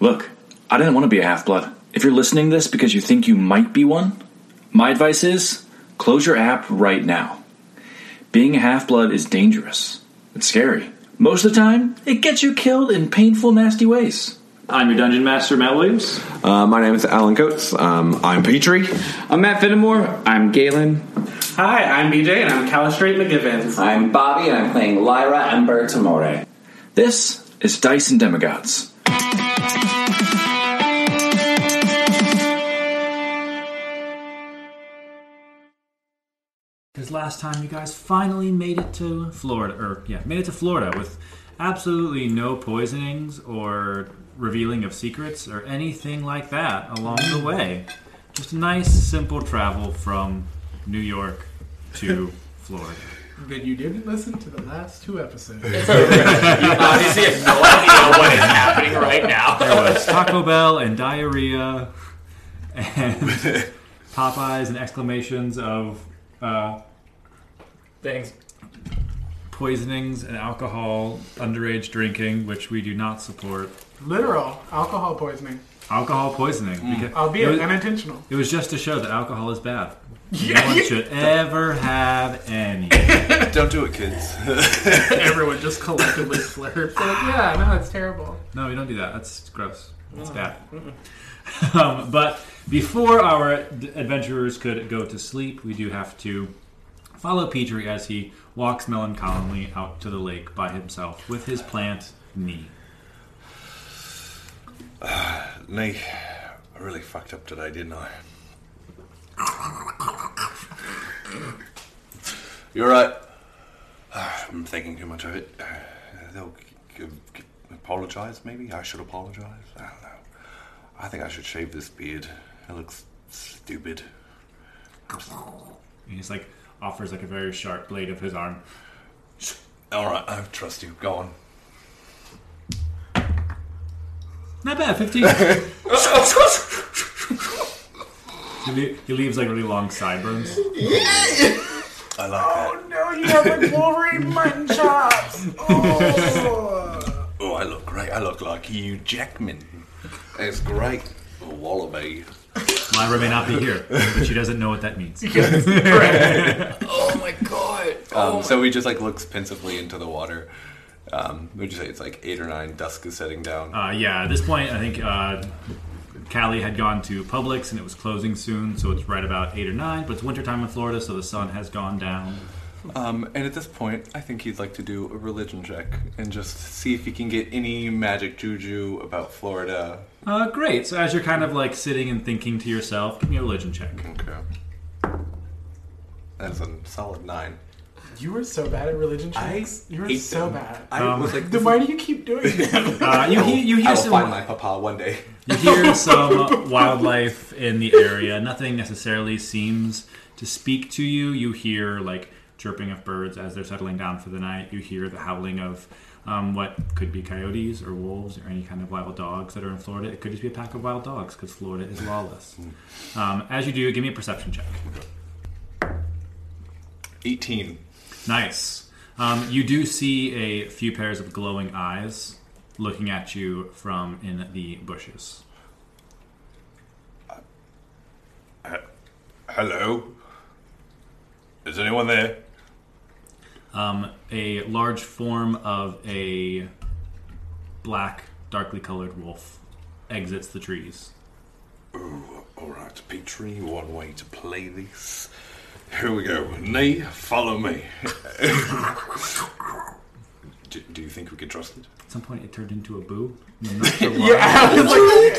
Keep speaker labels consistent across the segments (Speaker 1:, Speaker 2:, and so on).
Speaker 1: Look, I didn't want to be a half blood. If you're listening to this because you think you might be one, my advice is close your app right now. Being a half blood is dangerous, it's scary. Most of the time, it gets you killed in painful, nasty ways.
Speaker 2: I'm your dungeon master, Matt Williams.
Speaker 3: Uh, my name is Alan Coates. Um, I'm Petrie.
Speaker 4: I'm Matt Fenimore. I'm Galen.
Speaker 5: Hi, I'm BJ, and I'm Calistrate McGivens.
Speaker 6: I'm Bobby, and I'm playing Lyra Ember Tamore.
Speaker 1: This is Dice and Demigods.
Speaker 7: Because last time you guys finally made it to Florida, or yeah, made it to Florida with absolutely no poisonings or revealing of secrets or anything like that along the way. Just a nice, simple travel from New York to Florida.
Speaker 8: That you didn't listen to the last two episodes.
Speaker 2: Obviously, have no idea what is happening right now.
Speaker 7: There was Taco Bell and diarrhea and Popeyes and exclamations of uh,
Speaker 2: Thanks.
Speaker 7: poisonings and alcohol, underage drinking, which we do not support.
Speaker 8: Literal alcohol poisoning,
Speaker 7: Alcohol poisoning. because-
Speaker 8: albeit
Speaker 7: it was-
Speaker 8: unintentional.
Speaker 7: It was just to show that alcohol is bad. No one should ever have any.
Speaker 9: Don't do it, kids.
Speaker 8: Everyone just collectively slurps. Like, yeah, no, it's terrible.
Speaker 7: No, we don't do that. That's gross. That's bad. um, but before our d- adventurers could go to sleep, we do have to follow Petrie as he walks melancholily out to the lake by himself with his plant knee.
Speaker 9: Nate, I really fucked up today, didn't I? You're right. I'm thinking too much of it. They'll g- g- apologize, maybe? I should apologize? I don't know. I think I should shave this beard. It looks stupid.
Speaker 7: And he's like offers like a very sharp blade of his arm.
Speaker 9: Alright, I trust you. Go on.
Speaker 7: Not bad, fifteen. He le- he leaves like really long sideburns.
Speaker 9: I like that.
Speaker 8: No, you have like Wolverine mutton chops.
Speaker 9: Oh, I look great. I look like Hugh Jackman. It's great. Wallaby.
Speaker 7: Lyra may not be here, but she doesn't know what that means.
Speaker 9: Oh my god!
Speaker 7: Oh.
Speaker 9: Um, so he just like looks pensively into the water. Um, would you say it's like eight or nine? Dusk is setting down.
Speaker 7: Uh, yeah, at this point, I think uh, Callie had gone to Publix and it was closing soon, so it's right about 8 or 9, but it's wintertime in Florida, so the sun has gone down.
Speaker 9: Um, and at this point, I think he'd like to do a religion check and just see if he can get any magic juju about Florida.
Speaker 7: Uh, great, so as you're kind of like sitting and thinking to yourself, give me a religion check.
Speaker 9: Okay. That's a solid nine.
Speaker 8: You were so bad at religion checks. You were
Speaker 9: hate
Speaker 8: so
Speaker 9: them.
Speaker 8: bad.
Speaker 9: I was like,
Speaker 8: Then why do you keep doing it?
Speaker 7: Uh, Um, you, hear, you,
Speaker 9: I
Speaker 7: hear
Speaker 9: will find
Speaker 7: some,
Speaker 9: my papa one day.
Speaker 7: you hear some wildlife in the area. Nothing necessarily seems to speak to you. You hear like chirping of birds as they're settling down for the night, you hear the howling of. Um, what could be coyotes or wolves or any kind of wild dogs that are in Florida? It could just be a pack of wild dogs because Florida is lawless.
Speaker 2: Hmm.
Speaker 7: Um, as you do, give me a perception check.
Speaker 9: Eighteen.
Speaker 7: Nice. Um, you do see a few pairs of glowing eyes looking at you from in the bushes.
Speaker 9: Hello. Is anyone there?
Speaker 7: Um, a large form of a black, darkly colored wolf exits the trees.
Speaker 9: All right, Petrie, one way to play this. Here we go. Nay, follow me. do, do you think we can trust it?
Speaker 7: At some point, it turned into a boo. And I'm not sure why.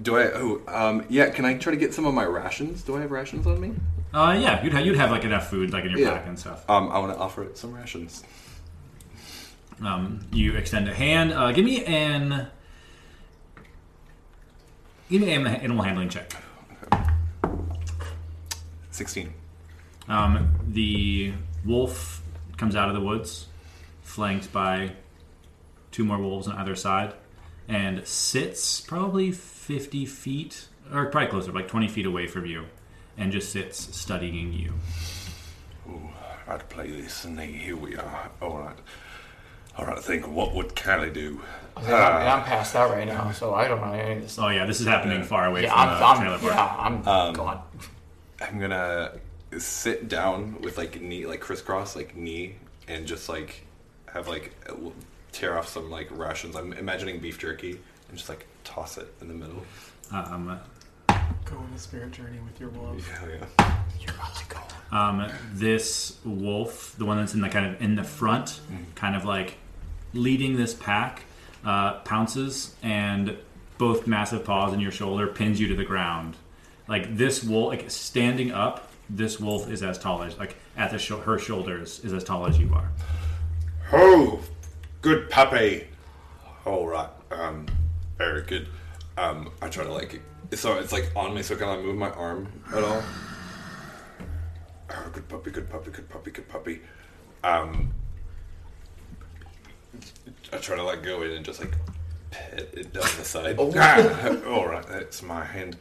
Speaker 9: Do I? Oh, um, yeah. Can I try to get some of my rations? Do I have rations on me?
Speaker 7: Uh, yeah, you'd have, you'd have like enough food like in your
Speaker 9: Yeah.
Speaker 7: pack and stuff.
Speaker 9: Um, I want to offer it some rations.
Speaker 7: Um, you extend a hand. Uh, give me an give me an animal handling check.
Speaker 9: Sixteen.
Speaker 7: Um, the wolf comes out of the woods, flanked by two more wolves on either side, and sits probably 50 feet, or probably closer, like 20 feet away from you, and just sits studying you.
Speaker 9: Ooh, how to play this, and here we are. All right. All right, think what would Callie do?
Speaker 2: And
Speaker 9: Uh,
Speaker 2: I'm, and I'm passed out right now, so I don't know any of this.
Speaker 7: Oh yeah, this is happening far away
Speaker 2: Yeah,
Speaker 7: from
Speaker 2: I'm,
Speaker 7: the
Speaker 2: I'm,
Speaker 7: trailer park.
Speaker 2: yeah, I'm gone.
Speaker 9: I'm gonna sit down with like knee, like crisscross, like knee, and just like have like tear off some like rations. I'm imagining beef jerky and just like toss it in the middle.
Speaker 7: Um,
Speaker 8: Go on a spirit journey with your wolf.
Speaker 9: Hell yeah.
Speaker 7: um, this wolf, the one that's in the kind of in the front, kind of like leading this pack, uh, pounces and both massive paws in your shoulder pins you to the ground. Like this wolf, like standing up, this wolf is as tall as like at the sho her shoulders is as tall as you are.
Speaker 9: Oh, good puppy. All right. Um, very good. Um, I try to like. So it's like on me. So can I move my arm at all? Oh, good puppy. Good puppy. Good puppy. Good puppy. Um, I try to like go in and just like pet it down the side. Ah, all right. That's my hand.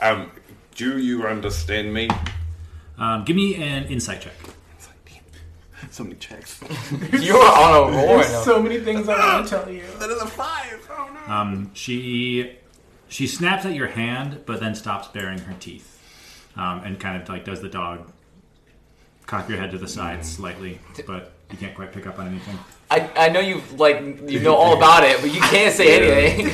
Speaker 9: Um, do you understand me?
Speaker 7: Um, give me an insight check.
Speaker 9: It's like, damn, So many checks.
Speaker 2: You're on a roll. now.
Speaker 8: So many things I want to tell you.
Speaker 9: That is a five. Oh no.
Speaker 7: She she snaps at your hand, but then stops baring her teeth, um, and kind of like does the dog cock your head to the side slightly, but you can't quite pick up on anything.
Speaker 2: I, I know you've like you know all about it, but you can't say anything.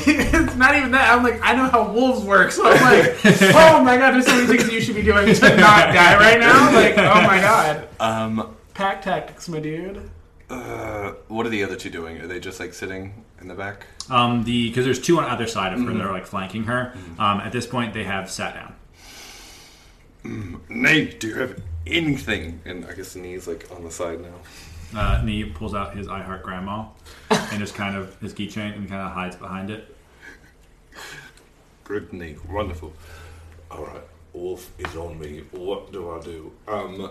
Speaker 8: it's not even that. I'm like, I know how wolves work, so I'm like, oh my god, there's so many things that you should be doing to not die right now. Like, oh my god.
Speaker 9: Um,
Speaker 8: Pack tactics, my dude.
Speaker 9: Uh, what are the other two doing? Are they just like sitting in the back?
Speaker 7: Um, the because there's two on either side of her that are like flanking her. Um, at this point, they have sat down.
Speaker 9: Nay, do you have anything? And I guess the knee's like on the side now.
Speaker 7: Uh, Nee pulls out his I Heart Grandma and just kind of his keychain and kind of hides behind it.
Speaker 9: Good knee, wonderful. All right, wolf is on me. What do I do? Um,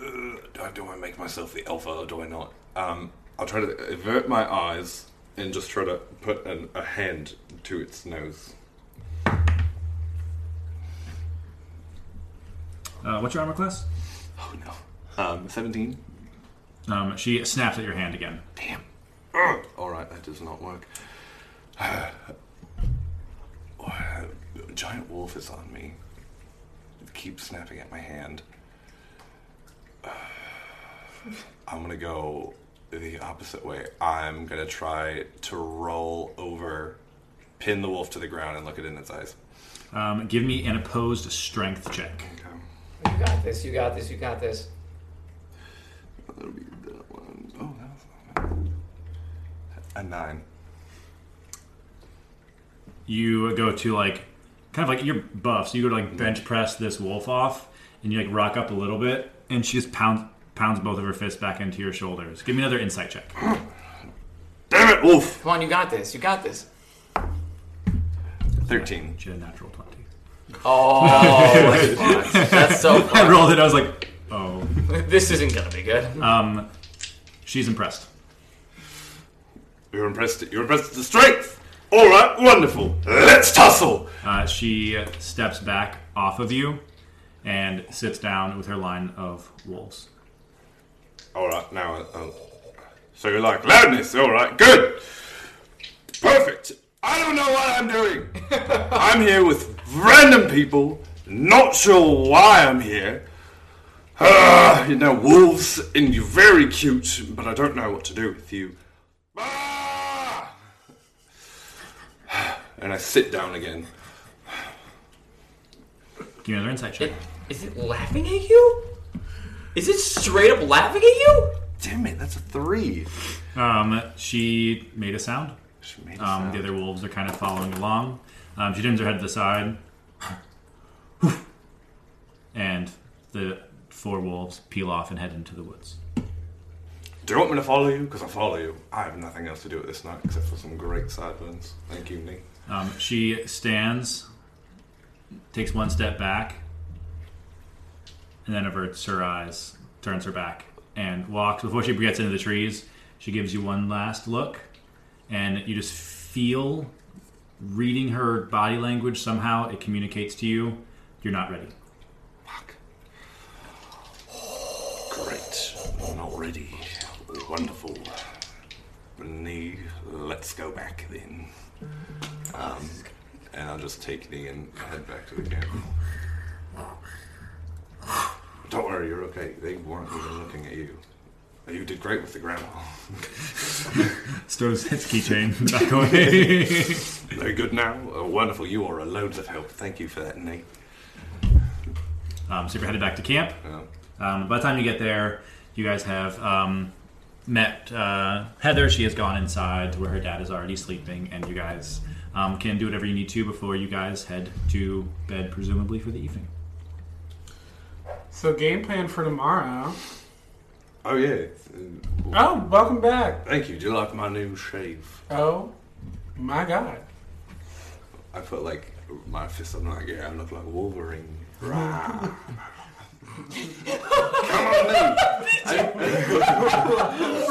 Speaker 9: uh, do I- do I make myself the alpha or do I not? Um, I'll try to avert my eyes and just try to put an, a hand to its nose.
Speaker 7: Uh, what's your armor class?
Speaker 9: Oh no. Um, seventeen.
Speaker 7: Um, she snaps at your hand again.
Speaker 9: Damn. Ugh. All right, that does not work. Giant wolf is on me. It keeps snapping at my hand. I'm gonna go the opposite way. I'm gonna try to roll over, pin the wolf to the ground, and look it in its eyes.
Speaker 7: Um, give me an opposed strength check.
Speaker 2: you got this. You got this. You got this.
Speaker 9: That'll be that one. Oh, that was a nine.
Speaker 7: you go to like kind of like you're buff, so you go to like bench press this wolf off, and you like rock up a little bit, and she just pounds pounds both of her fists back into your shoulders. Give me another insight check.
Speaker 9: Damn it, wolf!
Speaker 2: Come on, you got this. You got this.
Speaker 9: Thirteen.
Speaker 7: She had a natural twenty.
Speaker 2: Oh, that's so.
Speaker 7: I
Speaker 2: Fun.
Speaker 7: rolled it. I was like, oh,
Speaker 2: This isn't gonna be good.
Speaker 7: she's impressed.
Speaker 9: You're impressed. You're impressed with the strength. All right, wonderful. Let's tussle.
Speaker 7: Uh, she steps back off of you and sits down with her line of wolves.
Speaker 9: All right, now. uh, uh, so you like loudness? All right, good. Perfect. I don't know what I'm doing. I'm here with random people. Not sure why I'm here. Ah, you know, wolves, and you're very cute, but I don't know what to do with you. Ah! And I sit down again.
Speaker 7: Give me another insight check.
Speaker 2: Is it laughing at you? Is it straight up laughing at you?
Speaker 9: Damn it, that's a three.
Speaker 7: Um, she made a sound.
Speaker 9: She made a
Speaker 7: Um, the
Speaker 9: sound.
Speaker 7: other wolves are kind of following along. Um, she turns her head to the side, and the four wolves peel off and head into the woods.
Speaker 9: Do you want me to follow you? Because I follow you. I have nothing else to do at this night except for some great sidelines. Thank you, Nick.
Speaker 7: Um, she stands, takes one step back, and then averts her eyes, turns her back, and walks. Before she gets into the trees, she gives you one last look, and you just feel, reading her body language somehow, it communicates to you, you're not ready.
Speaker 9: Fuck. right. Not ready. Wonderful. Renee, let's go back then. Um, and I'll just take thee and head back to the camp. Don't worry, you're okay. They weren't even looking at you. You did great with the grandma.
Speaker 7: Stows his keychain back away.
Speaker 9: Very good now. Oh, wonderful. You are a loads of help. Thank you for that, Nate.
Speaker 7: Um, so you're headed back to camp.
Speaker 9: Yeah.
Speaker 7: Um, by the time you get there, you guys have um, met uh, Heather. She has gone inside to where her dad is already sleeping, and you guys um, can do whatever you need to before you guys head to bed, presumably for the evening.
Speaker 8: So game plan for tomorrow.
Speaker 9: Oh, yeah. Uh,
Speaker 8: Oh, welcome back.
Speaker 9: Thank you. Do you like my new shave?
Speaker 8: Oh my god.
Speaker 9: I put like my fist on like, yeah, I look like Wolverine. Rah. Come on, then.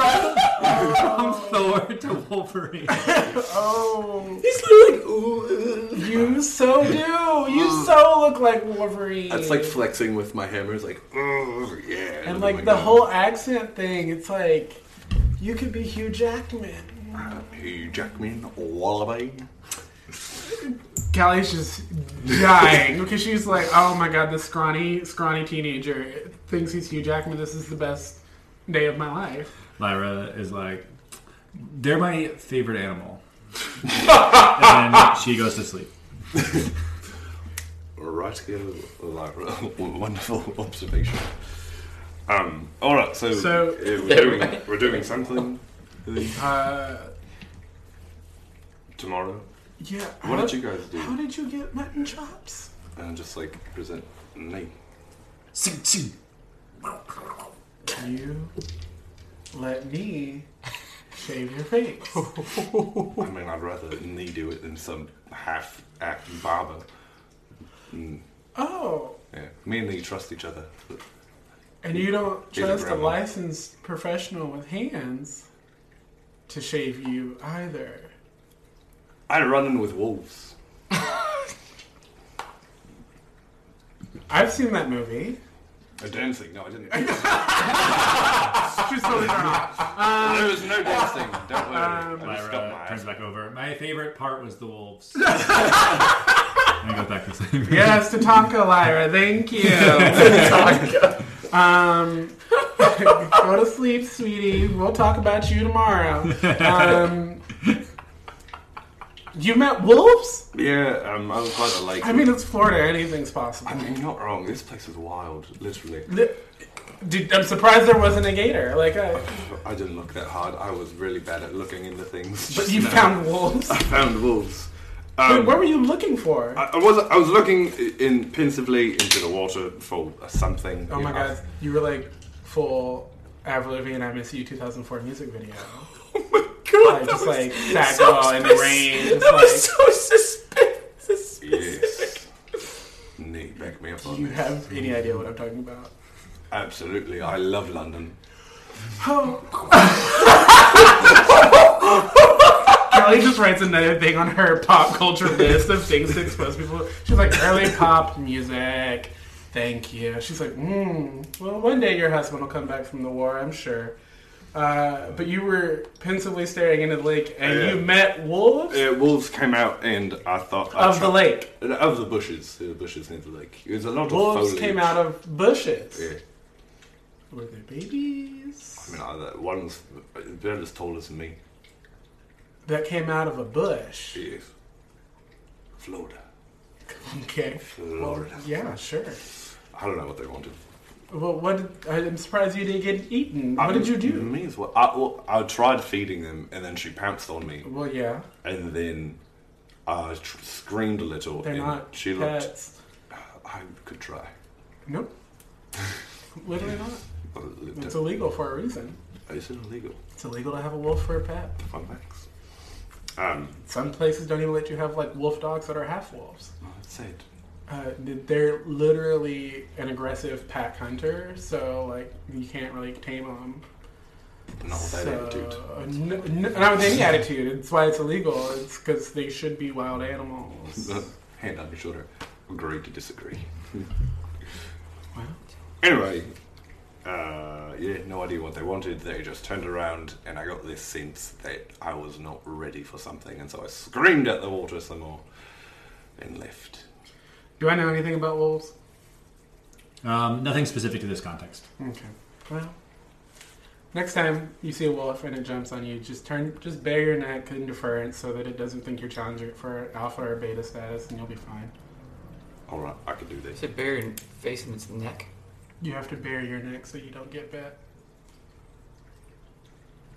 Speaker 7: From Thor to Wolverine.
Speaker 8: Oh,
Speaker 2: He's like, ooh.
Speaker 8: you so do. You so look like Wolverine.
Speaker 9: That's like flexing with my hammer. It's like, oh, yeah.
Speaker 8: and
Speaker 9: look
Speaker 8: like
Speaker 9: at
Speaker 8: the
Speaker 9: my
Speaker 8: whole accent thing. It's like you could be Hugh Jackman.
Speaker 9: gun. Hugh Jackman, Wallaby.
Speaker 8: Callie's just dying because she's like, "Oh my god, this scrawny, scrawny teenager thinks he's Hugh Jackman. This is the best day of my life."
Speaker 7: Lyra is like, they're my favorite animal. and then she goes to sleep.
Speaker 9: Rightio Lyra. Wonderful observation. Um, all right, so,
Speaker 8: So-
Speaker 9: uh, we're, doing, we're doing something
Speaker 8: Uh,
Speaker 9: tomorrow.
Speaker 8: yeah.
Speaker 9: What
Speaker 8: how,
Speaker 9: did you guys
Speaker 8: How
Speaker 9: do?
Speaker 8: did you get mutton chops?
Speaker 9: And just like present Nate.
Speaker 8: You let me shave your face.
Speaker 9: I mean, I'd rather Nate do it than some half-act barber.
Speaker 8: oh,
Speaker 9: Yeah, me and Nate trust each other.
Speaker 8: and you don't
Speaker 9: He's a
Speaker 8: trust a
Speaker 9: grandma.
Speaker 8: licensed professional with hands to shave you either.
Speaker 9: I run in with wolves.
Speaker 8: I've seen that movie.
Speaker 9: A dancing? No, I didn't. there
Speaker 8: She's totally not.
Speaker 9: was no dancing. Don't worry. I just got
Speaker 7: Lyra
Speaker 9: my
Speaker 7: turns
Speaker 9: ass.
Speaker 7: back over. My favorite part was the wolves. and I go back to sleep.
Speaker 8: Yes, Tatanka Lyra, thank you. Tatanka. Um, go to sleep, sweetie. We'll talk about you tomorrow. Um, you met wolves?
Speaker 9: Yeah, um, I was by the lake.
Speaker 8: I mean, it's Florida. Anything's possible.
Speaker 9: I mean, you're not wrong. This place is wild, literally.
Speaker 8: Th- Dude, I'm surprised there wasn't a gator. Like, uh,
Speaker 9: I didn't look that hard. I was really bad at looking into things.
Speaker 8: but you found
Speaker 2: um,
Speaker 8: wolves.
Speaker 9: found wolves. Um,
Speaker 8: Wait, what were you looking for?
Speaker 9: I, I was I was looking i- in pensively into the water for something.
Speaker 8: oh
Speaker 9: you
Speaker 8: my
Speaker 9: know.
Speaker 8: god, you were like full Avril Lavigne "I Miss You" 2004 music video.
Speaker 2: Oh God,
Speaker 8: Like,
Speaker 2: that
Speaker 8: just
Speaker 2: was
Speaker 8: like fat
Speaker 2: so
Speaker 8: girl in the rain. Just
Speaker 2: specific. That
Speaker 8: like,
Speaker 2: was so suspicious.
Speaker 9: Yes. Nate, back me up
Speaker 8: Do
Speaker 9: on
Speaker 8: you
Speaker 9: this.
Speaker 8: have any idea what I'm talking about?
Speaker 9: Absolutely, I love London.
Speaker 8: Oh. Kelly just writes another thing on her pop culture list of things to expose people. She's like, early pop music. Thank you. She's like, mm, well, one day your husband will come back from the war, I'm sure. Uh, but you were pensively staring into the lake, and
Speaker 9: Yeah.
Speaker 8: you met wolves
Speaker 9: Uh, wolves came out, and I thought I
Speaker 8: of the
Speaker 9: tried- Uh,
Speaker 8: lake.
Speaker 9: of the bushes, the bushes near the lake. There's a lot of
Speaker 8: Wolves
Speaker 9: foliage.
Speaker 8: came out of bushes.
Speaker 9: Yeah.
Speaker 8: Were they babies?
Speaker 9: I mean, I, that one's they're as tall as me.
Speaker 8: That came out of a bush.
Speaker 9: Yes. Florida.
Speaker 8: Okay. Well,
Speaker 9: Florida.
Speaker 8: yeah, sure.
Speaker 9: I don't know what they wanted.
Speaker 8: Well, what? Did, I'm surprised you didn't get eaten. What
Speaker 9: I
Speaker 8: did you
Speaker 9: mean,
Speaker 8: do?
Speaker 9: Me as well. I, well. I tried feeding them, and then she pounced on me,
Speaker 8: Well, yeah,
Speaker 9: and then I tr- screamed a little,
Speaker 8: they're
Speaker 9: and
Speaker 8: not
Speaker 9: she looked.
Speaker 8: pets.
Speaker 9: I could try.
Speaker 8: Nope. Literally not.
Speaker 9: Well, it-
Speaker 8: It's illegal for a reason.
Speaker 9: Is it illegal?
Speaker 8: It's illegal to have a wolf for a pet.
Speaker 9: Fun facts. Um,
Speaker 8: Some places don't even let you have like wolf dogs that are half wolves.
Speaker 9: I'd say it.
Speaker 8: Uh, they're literally an aggressive pack hunter, so like you can't really tame them.
Speaker 9: Not with that attitude.
Speaker 8: No, no, not with any attitude. It's why it's illegal. It's because they should be wild animals.
Speaker 9: Hand on your shoulder. Agree to disagree.
Speaker 8: Wow.
Speaker 9: Anyway, Uh, yeah, no idea what they wanted. They just turned around, and I got this sense that I was not ready for something, and so I screamed at the water some more and left.
Speaker 8: Do I know anything about wolves?
Speaker 7: Um, nothing specific to this context.
Speaker 8: Okay. Well, next time you see a wolf and it jumps on you, just turn, just bare your neck in deference so that it doesn't think you're challenging it for alpha or beta status, and you'll be fine.
Speaker 9: All right, I can do this.
Speaker 2: Is it buried in face in its neck?
Speaker 8: You have to bare your neck so you don't get bit.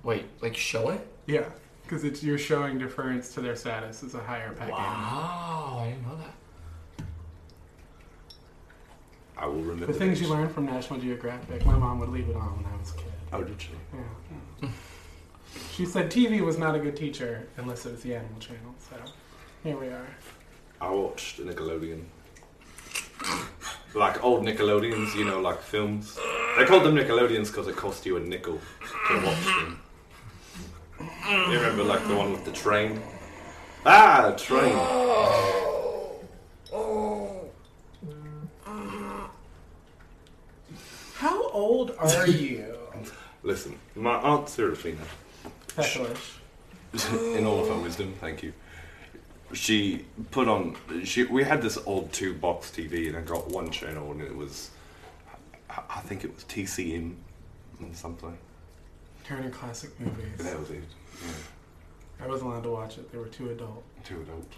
Speaker 2: Wait, like show it?
Speaker 8: Yeah, because it's you're showing deference to their status as a higher pack animal.
Speaker 2: Wow, Oh, I didn't know that.
Speaker 9: I will remember
Speaker 8: The things
Speaker 9: that.
Speaker 8: you learn from National Geographic. My mom would leave it on when I was a kid.
Speaker 9: Oh, did she?
Speaker 8: Yeah. she said TV was not a good teacher unless it was the Animal Channel. So here we are.
Speaker 9: I watched Nickelodeon. Like old Nickelodeons, you know, like films. They called them Nickelodeons because it cost you a nickel to watch them. You remember, like the one with the train? Ah, the train!
Speaker 8: How old are you?
Speaker 9: Listen, my aunt Serafina,
Speaker 8: Fetlish.
Speaker 9: in all of her wisdom, thank you. She put on. She we had this old two box TV, and I got one channel, and it was, I, I think it was TCM, or something.
Speaker 8: Turner Classic Movies.
Speaker 9: That was it.
Speaker 8: I wasn't allowed to watch it. They were too adult.
Speaker 9: Two adults.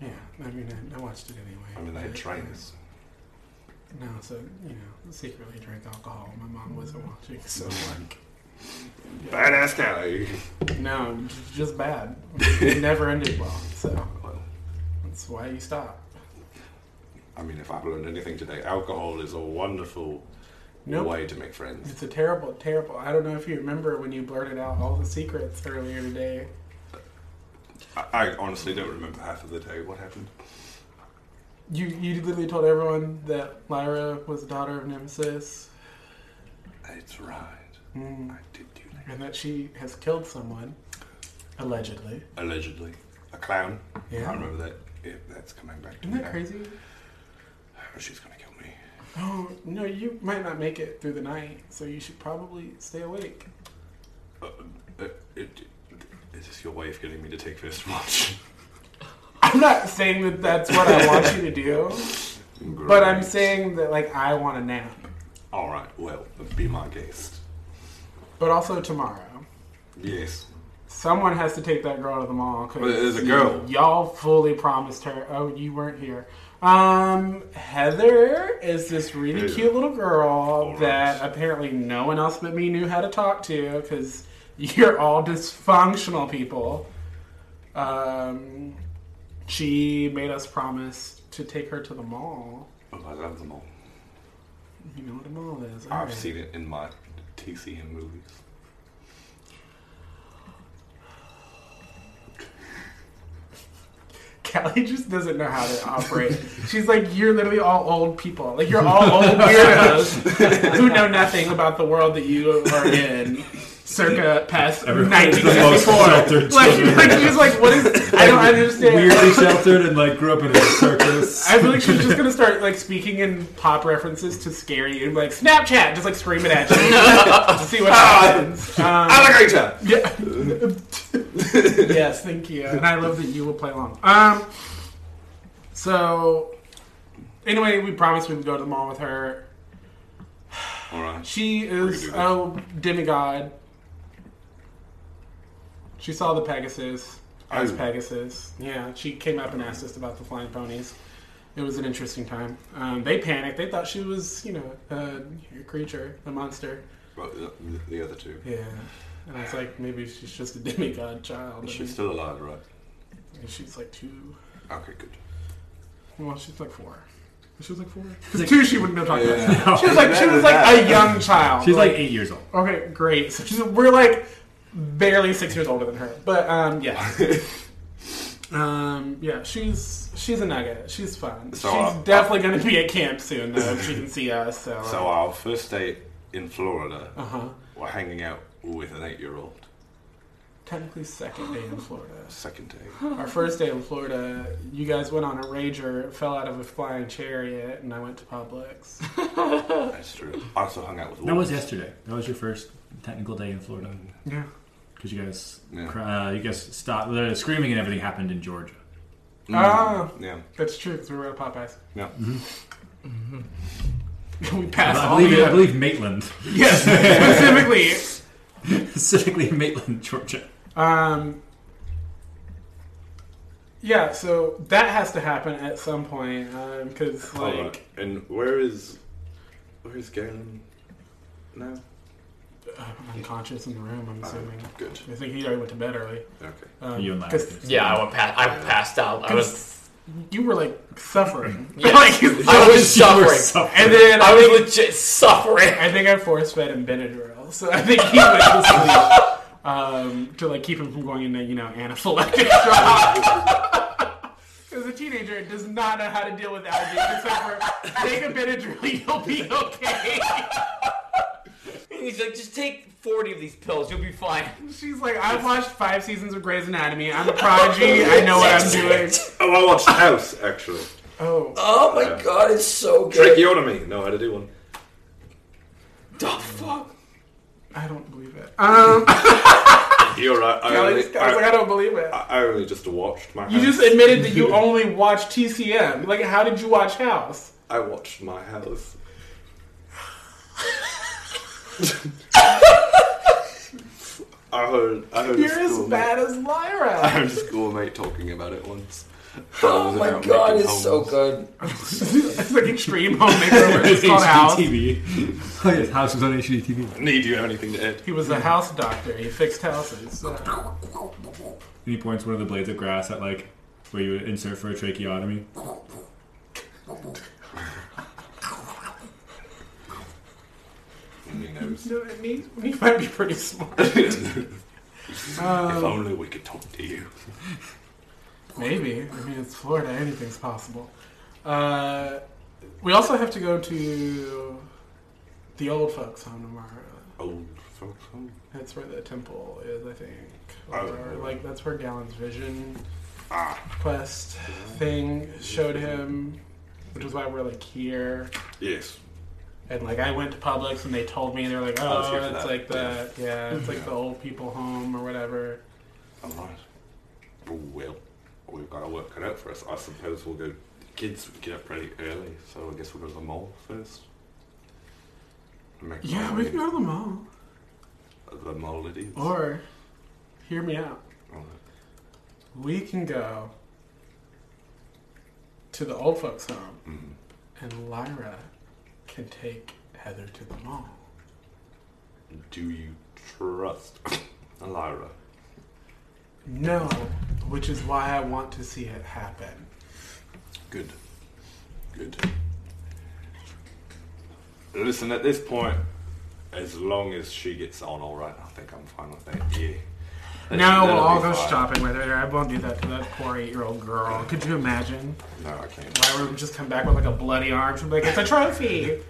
Speaker 8: Yeah, I mean, I, I watched it anyway.
Speaker 9: I mean, they had trainers.
Speaker 8: No, so, you know, secretly drank alcohol. My mom wasn't watching, so, like,
Speaker 9: Badass Cali.
Speaker 8: no, j- just bad. It never ended well, so that's why you stop.
Speaker 9: I mean, if I've learned anything today, alcohol is a wonderful
Speaker 8: Nope.
Speaker 9: way to make friends.
Speaker 8: It's a terrible, terrible. I don't know if you remember when you blurted out all the secrets earlier today.
Speaker 9: I, I honestly don't remember half of the day. What happened?
Speaker 8: You you literally told everyone that Lyra was the daughter of Nemesis
Speaker 9: It's right.
Speaker 8: Hmm.
Speaker 9: I did do that.
Speaker 8: and that she has killed someone, allegedly.
Speaker 9: Allegedly. A clown.
Speaker 8: Yeah.
Speaker 9: I remember that. Yeah, that's coming back to
Speaker 8: Isn't
Speaker 9: me.
Speaker 8: that
Speaker 9: now.
Speaker 8: crazy?
Speaker 9: Oh, she's going to kill me.
Speaker 8: Oh no, you might not make it through the night, so you should probably stay awake.
Speaker 9: Uh, it, is this your way of getting me to take first watch?
Speaker 8: I'm not saying that that's what I want you to do, but I'm saying that like I want a nap,
Speaker 9: All right, well, be my guest.
Speaker 8: but also tomorrow.
Speaker 9: Yes.
Speaker 8: Someone has to take that girl to the mall. 'cause
Speaker 9: Well, there's a girl.
Speaker 8: Y'all fully promised her. Oh, you weren't here. Um, Heather is this really
Speaker 9: Heather.
Speaker 8: cute little girl
Speaker 9: right.
Speaker 8: that apparently no one else but me knew how to talk to because you're all dysfunctional people. Um, she made us promise to take her to the mall.
Speaker 9: Oh, I love them all.
Speaker 8: You know what the mall is.
Speaker 9: I've
Speaker 8: alright.
Speaker 9: seen it in my TCM movies.
Speaker 8: Callie just doesn't know how to operate. She's like, you're literally all old people. Like, you're all old weirdos who know nothing about the world that you are in. Circa past
Speaker 7: most
Speaker 8: 1964.
Speaker 7: sheltered
Speaker 8: Like, like, she's like, what is? I don't understand.
Speaker 7: Weirdly sheltered and like grew up in a circus.
Speaker 8: I feel like she's just gonna start like speaking in pop references to scary and like Snapchat, just like screaming at you to see what
Speaker 7: Ah.
Speaker 8: happens. Um,
Speaker 9: Alligator!
Speaker 8: yeah. yes, thank you. And I love that you will play along. Um, so, anyway, we promised we would go to the mall with her.
Speaker 9: All right.
Speaker 8: She is
Speaker 9: do that.
Speaker 8: oh demigod. She saw the Pegasus. As
Speaker 9: Oh.
Speaker 8: Pegasus. Yeah, she came up and asked us about the flying ponies. It was an interesting time. Um, they panicked. They thought she was, you know, a, a creature, a monster.
Speaker 9: Well, the, the other two.
Speaker 8: Yeah. And I was like, maybe she's just a demigod child.
Speaker 9: She's still alive, right?
Speaker 8: And she's like two.
Speaker 9: Okay, good.
Speaker 8: Well, she's like four. She was like four. Because two, she wouldn't have talked about.
Speaker 9: Yeah.
Speaker 8: She was like she was like a young child.
Speaker 7: She's like eight years old.
Speaker 8: okay, great. So she's, we're like barely six years older than her. But um, yeah, um, yeah. She's she's a nugget. She's fun.
Speaker 9: So,
Speaker 8: she's
Speaker 9: uh,
Speaker 8: definitely going to be at camp soon though. if she can see us. So,
Speaker 9: so our first day in Florida,
Speaker 8: uh huh.
Speaker 9: we're hanging out with an eight-year-old.
Speaker 8: technically second day in Florida.
Speaker 9: Second day.
Speaker 8: Our first day in Florida, you guys went on a rager, fell out of a flying chariot, and I went to Publix.
Speaker 9: That's true. I also hung out with
Speaker 7: That was
Speaker 9: wolves.
Speaker 7: yesterday. That was your first technical day in Florida
Speaker 8: Yeah.
Speaker 7: because you guys,
Speaker 9: Yeah.
Speaker 7: cr- uh, you guys stopped. The screaming and everything happened in Georgia.
Speaker 8: Ah,
Speaker 9: Mm. Yeah.
Speaker 8: that's true, because we were at Popeyes. Mm-hmm.
Speaker 9: Yeah.
Speaker 8: we passed
Speaker 7: I
Speaker 8: all
Speaker 7: believe, I
Speaker 8: the
Speaker 7: believe Maitland,
Speaker 8: Specifically,
Speaker 7: specifically Maitland, Georgia.
Speaker 8: Um, yeah, so that has to happen at some point because,
Speaker 9: Hold on.
Speaker 8: like,
Speaker 9: And where is where is Galen now?
Speaker 8: unconscious in the room, I'm assuming.
Speaker 9: Good.
Speaker 8: I think he already went to bed early.
Speaker 9: Okay.
Speaker 8: Um,
Speaker 7: You and Larry
Speaker 8: 'cause
Speaker 7: did.
Speaker 2: Yeah, I went past. I passed out. I was.
Speaker 8: you were like suffering,
Speaker 2: Yeah,
Speaker 8: like, you-
Speaker 2: I was suffering.
Speaker 8: and then
Speaker 2: I was legit suffering.
Speaker 8: I think I force fed him Benadryl, so I think he went to sleep um, to like keep him from going into you know anaphylactic shock. Because a teenager does not know how to deal with allergies except for take a Benadryl, you'll be okay.
Speaker 2: He's like, just take forty of these pills. You'll be fine.
Speaker 8: She's like, I've watched five seasons of Grey's Anatomy. I'm a prodigy. I know what I'm doing.
Speaker 9: Oh, I watched House actually.
Speaker 8: Oh,
Speaker 2: Oh my god, it's so good.
Speaker 9: Tracheotomy. No, I had to do one.
Speaker 2: Oh, fuck.
Speaker 8: I don't believe it. Um,
Speaker 9: You're right. I
Speaker 8: I,
Speaker 9: only,
Speaker 8: was like, I
Speaker 9: I,
Speaker 8: don't believe it.
Speaker 9: I, I only just watched my.
Speaker 8: You
Speaker 9: house.
Speaker 8: just admitted that you only watched TCM. Like, how did you watch House?
Speaker 9: I watched my house. I heard. I heard. a
Speaker 8: You're as
Speaker 9: schoolmate-
Speaker 8: bad as
Speaker 9: I
Speaker 8: Lyra.
Speaker 9: heard a schoolmate talking about it once.
Speaker 2: Oh my god, it's so good.
Speaker 8: it's like extreme homemaker. where It's called House.
Speaker 7: HGTV. oh yes, House was on HGTV. At
Speaker 9: Need you have anything to add?
Speaker 8: He was a house doctor. He fixed houses. Uh,
Speaker 7: he points one of the blades of grass at like where you would insert for a tracheotomy.
Speaker 9: He knows.
Speaker 8: you know what I mean? He might be pretty smart.
Speaker 2: Um,
Speaker 9: if only we could talk to you.
Speaker 8: Maybe. I mean, it's Florida. Anything's possible. Uh, we also have to go to the old folks' home tomorrow.
Speaker 9: Old folks home.
Speaker 8: That's where the temple is, I think.
Speaker 9: Oh.
Speaker 8: Or, like, that's where Gallon's vision
Speaker 9: Ah.
Speaker 8: quest thing showed him, which is why we're, like, here.
Speaker 9: Yes.
Speaker 8: And, like, I went to Publix and they told me, they're like,
Speaker 9: was here
Speaker 8: oh,
Speaker 9: for
Speaker 8: it's
Speaker 9: that.
Speaker 8: like the, yeah, it's like the old people home or whatever.
Speaker 9: All right. Oh, well, we've got to work it out for us. I suppose we'll go. Kids get up pretty early, so I guess we'll go to the mall first. Make
Speaker 8: Yeah, Oh,
Speaker 9: our
Speaker 8: we
Speaker 9: way
Speaker 8: can go to the mall.
Speaker 9: to The mall it is.
Speaker 8: Or, hear me out.
Speaker 9: All right.
Speaker 8: we can go to the old folks' home, and Lyra can take Heather to the mall.
Speaker 9: Do you trust Lyra?
Speaker 8: No, which is why I want to see it happen.
Speaker 9: Good. Good. Listen, at this point, as long as she gets on all right, I think I'm fine with that. Yeah.
Speaker 8: No,
Speaker 9: That-
Speaker 8: we'll
Speaker 9: that'll
Speaker 8: all
Speaker 9: be
Speaker 8: go
Speaker 9: fine.
Speaker 8: shopping with her. I won't do that to that poor eight-year-old girl. Could you imagine?
Speaker 9: No, I can't.
Speaker 8: Lyra would just come back with like a bloody arm. She'd be like, "It's a trophy."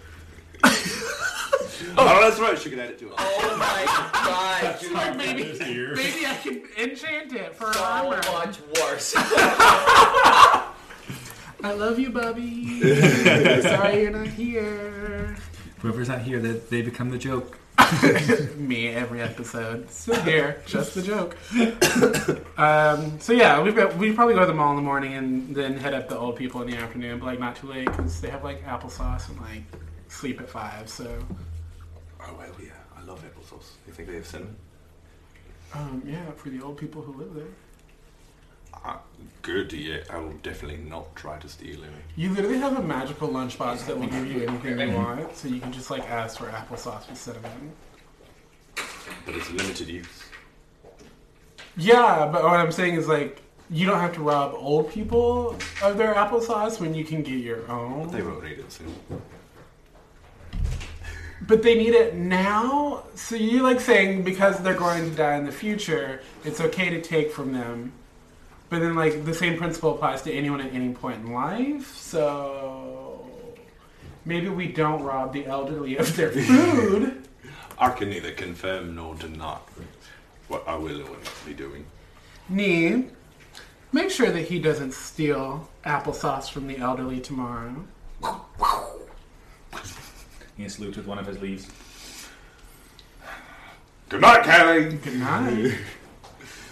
Speaker 9: Oh, that's right. She can add it to it.
Speaker 2: Oh my god, dude.
Speaker 8: Like, maybe,
Speaker 7: Here.
Speaker 8: maybe I can enchant it for her
Speaker 2: So
Speaker 8: armor.
Speaker 2: much worse.
Speaker 8: I love you, Bubby. Sorry you're not here.
Speaker 7: Whoever's not here, they, they become the joke.
Speaker 8: me every episode. Still here, just the joke. um, so yeah, we've got we probably go to the mall in the morning and then head up to old people in the afternoon, but like not too late because they have like applesauce and like sleep at five. So
Speaker 9: Oh, well, yeah. I love applesauce. You think they have cinnamon?
Speaker 8: um, yeah, for the old people who live there,
Speaker 9: Uh, good, yeah. I will definitely not try to steal any.
Speaker 8: you literally have a magical lunchbox that will give you anything you want, so you can just like ask for applesauce with cinnamon.
Speaker 9: But it's limited use.
Speaker 8: Yeah, but what I'm saying is like. You don't have to rob old people of their applesauce when you can get your own.
Speaker 9: They won't need it soon.
Speaker 8: But they need it now? So you like saying because they're going to die in the future, it's okay to take from them. But then like the same principle applies to anyone at any point in life. So maybe we don't rob the elderly of their food.
Speaker 9: I can neither confirm nor deny. what I will or not be doing.
Speaker 8: Need. Make sure that he doesn't steal applesauce from the elderly tomorrow.
Speaker 7: He salutes with one of his leaves.
Speaker 9: Good night, Callie!
Speaker 8: Good night.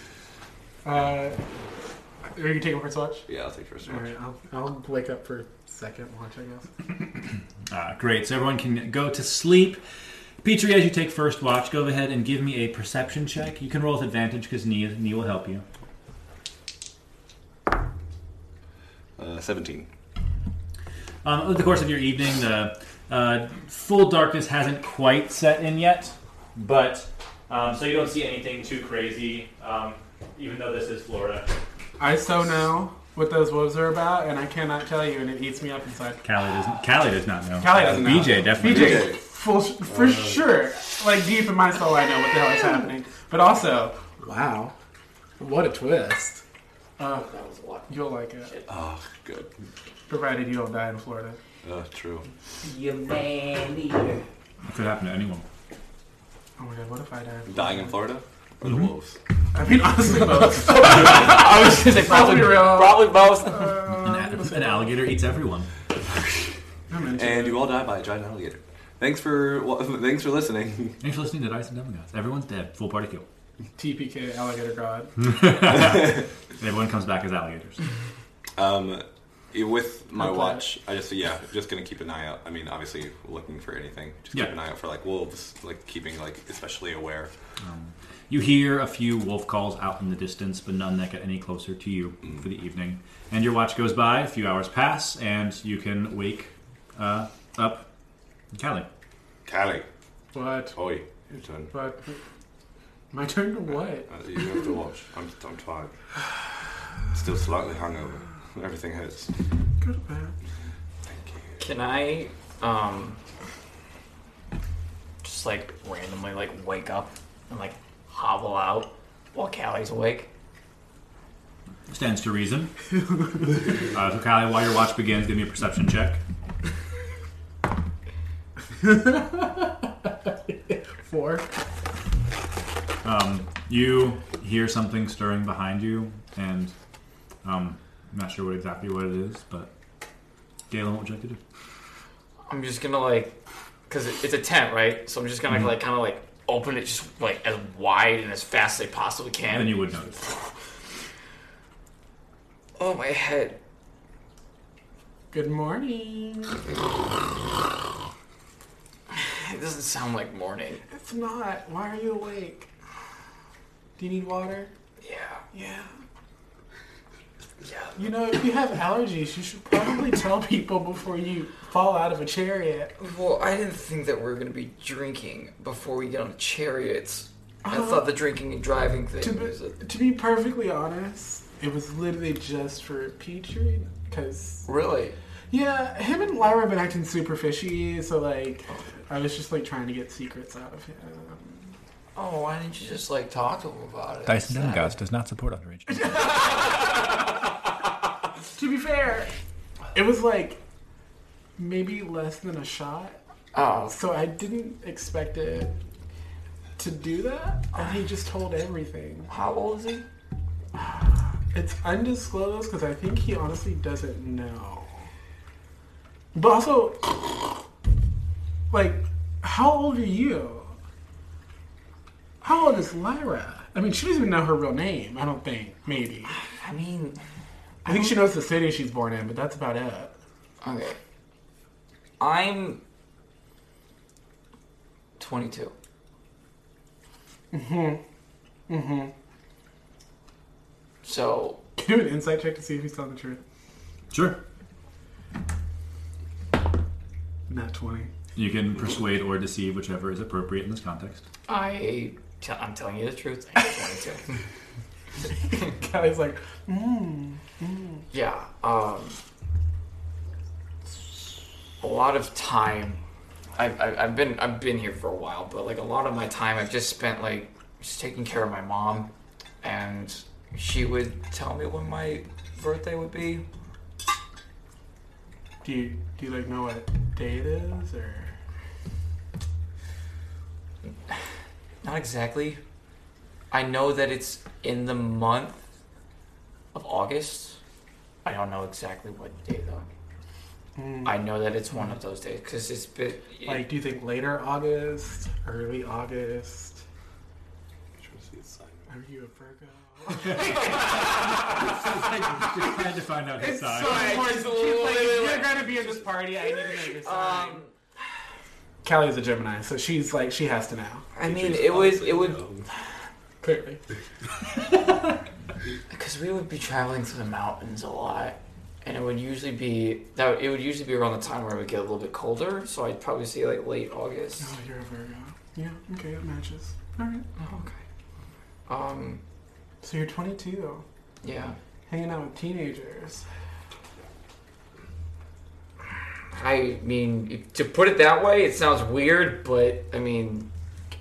Speaker 8: uh, are you taking first watch?
Speaker 9: Yeah, I'll take first
Speaker 8: All
Speaker 9: watch.
Speaker 8: right, I'll, I'll wake up for second watch, I guess.
Speaker 7: Uh, great. So everyone can go to sleep. Petrie, as you take first watch, go ahead and give me a perception check. You can roll with advantage because Nia, Nia will help you.
Speaker 9: Uh, 17.
Speaker 7: Um, over the course of your evening, the uh, full darkness hasn't quite set in yet, but um, so you don't see anything too crazy, um, even though this is Florida.
Speaker 8: I so know what those wolves are about, and I cannot tell you, and it eats me up inside.
Speaker 7: Callie doesn't. Callie does not know.
Speaker 8: Callie doesn't know.
Speaker 7: BJ definitely.
Speaker 8: BJ, full,
Speaker 2: Uh,
Speaker 8: for sure, like deep in my soul, I know what the hell is happening. But also, wow, what a twist! Uh,
Speaker 2: That was a lot.
Speaker 8: you'll like it,
Speaker 9: Oh, good.
Speaker 8: provided you don't die in Florida.
Speaker 9: Uh, true.
Speaker 2: You man eater.
Speaker 7: It could happen to anyone.
Speaker 8: Oh my god, what if I die? in Florida?
Speaker 9: Dying in Florida? Or the wolves?
Speaker 8: I mean, honestly, both.
Speaker 2: I was gonna say
Speaker 8: probably-
Speaker 2: probably,
Speaker 8: real.
Speaker 2: probably both.
Speaker 7: An, an alligator eats everyone.
Speaker 8: I'm into it.
Speaker 9: And you all die by a giant alligator. Thanks for wa- thanks for listening.
Speaker 7: Thanks for listening to Dice and Demigods. Everyone's dead. Full party kill.
Speaker 8: TPK alligator god.
Speaker 7: And everyone comes back as alligators.
Speaker 9: Um, with my
Speaker 8: Okay.
Speaker 9: watch, I just yeah, just gonna keep an eye out. I mean, obviously looking for anything. Just
Speaker 7: Yeah.
Speaker 9: keep an eye out for like wolves, like keeping like especially aware.
Speaker 7: You hear a few wolf calls out in the distance, but none that get any closer to you for the evening. And your watch goes by, a few hours pass, and you can wake uh, up Callie.
Speaker 9: Callie,
Speaker 8: What?
Speaker 9: oi, your turn.
Speaker 8: But my turn to what?
Speaker 9: Uh, you have to watch. I'm I'm tired. Still slightly hungover. Everything hurts.
Speaker 8: Go to bed.
Speaker 9: Thank you.
Speaker 2: Can I, um, just like randomly like wake up and like hobble out while Callie's awake?
Speaker 7: Stands to reason. uh, so, Callie, while your watch begins, give me a perception check.
Speaker 8: Four.
Speaker 7: You hear something stirring behind you, and um, I'm not sure what exactly what it is, but Galen, what would you like to do?
Speaker 2: I'm just gonna like, cause it- it's a tent, right? So I'm just
Speaker 7: Mm-hmm.
Speaker 2: gonna like kind of like open it just like as wide and as fast as I possibly can.
Speaker 7: Then you would notice.
Speaker 2: oh my head.
Speaker 8: Good morning.
Speaker 2: It doesn't sound like morning.
Speaker 8: It's not. Why are you awake? Do you need water?
Speaker 2: Yeah.
Speaker 8: Yeah.
Speaker 2: Yeah.
Speaker 8: You know, if you have allergies, you should probably tell people before you fall out of a chariot.
Speaker 2: Well, I didn't think that we were gonna be drinking before we get on chariots. I thought the drinking and driving
Speaker 8: To
Speaker 2: thing was a
Speaker 8: be, to be perfectly honest, it was literally just for Petrie, because
Speaker 2: really.
Speaker 8: yeah, him and Lyra have been acting super fishy. So like, I was just like trying to get secrets out of him.
Speaker 2: Oh, why didn't you just like talk to him about it?
Speaker 7: Dice and Demigods does not support underage.
Speaker 8: To be fair, it was like maybe less than a shot.
Speaker 2: Oh,
Speaker 8: So I didn't expect it to do that, and he just told everything.
Speaker 2: how old is he?
Speaker 8: It's undisclosed because I think he honestly doesn't know. But also, like, how old are you? How old is Lyra? I mean, she doesn't even know her real name. I don't think. Maybe.
Speaker 2: I mean,
Speaker 8: I think she knows the city she's born in, but that's about it.
Speaker 2: okay. I'm 22. Mm-hmm.
Speaker 8: Mhm.
Speaker 2: So,
Speaker 8: Can you do an insight check to see if he's telling the truth?
Speaker 7: Sure.
Speaker 8: Not twenty.
Speaker 7: You can persuade or deceive, whichever is appropriate in this context.
Speaker 2: I... T- I'm telling you the truth. I'm 22.
Speaker 8: Callie's like,
Speaker 2: Yeah. Um, a lot of time. I've, I've I've been I've been here for a while, but like a lot of my time, I've just spent like just taking care of my mom, and she would tell me when my birthday would be.
Speaker 8: do you do you like know what day it is or?
Speaker 2: Not exactly.
Speaker 10: I know that it's in the month of August. I don't know exactly what day though.
Speaker 2: Hmm.
Speaker 10: I know that it's one of those days because it's been
Speaker 8: Like, do you think later August, early August? Are you a Virgo?
Speaker 7: Just had to find out his side.
Speaker 8: She's like, you're gonna be in this party. I need to know your sign. Callie's a Gemini, so she's like, she has to know.
Speaker 10: I mean, it was it would
Speaker 8: Clearly,
Speaker 10: because we would be traveling through the mountains a lot, and it would usually be that it would usually be around the time where it would get a little bit colder. So I'd probably say like late August.
Speaker 8: oh, you're a Virgo. Yeah, okay, that matches. All right.
Speaker 10: Oh, okay. Um.
Speaker 8: So you're 22,
Speaker 10: Yeah.
Speaker 8: hanging out with teenagers.
Speaker 10: I mean, if- to put it that way, it sounds weird, but I mean,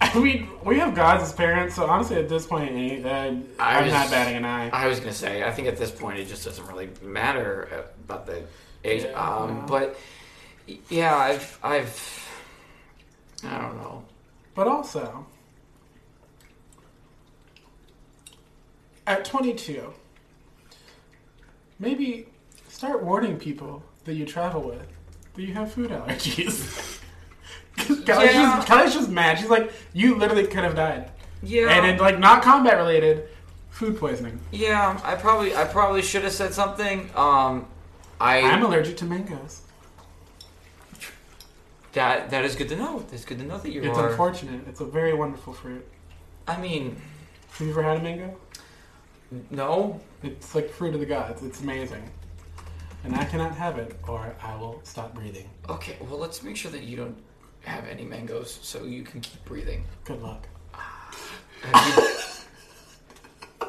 Speaker 8: I mean, we have gods as parents, so honestly, at this point, eh, uh,
Speaker 10: I
Speaker 8: I'm
Speaker 10: was-
Speaker 8: not batting an eye.
Speaker 10: I was gonna say, I think at this point it just doesn't really matter uh, about the age. um, But y- yeah, I've, I've, I don't know.
Speaker 8: But also, at 22, maybe start warning people that you travel with that you have food allergies. Kelly's,
Speaker 10: Yeah.
Speaker 8: just, Kelly's just mad. She's like, you literally could have died.
Speaker 10: Yeah,
Speaker 8: And it, like, not combat related, food poisoning.
Speaker 10: yeah. I probably, I probably should have said something. Um, I
Speaker 8: I'm allergic to mangoes.
Speaker 10: that that is good to know. That's good to know that you
Speaker 8: It's
Speaker 10: are.
Speaker 8: unfortunate. It's a very wonderful fruit.
Speaker 10: I mean,
Speaker 8: Have you ever had a mango?
Speaker 10: no,
Speaker 8: It's like fruit of the gods. It's amazing. And I cannot have it, or I will stop breathing.
Speaker 10: Okay, well, let's make sure that you don't have any mangoes so you can keep breathing.
Speaker 8: Good luck.
Speaker 10: Have you,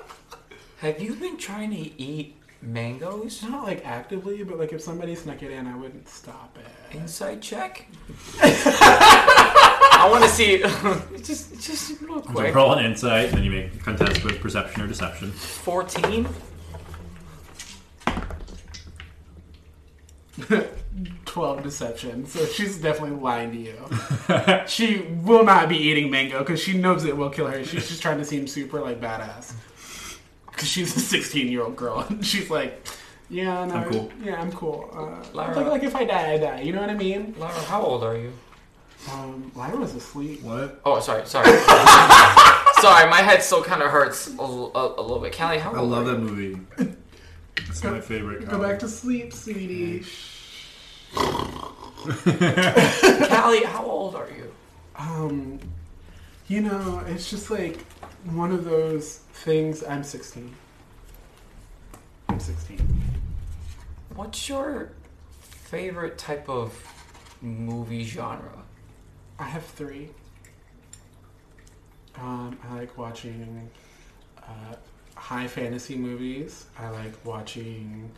Speaker 10: have you been trying to eat mangoes?
Speaker 8: Not like actively, but like if somebody snuck it in, I wouldn't stop it.
Speaker 10: Inside check? I want to see. just, just real
Speaker 7: So
Speaker 10: quick.
Speaker 7: roll an insight, and then you make a contest with perception or deception.
Speaker 10: 14?
Speaker 8: 12 deception, so she's definitely lying to you. she will not be eating mango because she knows it will kill her. She's just trying to seem super like badass. Because she's a 16 year old girl. And she's like, yeah, no,
Speaker 7: I'm cool.
Speaker 8: Yeah, I'm cool. Uh,
Speaker 10: Lara.
Speaker 8: like, like if I die, I die. You know what I mean?
Speaker 10: Lara, how old are you?
Speaker 8: Um, Lyra's asleep.
Speaker 7: What?
Speaker 10: Oh, sorry, sorry. sorry, my head still kind of hurts a, l- a- a little bit. Callie, how old
Speaker 7: I love
Speaker 10: are
Speaker 7: that
Speaker 10: you?
Speaker 7: movie. It's my favorite.
Speaker 8: Go back to sleep, sweetie.
Speaker 10: Callie, how old are you?
Speaker 8: Um, you know, it's just like one of those things. I'm 16. I'm 16.
Speaker 10: What's your favorite type of movie genre?
Speaker 8: I have three. Um, I like watching uh, high fantasy movies. I like watching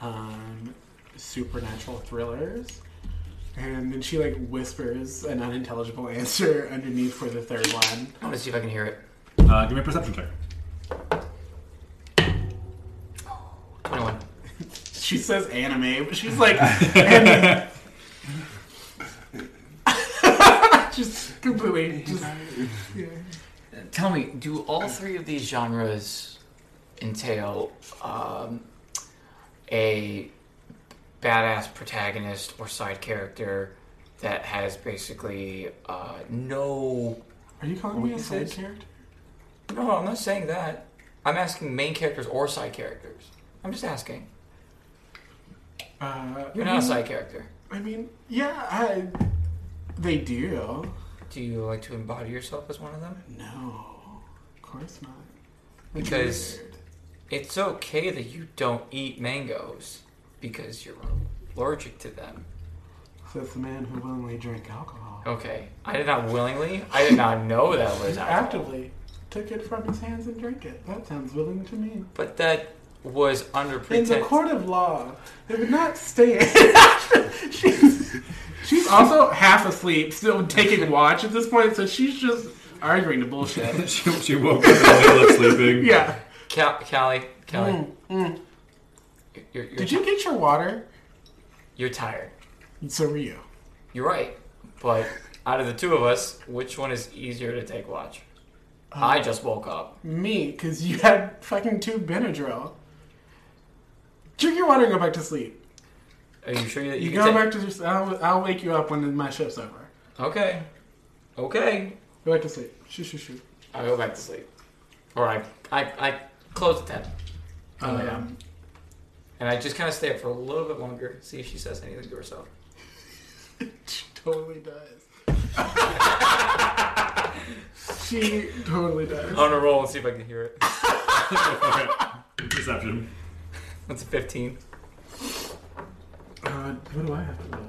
Speaker 8: um, supernatural thrillers. And then she like whispers an unintelligible answer underneath for the third one.
Speaker 10: I want to see if I can hear it.
Speaker 7: Uh, give me a perception check.
Speaker 10: 21.
Speaker 8: She says anime, but she's like anime. just completely just
Speaker 10: Tell me, do all three of these genres entail um, a badass protagonist or side character that has basically uh, no.
Speaker 8: Are you calling me a
Speaker 10: Weaknesses?
Speaker 8: side character?
Speaker 10: No, I'm not saying that. I'm asking main characters or side characters. I'm just asking.
Speaker 8: Uh,
Speaker 10: You're not a side character.
Speaker 8: I mean, yeah, I they do.
Speaker 10: Do you like to embody yourself as one of them?
Speaker 8: No. Of course not. That's
Speaker 10: Because-
Speaker 8: weird.
Speaker 10: It's okay that you don't eat mangoes because you're allergic to them.
Speaker 8: says the man who willingly drank alcohol.
Speaker 10: Okay. I did not willingly. I did not know that was active.
Speaker 8: Actively took it from his hands and drank it. That sounds willing to me.
Speaker 10: But that was under
Speaker 8: In
Speaker 10: pretense.
Speaker 8: the court of law, it would not stand. she's, she's also half asleep, still taking watch at this point, so she's just arguing the bullshit.
Speaker 7: she, she woke up in the middle of sleeping.
Speaker 8: Yeah.
Speaker 10: Cal- Callie, Callie,
Speaker 8: Mm, mm.
Speaker 10: you're, you're,
Speaker 8: Did you get your water?
Speaker 10: you're tired.
Speaker 8: So were you.
Speaker 10: You're right. But out of the two of us, which one is easier to take watch?
Speaker 8: Uh,
Speaker 2: I just woke up.
Speaker 8: Me, because you had fucking two Benadryl. You- You're wanting to go back to sleep.
Speaker 2: Are you sure that you,
Speaker 8: You
Speaker 2: can
Speaker 8: go
Speaker 2: take-
Speaker 8: back to your. I'll, I'll wake you up when my shift's over.
Speaker 2: Okay. Okay.
Speaker 8: Go back to sleep. Shoo, shoo, shoo.
Speaker 2: I go back to sleep. Or I I, I close the tab. I lay
Speaker 8: Um,
Speaker 2: down. And I just kind of stay up for a little bit longer, see if she says anything to herself.
Speaker 8: Totally does. she totally does.
Speaker 2: On a roll and see if I can hear it.
Speaker 7: Deception.
Speaker 2: That's a 15.
Speaker 8: Uh, what do I have to do?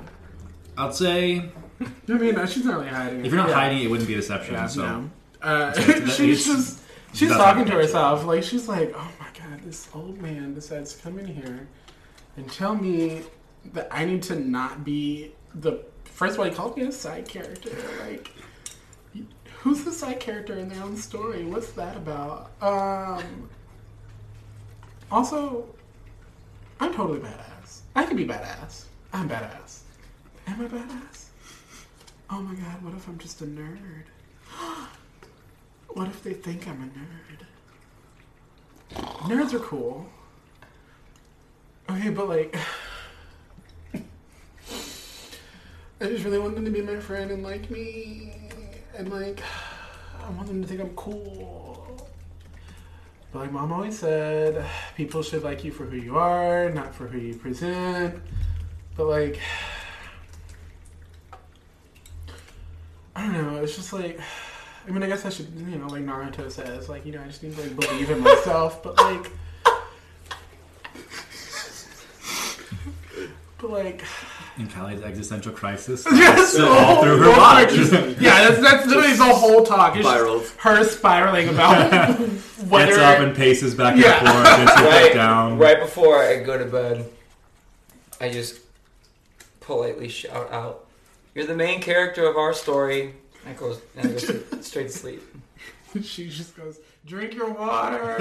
Speaker 7: I'd say
Speaker 8: I mean, no, she's not really hiding. it.
Speaker 7: if you're not
Speaker 8: Yeah.
Speaker 7: hiding, it wouldn't be a deception.
Speaker 8: Yeah,
Speaker 7: so
Speaker 8: no. Uh,
Speaker 7: that
Speaker 8: she's
Speaker 7: is-
Speaker 8: just she's
Speaker 7: that's
Speaker 8: talking
Speaker 7: not
Speaker 8: to
Speaker 7: bad,
Speaker 8: herself. Like she's like, oh my god, this old man decides to come in here and tell me that I need to not be the first of all, he called me a side character. Like, who's the side character in their own story? What's that about? Um, also, I'm totally badass. I can be badass. I'm badass. Am I badass? Oh my god, what if I'm just a nerd? What if they think I'm a nerd? Nerds are cool. Okay, but like, I just really want them to be my friend and like me, and like, I want them to think I'm cool. But like mom always said, people should like you for who you are, not for who you present. But like, I don't know. It's just like. I mean, I guess I should, you know, like Naruto says, like, you know, I just need to like, believe in myself, but like, but like,
Speaker 7: in Callie's existential crisis,
Speaker 8: yes,
Speaker 7: so all through her watch.
Speaker 8: yeah, that's that's literally the whole talk. It's just her spiraling about whether
Speaker 7: Gets up and paces back
Speaker 8: Yeah.
Speaker 7: and forth, gets it back down.
Speaker 2: right before I go to bed, I just politely shout out, You're the main character of our story. And I go, and I go straight, straight to sleep.
Speaker 8: she just goes, "Drink your water."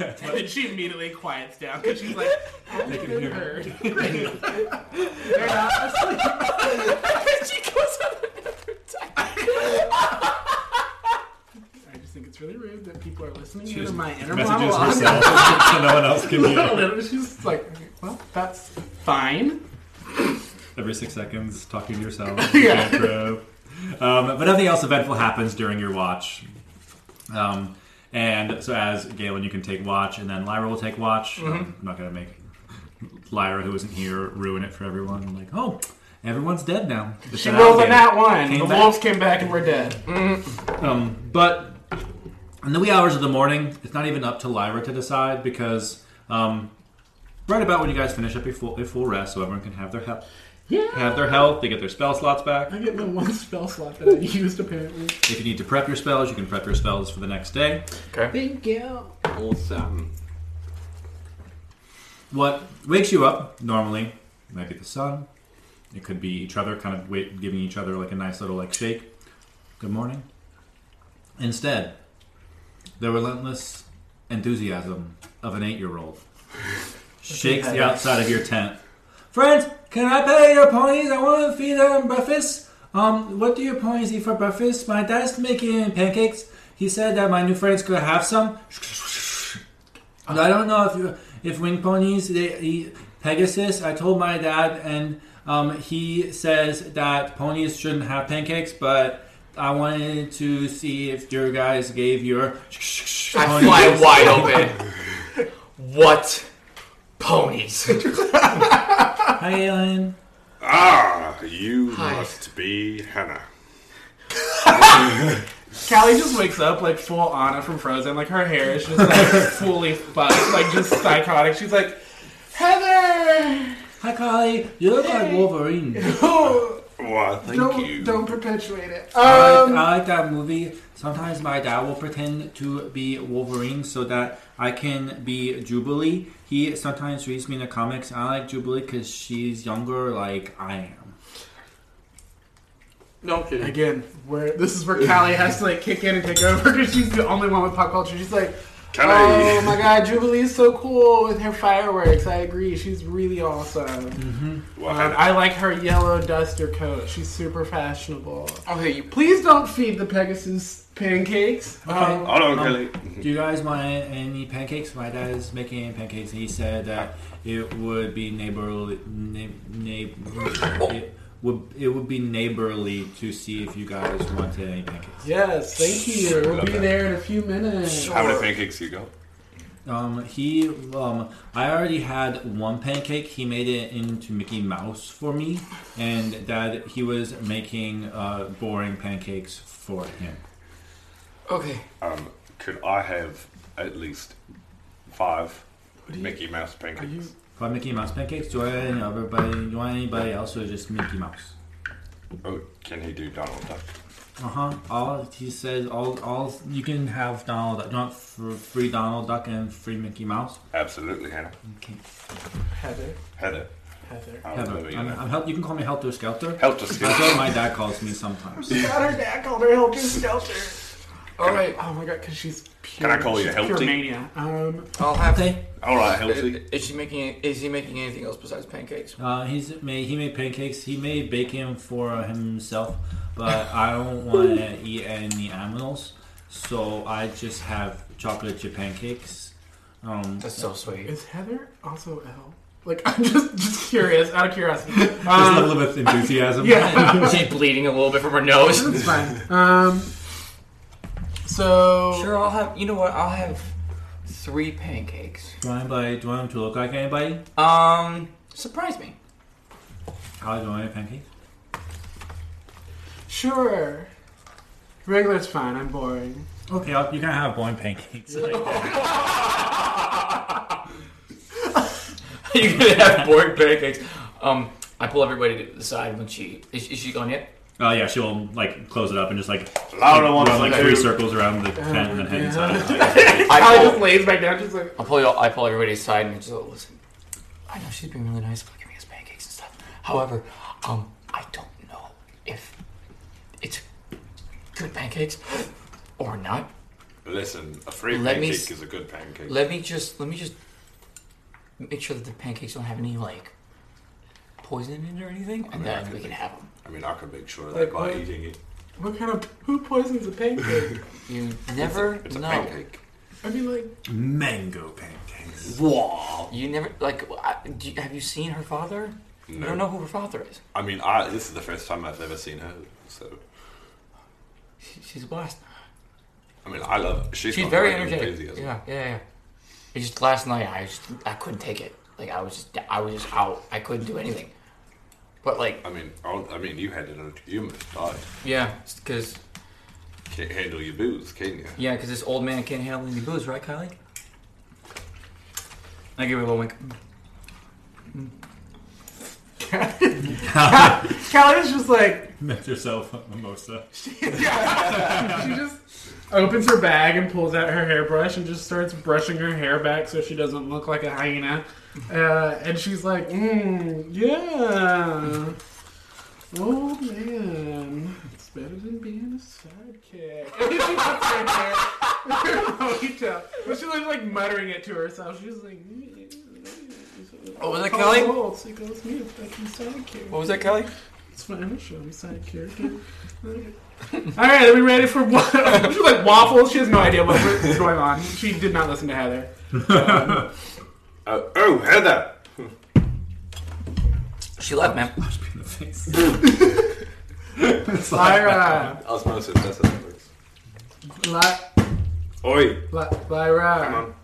Speaker 5: And then she immediately quiets down because she's like,
Speaker 8: They can hear
Speaker 5: they're not asleep.
Speaker 2: she goes on another time.
Speaker 8: I just think it's really rude that people are listening
Speaker 7: She
Speaker 8: to
Speaker 7: just
Speaker 8: my inner
Speaker 7: Messages
Speaker 8: monologue.
Speaker 7: herself so no one else can hear.
Speaker 8: Literally, she's just like, "Okay, well, that's fine.
Speaker 7: Every six seconds, talking to yourself.
Speaker 8: Yeah.
Speaker 7: Intro. Um, but nothing else eventful happens during your watch. Um, and so, as Galen, you can take watch, and then Lyra will take watch.
Speaker 8: Mm-hmm.
Speaker 7: Um, I'm not going to make Lyra, who isn't here, ruin it for everyone. like, oh, everyone's dead now. It's
Speaker 8: She
Speaker 7: an
Speaker 8: rolled
Speaker 7: alligator.
Speaker 8: on that one.
Speaker 7: Came
Speaker 8: the
Speaker 7: back.
Speaker 8: wolves came back and we're dead.
Speaker 7: Um, but in the wee hours of the morning, it's not even up to Lyra to decide because um, right about when you guys finish up a full, a full rest, so everyone can have their health,
Speaker 8: Yeah.
Speaker 7: have their health, they get their spell slots back.
Speaker 8: I get my one spell slot that I used apparently.
Speaker 7: If you need to prep your spells, you can prep your spells for the next day.
Speaker 8: Thank you.
Speaker 3: Awesome.
Speaker 7: What wakes you up normally might be the sun. It could be each other kind of wait, giving each other like a nice little like shake. Good morning. Instead, the relentless enthusiasm of an eight-year-old shakes the outside of your tent. Friends, can I pet your ponies? I want to feed them breakfast. Um, what do your ponies eat for breakfast? My dad's making pancakes. He said that my new friends could have some. And I don't know if you, if wing ponies they eat Pegasus. I told my dad, and um, he says that ponies shouldn't have pancakes. But I wanted to see if your guys gave your
Speaker 2: I fly wide open. What? Ponies.
Speaker 7: Hi, Alan.
Speaker 9: Ah, you
Speaker 2: Hi.
Speaker 9: must be Hannah.
Speaker 8: Callie just wakes up like full Anna from Frozen. Like her hair is just like fully fucked, like just psychotic. She's like, Heather,
Speaker 7: Hi, Carly. You look like Wolverine.
Speaker 8: oh,
Speaker 9: Why, thank you.
Speaker 8: don't don't perpetuate it.
Speaker 7: I like,
Speaker 8: Um,
Speaker 7: I like that movie. Sometimes my dad will pretend to be Wolverine so that I can be Jubilee. He sometimes reads me in the comics. I like Jubilee because she's younger, like I am.
Speaker 5: No kidding.
Speaker 8: again, where this is where Callie has to like kick in and take over because she's the only one with pop culture. She's like,
Speaker 9: Kelly!
Speaker 8: Oh my god, Jubilee's so cool with her fireworks. I agree. She's really awesome.
Speaker 9: Mm-hmm. Well,
Speaker 8: And I like her yellow duster coat. She's super fashionable.
Speaker 2: Okay, you
Speaker 8: Please don't feed the Pegasus pancakes. Um,
Speaker 9: Hold on, Kelly.
Speaker 7: Do you guys want any pancakes? My dad is making pancakes, and he said that it would be neighborly. Na- na- it would it would be neighborly to see if you guys wanted any pancakes.
Speaker 8: yes, thank you. We'll be
Speaker 9: Okay.
Speaker 8: there in a few minutes.
Speaker 9: How many pancakes you got?
Speaker 7: Um, he um, I already had one pancake. He made it into Mickey Mouse for me, and Dad he was making uh, boring pancakes for him.
Speaker 2: okay?
Speaker 9: Um, could I have at least five Mickey Mouse pancakes?
Speaker 7: Five Mickey Mouse pancakes. Do I want everybody? Do you want anybody else or just Mickey Mouse?
Speaker 9: Oh, can he do Donald Duck?
Speaker 7: Uh huh. All he says, all all you can have Donald Duck, not fr- free Donald Duck and free Mickey Mouse.
Speaker 9: Absolutely, Hannah.
Speaker 7: Okay.
Speaker 8: Heather,
Speaker 9: Heather.
Speaker 8: Heather.
Speaker 9: I don't
Speaker 7: Heather,
Speaker 9: know you
Speaker 7: I'm,
Speaker 9: know.
Speaker 7: I'm help. You can call me Helter Skelter.
Speaker 9: Helter
Speaker 7: That's
Speaker 9: Skelter.
Speaker 7: what my dad calls me sometimes.
Speaker 8: Got her back on her helter skelter.
Speaker 2: All right,
Speaker 8: Oh my god, because she's pure.
Speaker 9: Can I call you
Speaker 8: she's pure
Speaker 9: Helty?
Speaker 8: mania. Um,
Speaker 2: I'll have.
Speaker 7: Okay.
Speaker 9: All right,
Speaker 2: Is,
Speaker 9: Helty.
Speaker 2: is she making? Is he making anything else besides pancakes?
Speaker 7: Uh, he's made he made pancakes. He made bacon for himself, but I don't want to eat any animals, so I just have chocolate chip pancakes. Um,
Speaker 2: That's so sweet.
Speaker 8: is Heather also L? Like, I'm just just curious, out of curiosity.
Speaker 7: this
Speaker 8: Um,
Speaker 7: level of enthusiasm.
Speaker 8: yeah.
Speaker 2: She's bleeding a little bit from her nose.
Speaker 8: It's fine. Um, so
Speaker 2: Sure, I'll have. You know what? I'll have three pancakes.
Speaker 7: Do anybody? Do I want him to look like anybody?
Speaker 2: Um, surprise me.
Speaker 7: How do I want pancakes?
Speaker 8: sure. Regular's fine. I'm boring.
Speaker 7: Okay, I'll, you can have boring pancakes.
Speaker 2: you could have boring pancakes. Um, I pull everybody to the side when she is, is she gone yet?
Speaker 7: Oh yeah, she'll like close it up and just like
Speaker 9: Laura wants
Speaker 7: run like
Speaker 9: to-
Speaker 7: three circles around the tent and then head inside.
Speaker 8: I
Speaker 2: I
Speaker 8: just
Speaker 2: pull,
Speaker 8: lays back down. She's like,
Speaker 2: I pull, you all, I pull everybody aside and just go, listen. I know she's been really nice about giving us pancakes and stuff. However, um, I don't know if it's good pancakes or not.
Speaker 9: Listen, a free
Speaker 2: Let me
Speaker 9: pancake
Speaker 2: s-
Speaker 9: is a good pancake.
Speaker 2: Let me just let me just make sure that the pancakes don't have any like poison in it or anything, and then we can have them.
Speaker 9: I mean, I could make sure of
Speaker 8: Like
Speaker 9: that by
Speaker 8: what?
Speaker 9: eating it.
Speaker 8: what kind of who poisons a pancake?
Speaker 2: You never
Speaker 9: It's a
Speaker 2: know.
Speaker 9: pancake.
Speaker 8: I mean, like,
Speaker 7: Mango pancakes.
Speaker 9: Wow.
Speaker 2: You never like. I, do you, have you seen her father? You
Speaker 9: No.
Speaker 2: don't know who her father is.
Speaker 9: I mean, I, this is the first time I've ever seen her, so.
Speaker 2: She, she's blessed.
Speaker 9: I mean, I love her. She's,
Speaker 2: She's
Speaker 9: got
Speaker 2: very
Speaker 9: great
Speaker 2: energetic. Yeah,
Speaker 9: enthusiasm.
Speaker 2: yeah, yeah. It's just last night, I just I couldn't take it. Like I was just I was just out. I couldn't do anything. But like,
Speaker 9: I mean, I'll, I mean, you had it. on- You must died.
Speaker 2: yeah, because
Speaker 9: Can't handle your booze, can you?
Speaker 2: yeah, because this old man can't handle any booze, right, Kylie? I give her a little wink.
Speaker 8: Callie's just like,
Speaker 7: Make yourself a mimosa.
Speaker 8: she just opens her bag and pulls out her hairbrush and just starts brushing her hair back so she doesn't look like a hyena. Uh, and she's like, mm, yeah. Oh man, it's better than being a sidekick. And she puts her hair in a ponytail. But she's like, like muttering it to herself. She's like, "Mm,
Speaker 2: What was that, Kelly?
Speaker 8: Oh, it's like, oh, it's me, a fucking sidekick.
Speaker 2: What was that, Kelly?
Speaker 8: It's fine. I'll show him side character. All right, are we ready for what? She's like waffles. She has no idea what- what's going on. She did not listen to Heather.
Speaker 9: Oh, oh, Heather!
Speaker 2: She left, man.
Speaker 8: Lyra,
Speaker 9: Osmosis, that's how that works.
Speaker 8: Ly-
Speaker 9: Oi!
Speaker 8: Ly- Lyra,
Speaker 9: Come on.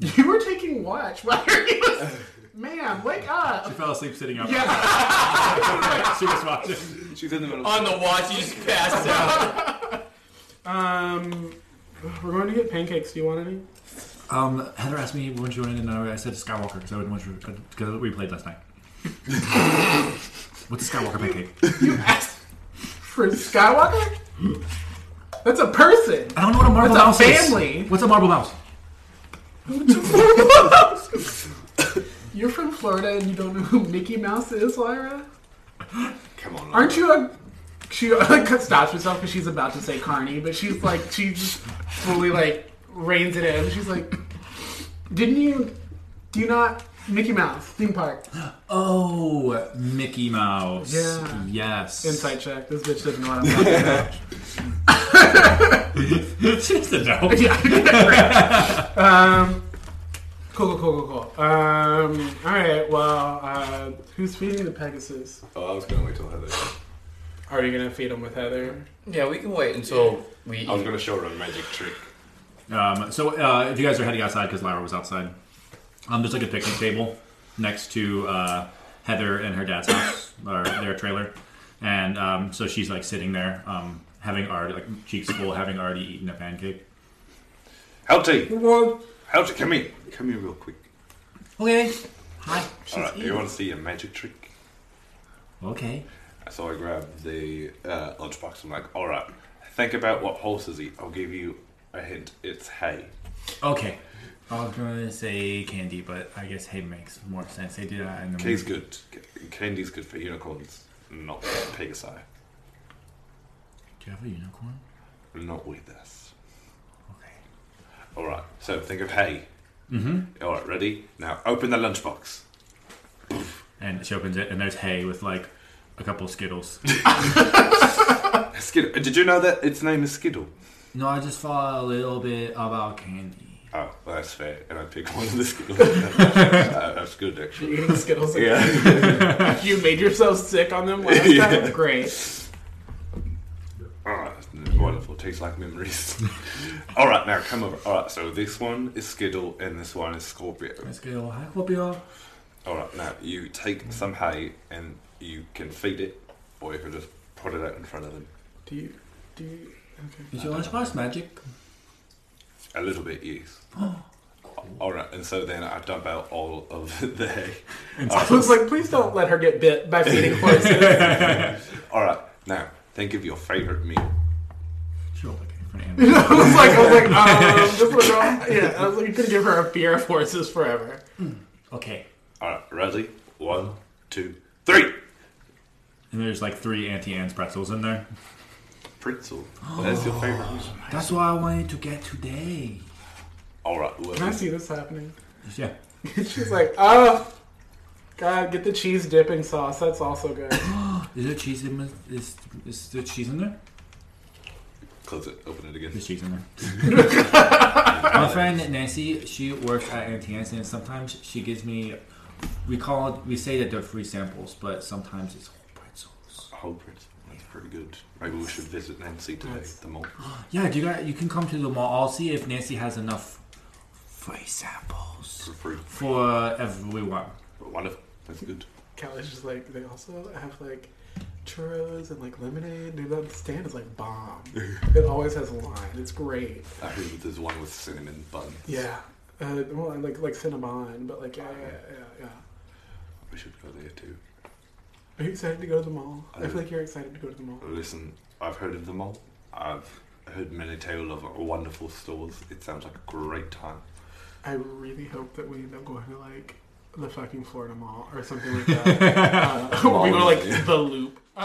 Speaker 8: you were taking watch. Why are you, ma'am? Wake
Speaker 7: She
Speaker 8: up!
Speaker 7: fell asleep sitting up.
Speaker 8: Yeah,
Speaker 7: she was watching.
Speaker 9: She's in the middle.
Speaker 2: On the watch, you just passed out.
Speaker 8: Um, we're going to get pancakes. Do you want any?
Speaker 7: Um, Heather asked me when she wanted to know. I said Skywalker because I wouldn't want you because we played last night. What's a Skywalker pancake?
Speaker 8: You asked for Skywalker. That's a person.
Speaker 7: I don't know what a marble
Speaker 8: It's a
Speaker 7: mouse is.
Speaker 8: family.
Speaker 7: What's a marble mouse?
Speaker 8: You're from Florida and you don't know who Mickey Mouse is, Lyra.
Speaker 9: Come on.
Speaker 8: Aren't you a. She like, stops herself because she's about to say Carney, but she's like, she just fully like reins it in. She's like, "Didn't you? Do you not Mickey Mouse theme park
Speaker 7: Oh, Mickey Mouse.
Speaker 8: Yeah.
Speaker 7: Yes.
Speaker 8: insight check? This bitch doesn't know what I'm talking about."
Speaker 7: She's a dope.
Speaker 8: Yeah. um, cool, cool, cool, cool, cool. Um, all right. Well, uh, who's feeding the Pegasus?
Speaker 9: Oh, I was gonna wait till Heather.
Speaker 8: Are you gonna feed him with Heather?
Speaker 2: Yeah, we can wait until we eat.
Speaker 9: I was gonna show her a magic trick.
Speaker 7: Um, so uh, if you guys are heading outside because Lyra was outside, um, there's like a picnic table next to uh, Heather and her dad's house or their trailer, and um, so she's like sitting there, um, having already like cheeks full, having already eaten a pancake.
Speaker 9: Helty, Helty, come here, come here real quick.
Speaker 7: Okay. Hi.
Speaker 9: All right, you want to see a magic trick?
Speaker 7: Okay.
Speaker 9: So I grabbed the uh, lunchbox. I'm like, all right, think about what horses eat. I'll give you a hint. It's hay.
Speaker 7: Okay. I was gonna say candy, but I guess hay makes more sense. They do that in the
Speaker 2: Mm.
Speaker 9: Hay's good. C- Candy's good for unicorns, not for pegasi.
Speaker 7: Do you have a unicorn?
Speaker 9: Not with us.
Speaker 7: Okay.
Speaker 9: All right. So think of hay. Mm-hmm. All right, ready? Now open the lunchbox.
Speaker 7: And she opens it, and there's hay with like a couple of skittles.
Speaker 9: Skittle. Did you know that its name is Skittle?
Speaker 7: no, I just thought a little bit about candy.
Speaker 9: Oh, well, that's fair. And I pick one of the Skittles. Uh, that's good, actually.
Speaker 8: Eating Skittles.
Speaker 9: Yeah.
Speaker 8: You made yourself sick on them last
Speaker 9: Yeah.
Speaker 8: time. Great.
Speaker 9: Ah, wonderful. Tastes like memories. All right, now come over. All right, so this one is Skittle and this one is Scorpio.
Speaker 7: Let's go. "Oh, Hi, Scorpio.
Speaker 9: All right, now you take some hay and you can feed it, or you can just put it out in front of them.
Speaker 8: Do you? Do you? Okay.
Speaker 7: Is your lunchbox magic?
Speaker 9: A little bit, yes. All right, and so then I dump out all of the hay.
Speaker 8: I was like, please don't let her get bit by feeding horses.
Speaker 9: All right, now think of your favorite meal.
Speaker 7: Sure. Like in front of animals.
Speaker 8: I was like, I was like, um, this little girl. Yeah, I was like, you could give her a fear of horses forever.
Speaker 7: okay.
Speaker 9: All right, ready? One, two, three.
Speaker 7: And there's like three Auntie Anne's pretzels in there.
Speaker 9: Pretzel. That's your favorite meal.
Speaker 7: That's what I wanted to get today.
Speaker 9: All right, well,
Speaker 8: Can I see this happening?
Speaker 7: Yeah.
Speaker 8: She's like, oh, God, get the cheese dipping sauce. That's also good.
Speaker 7: Is there cheese in my- is is there cheese in there?
Speaker 9: close it. Open it again.
Speaker 7: There's cheese in there. my friend Nancy, she works at Auntie Anne's, and sometimes she gives me. We call we say that they're free samples, but sometimes it's whole pretzels.
Speaker 9: Whole pretzel. That's pretty good. Maybe we should visit Nancy today. The mall.
Speaker 7: Yeah, do you got? You can come to the mall. I'll see if Nancy has enough free samples.
Speaker 9: For free.
Speaker 7: for everyone.
Speaker 9: Wonderful. That's good.
Speaker 8: Callie's just like, they also have like churros and like lemonade. Dude, that stand is like bomb. It always has a line. It's great.
Speaker 9: I heard that there's one with cinnamon buns.
Speaker 8: Yeah. Uh, well, like like Cinnabon, but like yeah, yeah, yeah, yeah.
Speaker 9: We should go there too.
Speaker 8: Are you excited to go to the mall? I
Speaker 9: Uh,
Speaker 8: feel like you're excited to go to the mall.
Speaker 9: Listen, I've heard of the mall. I've heard many tales of wonderful stores. It sounds like a great time.
Speaker 8: I really hope that we end up going to like the fucking Florida Mall or something like that. uh, we go to like the Loop.
Speaker 9: we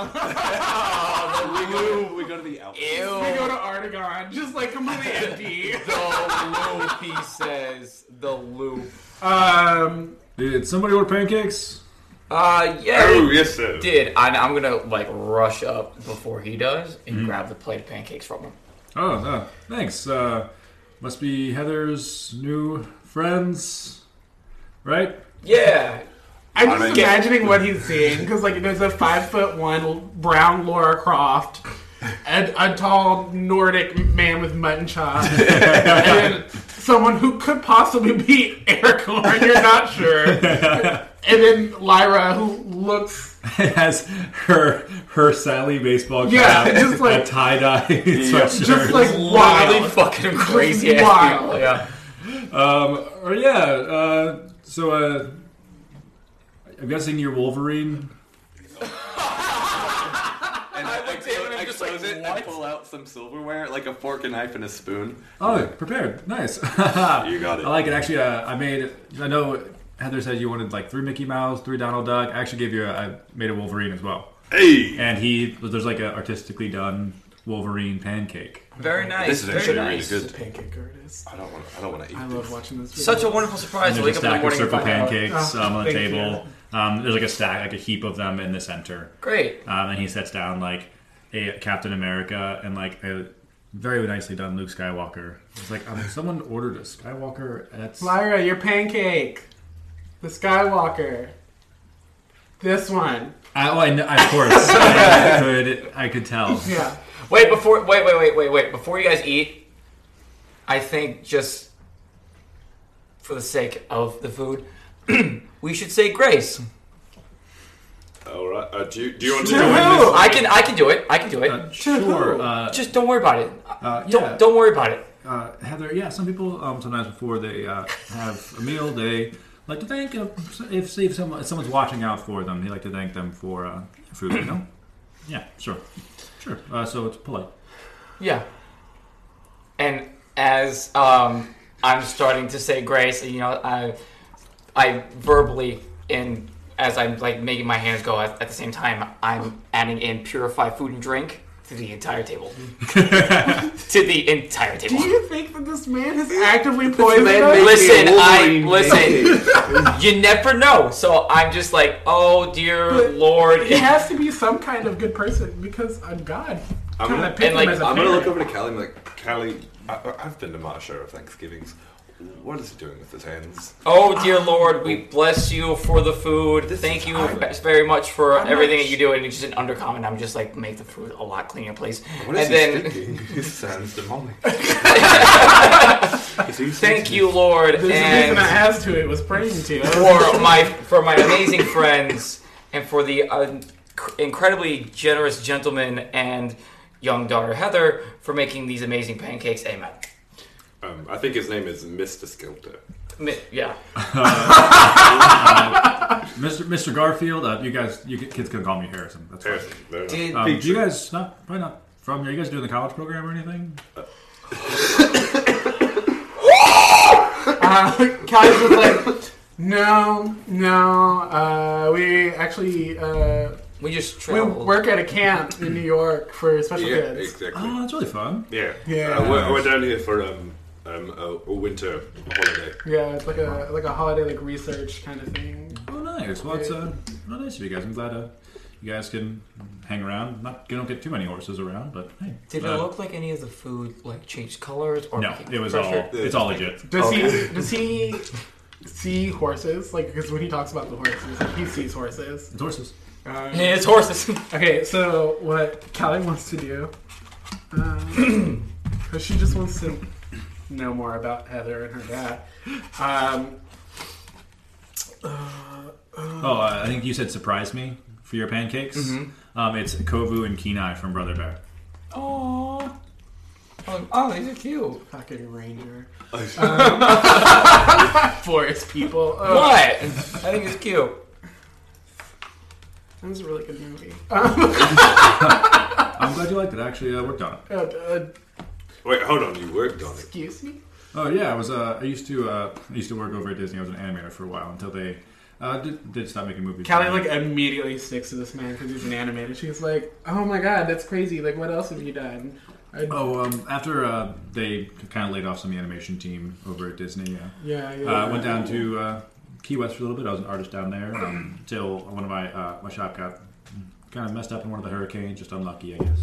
Speaker 9: go to the
Speaker 2: Ew.
Speaker 9: outlet.
Speaker 8: We go to Artagon, just like completely empty.
Speaker 2: the loop, he says. The loop.
Speaker 8: Um,
Speaker 7: Did somebody order pancakes?
Speaker 2: Uh, yeah.
Speaker 9: Oh yes, sir.
Speaker 2: did. And I'm gonna like rush up before he does and
Speaker 9: Mm-hmm.
Speaker 2: grab the plate of pancakes from him.
Speaker 7: Oh, uh, thanks. Uh, must be Heather's new friends, right?
Speaker 2: Yeah.
Speaker 8: I'm
Speaker 9: I
Speaker 8: just
Speaker 9: mean-
Speaker 8: imagining what he's seeing because like there's a five foot one brown Laura Croft. And a tall Nordic man with mutton chops, and then someone who could possibly be Eric Lauren, you're not sure, and then Lyra, who looks
Speaker 7: Has her her Sally baseball cap,
Speaker 8: Yeah, just like-
Speaker 7: a tie dye sweatshirt.
Speaker 8: just like
Speaker 2: Really
Speaker 8: wild.
Speaker 2: fucking crazy ass
Speaker 8: Wild.
Speaker 2: people. Yeah.
Speaker 7: um, or yeah. Uh, so uh, I'm guessing you're Wolverine.
Speaker 9: And I
Speaker 2: looked at him and I'm just like,
Speaker 9: close it
Speaker 2: what?
Speaker 9: and pull out some silverware, like a fork and knife and a spoon.
Speaker 7: Oh, prepared. Nice.
Speaker 9: You got it.
Speaker 7: I like it. Actually, uh, I made. I know Heather said you wanted like three Mickey Mouse, three Donald Duck. I actually gave you. A, I made a Wolverine as well.
Speaker 9: Hey.
Speaker 7: and he there's like a artistically done Wolverine pancake.
Speaker 11: Very nice.
Speaker 9: This is
Speaker 11: very
Speaker 9: actually
Speaker 11: nice.
Speaker 9: really good.
Speaker 8: pancake artist.
Speaker 9: I don't want. I don't want to eat.
Speaker 8: I
Speaker 9: this.
Speaker 8: love watching this.
Speaker 11: Such a wonderful surprise.
Speaker 7: And
Speaker 11: to
Speaker 7: there's
Speaker 11: Wake
Speaker 7: a
Speaker 11: up in the
Speaker 7: stack of
Speaker 11: morning and
Speaker 7: circle
Speaker 11: find out.
Speaker 7: pancakes
Speaker 8: Oh,
Speaker 7: um, on the
Speaker 8: thank you.
Speaker 7: table. Um, there's like a stack, like a heap of them in the center.
Speaker 11: Great.
Speaker 7: Um, and he sets down like a Captain America and like a very nicely done Luke Skywalker. It's like um, someone ordered a Skywalker. That's
Speaker 8: Lyra, your pancake. The Skywalker. This one.
Speaker 7: I, oh, I know, of course. I could I could tell.
Speaker 8: Yeah.
Speaker 2: Wait before wait wait wait wait wait before you guys eat, I think just for the sake of the food, we should say grace.
Speaker 9: All right. Uh, do you do you want to do it?
Speaker 8: Woo!
Speaker 2: I can I can do it. I can do it.
Speaker 7: Uh, sure. Uh,
Speaker 2: just don't worry about it.
Speaker 7: uh, yeah.
Speaker 2: Don't don't worry about it.
Speaker 7: uh, Heather, yeah, some people um, sometimes before they uh, have a meal, they like to thank if if, see if, someone, if someone's watching out for them, they like to thank them for uh, food. You know? yeah, sure, sure. Uh, so it's polite.
Speaker 2: Yeah. And as um, I'm starting to say grace, you know, I I verbally in as I'm like making my hands go at, at the same time, I'm adding in purify food and drink to the entire table. to the entire table.
Speaker 8: Do you think that this man has actively poisoned us?
Speaker 2: Listen, I
Speaker 11: Wolverine
Speaker 2: listen. you never know. So I'm just like, oh dear
Speaker 8: But-
Speaker 2: lord.
Speaker 8: He has to be some kind of good person because I'm God.
Speaker 9: I'm
Speaker 8: Kinda
Speaker 9: gonna-
Speaker 8: pick
Speaker 2: and,
Speaker 8: him
Speaker 2: like,
Speaker 8: as a
Speaker 9: I'm gonna look
Speaker 8: parent.
Speaker 9: over to Callie. and be like Callie, I, I- I've been to my share of Thanksgivings. What is he doing with his hands?
Speaker 2: Oh dear Lord, we bless you for the food. Thank you
Speaker 9: Irish.
Speaker 2: very much for
Speaker 8: not
Speaker 2: everything that
Speaker 8: sh-
Speaker 2: you do. And it's just an undercomment. I'm just like make the food a lot cleaner, please.
Speaker 9: What is
Speaker 2: and
Speaker 9: he
Speaker 2: then
Speaker 9: thinking? His sounds demonic. Is he
Speaker 2: thank
Speaker 9: thinking-
Speaker 2: you, Lord,
Speaker 8: The reason
Speaker 2: and
Speaker 8: I asked who it was praying to. I was-
Speaker 2: for my for my amazing friends, and for the uh, incredibly generous gentleman and young daughter Heather for making these amazing pancakes. Amen.
Speaker 9: Um, I think his name is Mr. Skilter.
Speaker 2: Mi- Yeah.
Speaker 7: Mr. Mr. Garfield, uh, you guys, you ki- kids can call me Harrison. That's fine.
Speaker 9: Did
Speaker 7: Um, do you guys not probably not from? Are you guys doing the college program or anything?
Speaker 8: Uh, Callie's just like, no, no. Uh, we actually uh,
Speaker 2: We just
Speaker 8: we
Speaker 2: traveled.
Speaker 8: work at a camp in New York for special
Speaker 9: yeah,
Speaker 8: kids.
Speaker 9: exactly.
Speaker 7: Oh, that's really fun.
Speaker 9: yeah,
Speaker 8: Yeah.
Speaker 9: Uh, we're, we're down here for um, um, a, a winter holiday.
Speaker 8: Yeah, it's like a like a holiday like research kind of thing.
Speaker 7: Oh, nice. Well, it's uh, well, nice of you guys. I'm glad uh, you guys can hang around. Not you don't get too many horses around, but hey.
Speaker 2: Did
Speaker 7: uh,
Speaker 2: it look like any of the food like changed colors or
Speaker 7: No,
Speaker 2: became
Speaker 7: it was
Speaker 2: fresher?
Speaker 7: all. It's all legit.
Speaker 8: Does he does he see horses? Like because when he talks about the horses, like, he sees horses.
Speaker 7: It's horses. Uh,
Speaker 8: Um,
Speaker 2: Yeah, it's horses.
Speaker 8: okay, so what Callie wants to do? um, 'cause she just wants to know more about Heather and her dad. Um,
Speaker 7: Oh, uh, I think you said surprise me for your pancakes.
Speaker 8: Mm-hmm.
Speaker 7: Um, it's Kovu and Kenai from Brother Bear.
Speaker 2: Aww. Oh, these are cute.
Speaker 8: fucking ranger. Um, forest people. Oh,
Speaker 2: What? I think it's cute.
Speaker 8: that was a really good movie. Uh,
Speaker 7: I'm glad you liked it. I Actually, uh, worked on it.
Speaker 8: Uh, uh,
Speaker 9: Wait, hold on. You worked on it.
Speaker 8: excuse me.
Speaker 7: Oh yeah, I was. Uh, I used to. Uh, I used to work over at Disney. I was an animator for a while until they uh, did, did stop making movies.
Speaker 8: Callie like immediately sticks to this man because he's an animator. She's like, "Oh my god, that's crazy! Like, what else have you done?" I,
Speaker 7: Oh, um, after uh, they kind of laid off some of the animation team over at Disney, yeah.
Speaker 8: yeah, yeah.
Speaker 7: Uh, I went
Speaker 8: yeah.
Speaker 7: down to uh, Key West for a little bit. I was an artist down there um, until one of my uh, my shop got kind of messed up in one of the hurricanes. Just unlucky, I guess.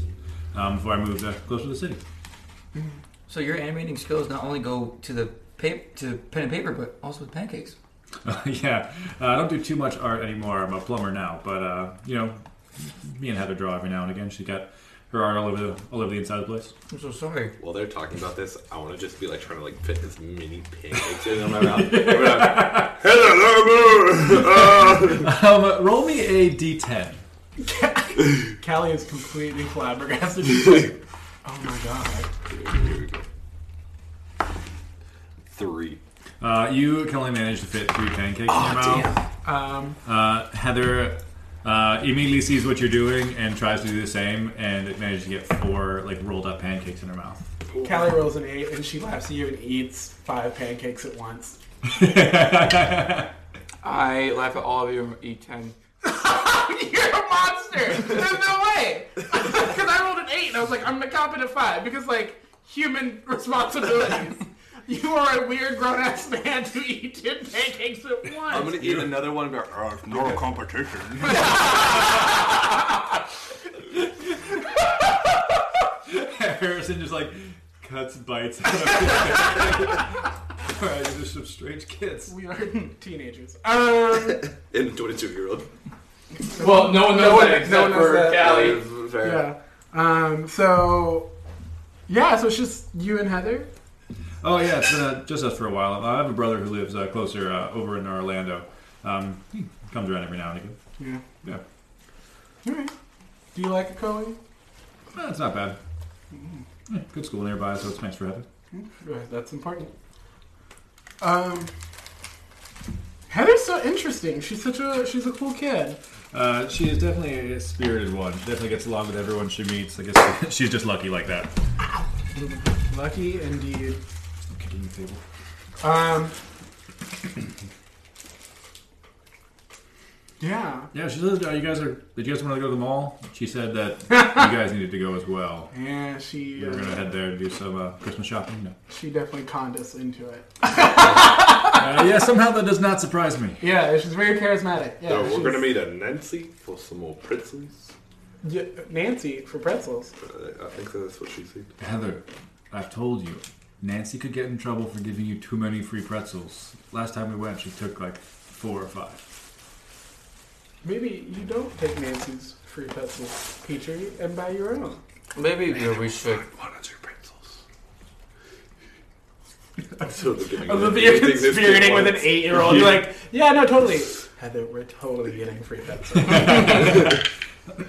Speaker 7: Um, before I moved uh, closer to the city.
Speaker 2: So your animating skills not only go to the paper, to pen and paper, but also with pancakes.
Speaker 7: yeah, uh, I don't do too much art anymore. I'm a plumber now, but uh, you know, me and Heather draw every now and again. She got her art all over the all over the inside of the place.
Speaker 2: I'm so sorry.
Speaker 9: While they're talking about this, I want to just be like trying to like fit as many pancakes in my mouth. Like, Hello, Lamu!
Speaker 7: Um,
Speaker 9: Uh,
Speaker 7: roll me a d10.
Speaker 8: Callie is completely flabbergasted. She's like, "Oh my god!"
Speaker 9: here we go. Three.
Speaker 7: Uh, you can only manage to fit three pancakes in your mouth.
Speaker 8: Um,
Speaker 7: Uh, Heather uh, immediately sees what you're doing and tries to do the same, and it manages to get four like rolled up pancakes in her mouth.
Speaker 8: Callie rolls an eight, and she laughs at you and eats five pancakes at once.
Speaker 2: I laugh at all of you and eat ten. You're a monster. There's no way.
Speaker 8: Because I rolled an eight, and I was like, I'm gonna cop it at five because like human responsibilities. you are a weird grown ass man to eat ten pancakes at once.
Speaker 9: I'm gonna eat another one. But, uh, it's not a competition.
Speaker 7: Harrison just like cuts bites. out of it. Alright, there's some strange kids.
Speaker 8: we are teenagers. Um,
Speaker 9: In a 22 year old.
Speaker 2: Well, no one
Speaker 8: knows that except for
Speaker 2: Callie.
Speaker 8: yeah. Um, so yeah, so it's just you and Heather.
Speaker 7: Oh yeah, it's been uh, just us for a while. I have a brother who lives uh, closer uh, over in Orlando. Um, he comes around every now and again.
Speaker 8: Yeah.
Speaker 7: Yeah,
Speaker 8: All right. Do you like a Cohen?
Speaker 7: Eh, it's not bad.
Speaker 8: Mm-hmm.
Speaker 7: Yeah, good school nearby, so it's nice for having.
Speaker 8: Right, that's important. Um, Heather's so interesting. She's such a she's a cool kid.
Speaker 7: Uh, she is definitely a spirited one. She definitely gets along with everyone she meets. I guess she's just lucky like that.
Speaker 8: Lucky indeed.
Speaker 7: I'm kicking the table.
Speaker 8: Um. Yeah.
Speaker 7: Yeah, she says, uh, "You guys are. Did you guys want to go to the mall?" She said that you guys needed to go as well.
Speaker 8: Yeah, she
Speaker 7: We were gonna
Speaker 8: uh,
Speaker 7: head there and do some uh, Christmas shopping. No.
Speaker 8: she definitely conned us into it.
Speaker 7: Uh, yeah, somehow that does not surprise me.
Speaker 8: Yeah, she's very charismatic. Yeah,
Speaker 11: So we're
Speaker 8: she's-
Speaker 11: gonna meet a Nancy for some more pretzels.
Speaker 8: Yeah, Nancy for pretzels.
Speaker 11: Uh, I think that's what she said.
Speaker 7: Heather, I've told you, Nancy could get in trouble for giving you too many free pretzels. Last time we went, she took like four or five.
Speaker 8: Maybe you don't take Nancy's free pretzels, Petrie, and buy your own.
Speaker 2: Maybe yeah, we should.
Speaker 11: One or two pretzels. I'm still looking at
Speaker 8: Olivia
Speaker 11: everything this kid
Speaker 8: conspirating with an
Speaker 11: wants.
Speaker 8: eight-year-old. You're like, yeah, no, totally. Heather, we're totally getting free pretzels.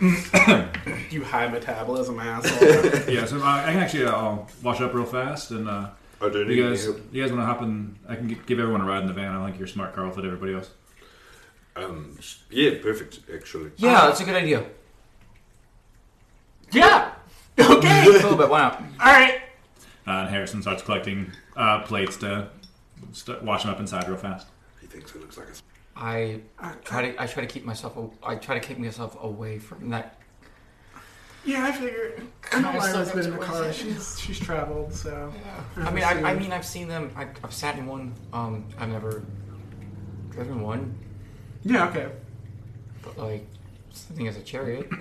Speaker 8: you high metabolism asshole.
Speaker 7: yeah, so I, I can actually uh, I'll wash up real fast, and uh,
Speaker 11: I do need
Speaker 7: you guys,
Speaker 11: help.
Speaker 7: you guys want to hop in? I can gi- give everyone a ride in the van. I think you're smart, Carl, fit everybody else.
Speaker 11: Um, yeah, perfect. Actually,
Speaker 2: Yeah, that's a good idea.
Speaker 8: yeah.
Speaker 2: A
Speaker 8: Okay.
Speaker 2: little bit. Why not?
Speaker 8: All right.
Speaker 7: Uh, and Harrison starts collecting uh, plates to st- wash them up inside real fast.
Speaker 11: he thinks it looks like a. sp-
Speaker 2: I try to. I try to keep myself. a- I try to keep myself away from that.
Speaker 8: Yeah, I figured. I know
Speaker 2: Kinda
Speaker 8: Lyra's
Speaker 2: sucks
Speaker 8: been in the
Speaker 2: was
Speaker 8: car.
Speaker 2: it?
Speaker 8: She's she's traveled, so.
Speaker 2: I mean, I, I mean, I've seen them. I, I've sat in one. Um, I've never driven one,
Speaker 8: Yeah. Okay.
Speaker 2: but like something as a chariot.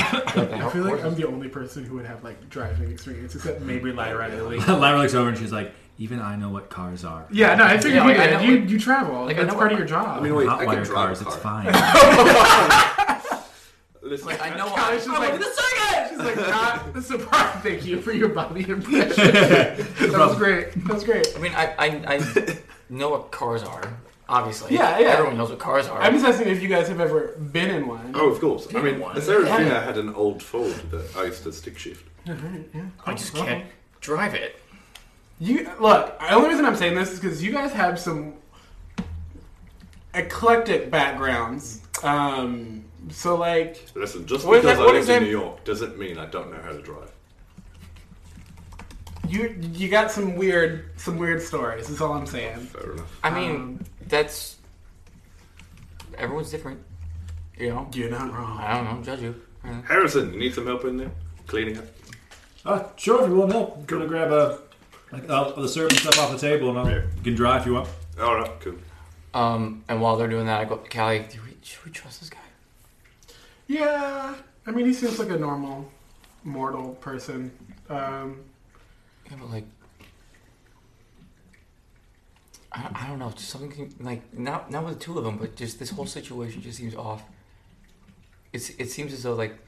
Speaker 2: Except like the
Speaker 8: I
Speaker 2: help
Speaker 8: feel like I'm
Speaker 2: horses.
Speaker 8: the only person who would have like driving experience, except maybe Lyra and Ellie.
Speaker 7: Lyra looks over and she's like, "Even I know what cars are.
Speaker 8: Yeah, no, I figured
Speaker 2: Yeah,
Speaker 8: you
Speaker 2: like, I
Speaker 8: did.
Speaker 2: know
Speaker 8: You,
Speaker 2: what-
Speaker 8: you travel.
Speaker 2: like, I
Speaker 8: That's
Speaker 2: know
Speaker 8: part of
Speaker 2: what-
Speaker 8: your job.
Speaker 11: I mean, wait,
Speaker 7: Hot
Speaker 11: I can
Speaker 7: wire
Speaker 11: drive
Speaker 7: cars.
Speaker 11: a
Speaker 7: It's
Speaker 11: car.
Speaker 7: fine."
Speaker 11: Listen,
Speaker 2: Like, I know.
Speaker 8: God,
Speaker 2: I,
Speaker 8: she's
Speaker 2: oh,
Speaker 8: like-
Speaker 2: like, the circuit!
Speaker 8: She's like, "Ah, not the surprise. Thank you for your body impression. that was great. That was great.
Speaker 2: I mean, I, I, I know what cars are. Obviously,
Speaker 8: Yeah, yeah.
Speaker 2: Everyone knows what cars are.
Speaker 8: I'm just asking if you guys have ever been in one.
Speaker 11: Oh, of course. I mean, is there a thing? I had an old Ford that I used to stick shift.
Speaker 2: I just can't drive it.
Speaker 8: You look. The only reason I'm saying this is because you guys have some eclectic backgrounds. Um, so like,
Speaker 11: Listen, just
Speaker 2: What is
Speaker 11: because
Speaker 2: that-
Speaker 11: I live
Speaker 2: what
Speaker 11: in
Speaker 2: is that-
Speaker 11: New York doesn't mean I don't know how to drive.
Speaker 8: you you got some weird some weird stories. Is all I'm saying.
Speaker 11: Fair enough.
Speaker 2: I
Speaker 8: Um,
Speaker 2: mean, that's everyone's different. You know,
Speaker 8: You're not wrong.
Speaker 2: I don't know. Judge you. Uh,
Speaker 11: Harrison, you need some help in there cleaning up.
Speaker 7: Uh, sure, if you want help, go to grab a, like, uh, the serving stuff off the table, and I'll,
Speaker 11: Yeah.
Speaker 7: you can dry if you want.
Speaker 11: All right, cool.
Speaker 2: Um, and while they're doing that, I go up to Callie. Do we, should we trust this guy?
Speaker 8: Yeah, I mean, he seems like a normal mortal person. Um,
Speaker 2: Yeah, but like, I, I don't know. Just something can- like not not with the two of them, but just this whole situation just seems off. It's it seems as though like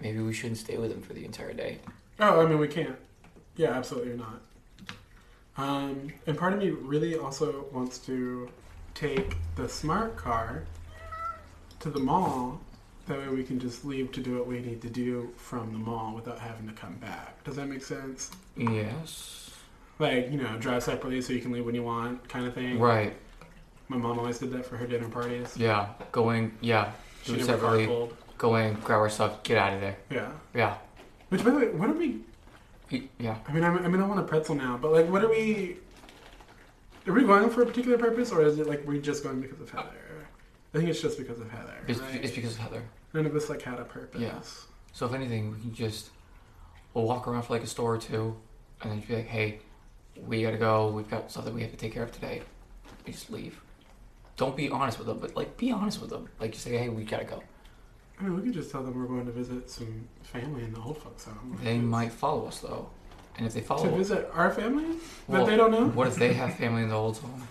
Speaker 2: maybe we shouldn't stay with him for the entire day.
Speaker 8: Oh, I mean, we can't. Yeah, absolutely not. Um, and part of me really also wants to take the smart car to the mall. That way we can just leave to do what we need to do from the mall without having to come back. Does that make sense?
Speaker 2: Yes.
Speaker 8: Like, you know, drive separately so you can leave when you want, kind of thing.
Speaker 2: Right.
Speaker 8: My mom always did that for her dinner parties.
Speaker 2: Yeah. Going. Yeah.
Speaker 8: She
Speaker 2: Do it
Speaker 8: never
Speaker 2: separately.
Speaker 8: carpooled.
Speaker 2: Go in, grab our stuff, get out of there.
Speaker 8: Yeah.
Speaker 2: Yeah.
Speaker 8: Which, by the way, what are we
Speaker 2: Y- Yeah.
Speaker 8: I mean, I'm, I mean, I want a pretzel now, but like, what are we? Are we going for a particular purpose, or is it like we're just going because of Heather? I think it's just because of Heather.
Speaker 2: It's,
Speaker 8: right?
Speaker 2: it's because of Heather.
Speaker 8: None of us like had a purpose.
Speaker 2: Yes. So if anything, we can just we'll walk around for like a store or two, and then just be like, "Hey, we gotta go. We've got stuff that we have to take care of today." We just leave. Don't be honest with them, but like be honest with them. Like just say, "Hey, we gotta go."
Speaker 8: I mean, we could just tell them we're going to visit some family in the old folks' home.
Speaker 2: They might follow us though, and if they follow
Speaker 8: to
Speaker 2: us,
Speaker 8: visit our family that
Speaker 2: well,
Speaker 8: they don't know.
Speaker 2: what if they have family in the old home?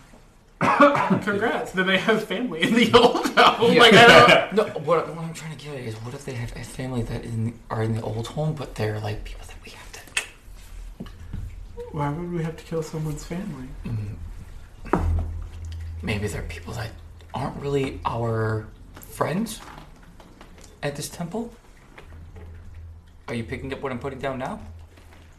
Speaker 8: Congrats! Then they have family in the old home.
Speaker 2: Yeah.
Speaker 8: Like I don't.
Speaker 2: No, what, what I'm trying to get at is what if they have a family that in, are in the old home, but they're like people that we have to.
Speaker 8: Why would we have to kill someone's family?
Speaker 2: Maybe they're people that aren't really our friends at this temple. Are you picking up what I'm putting down now?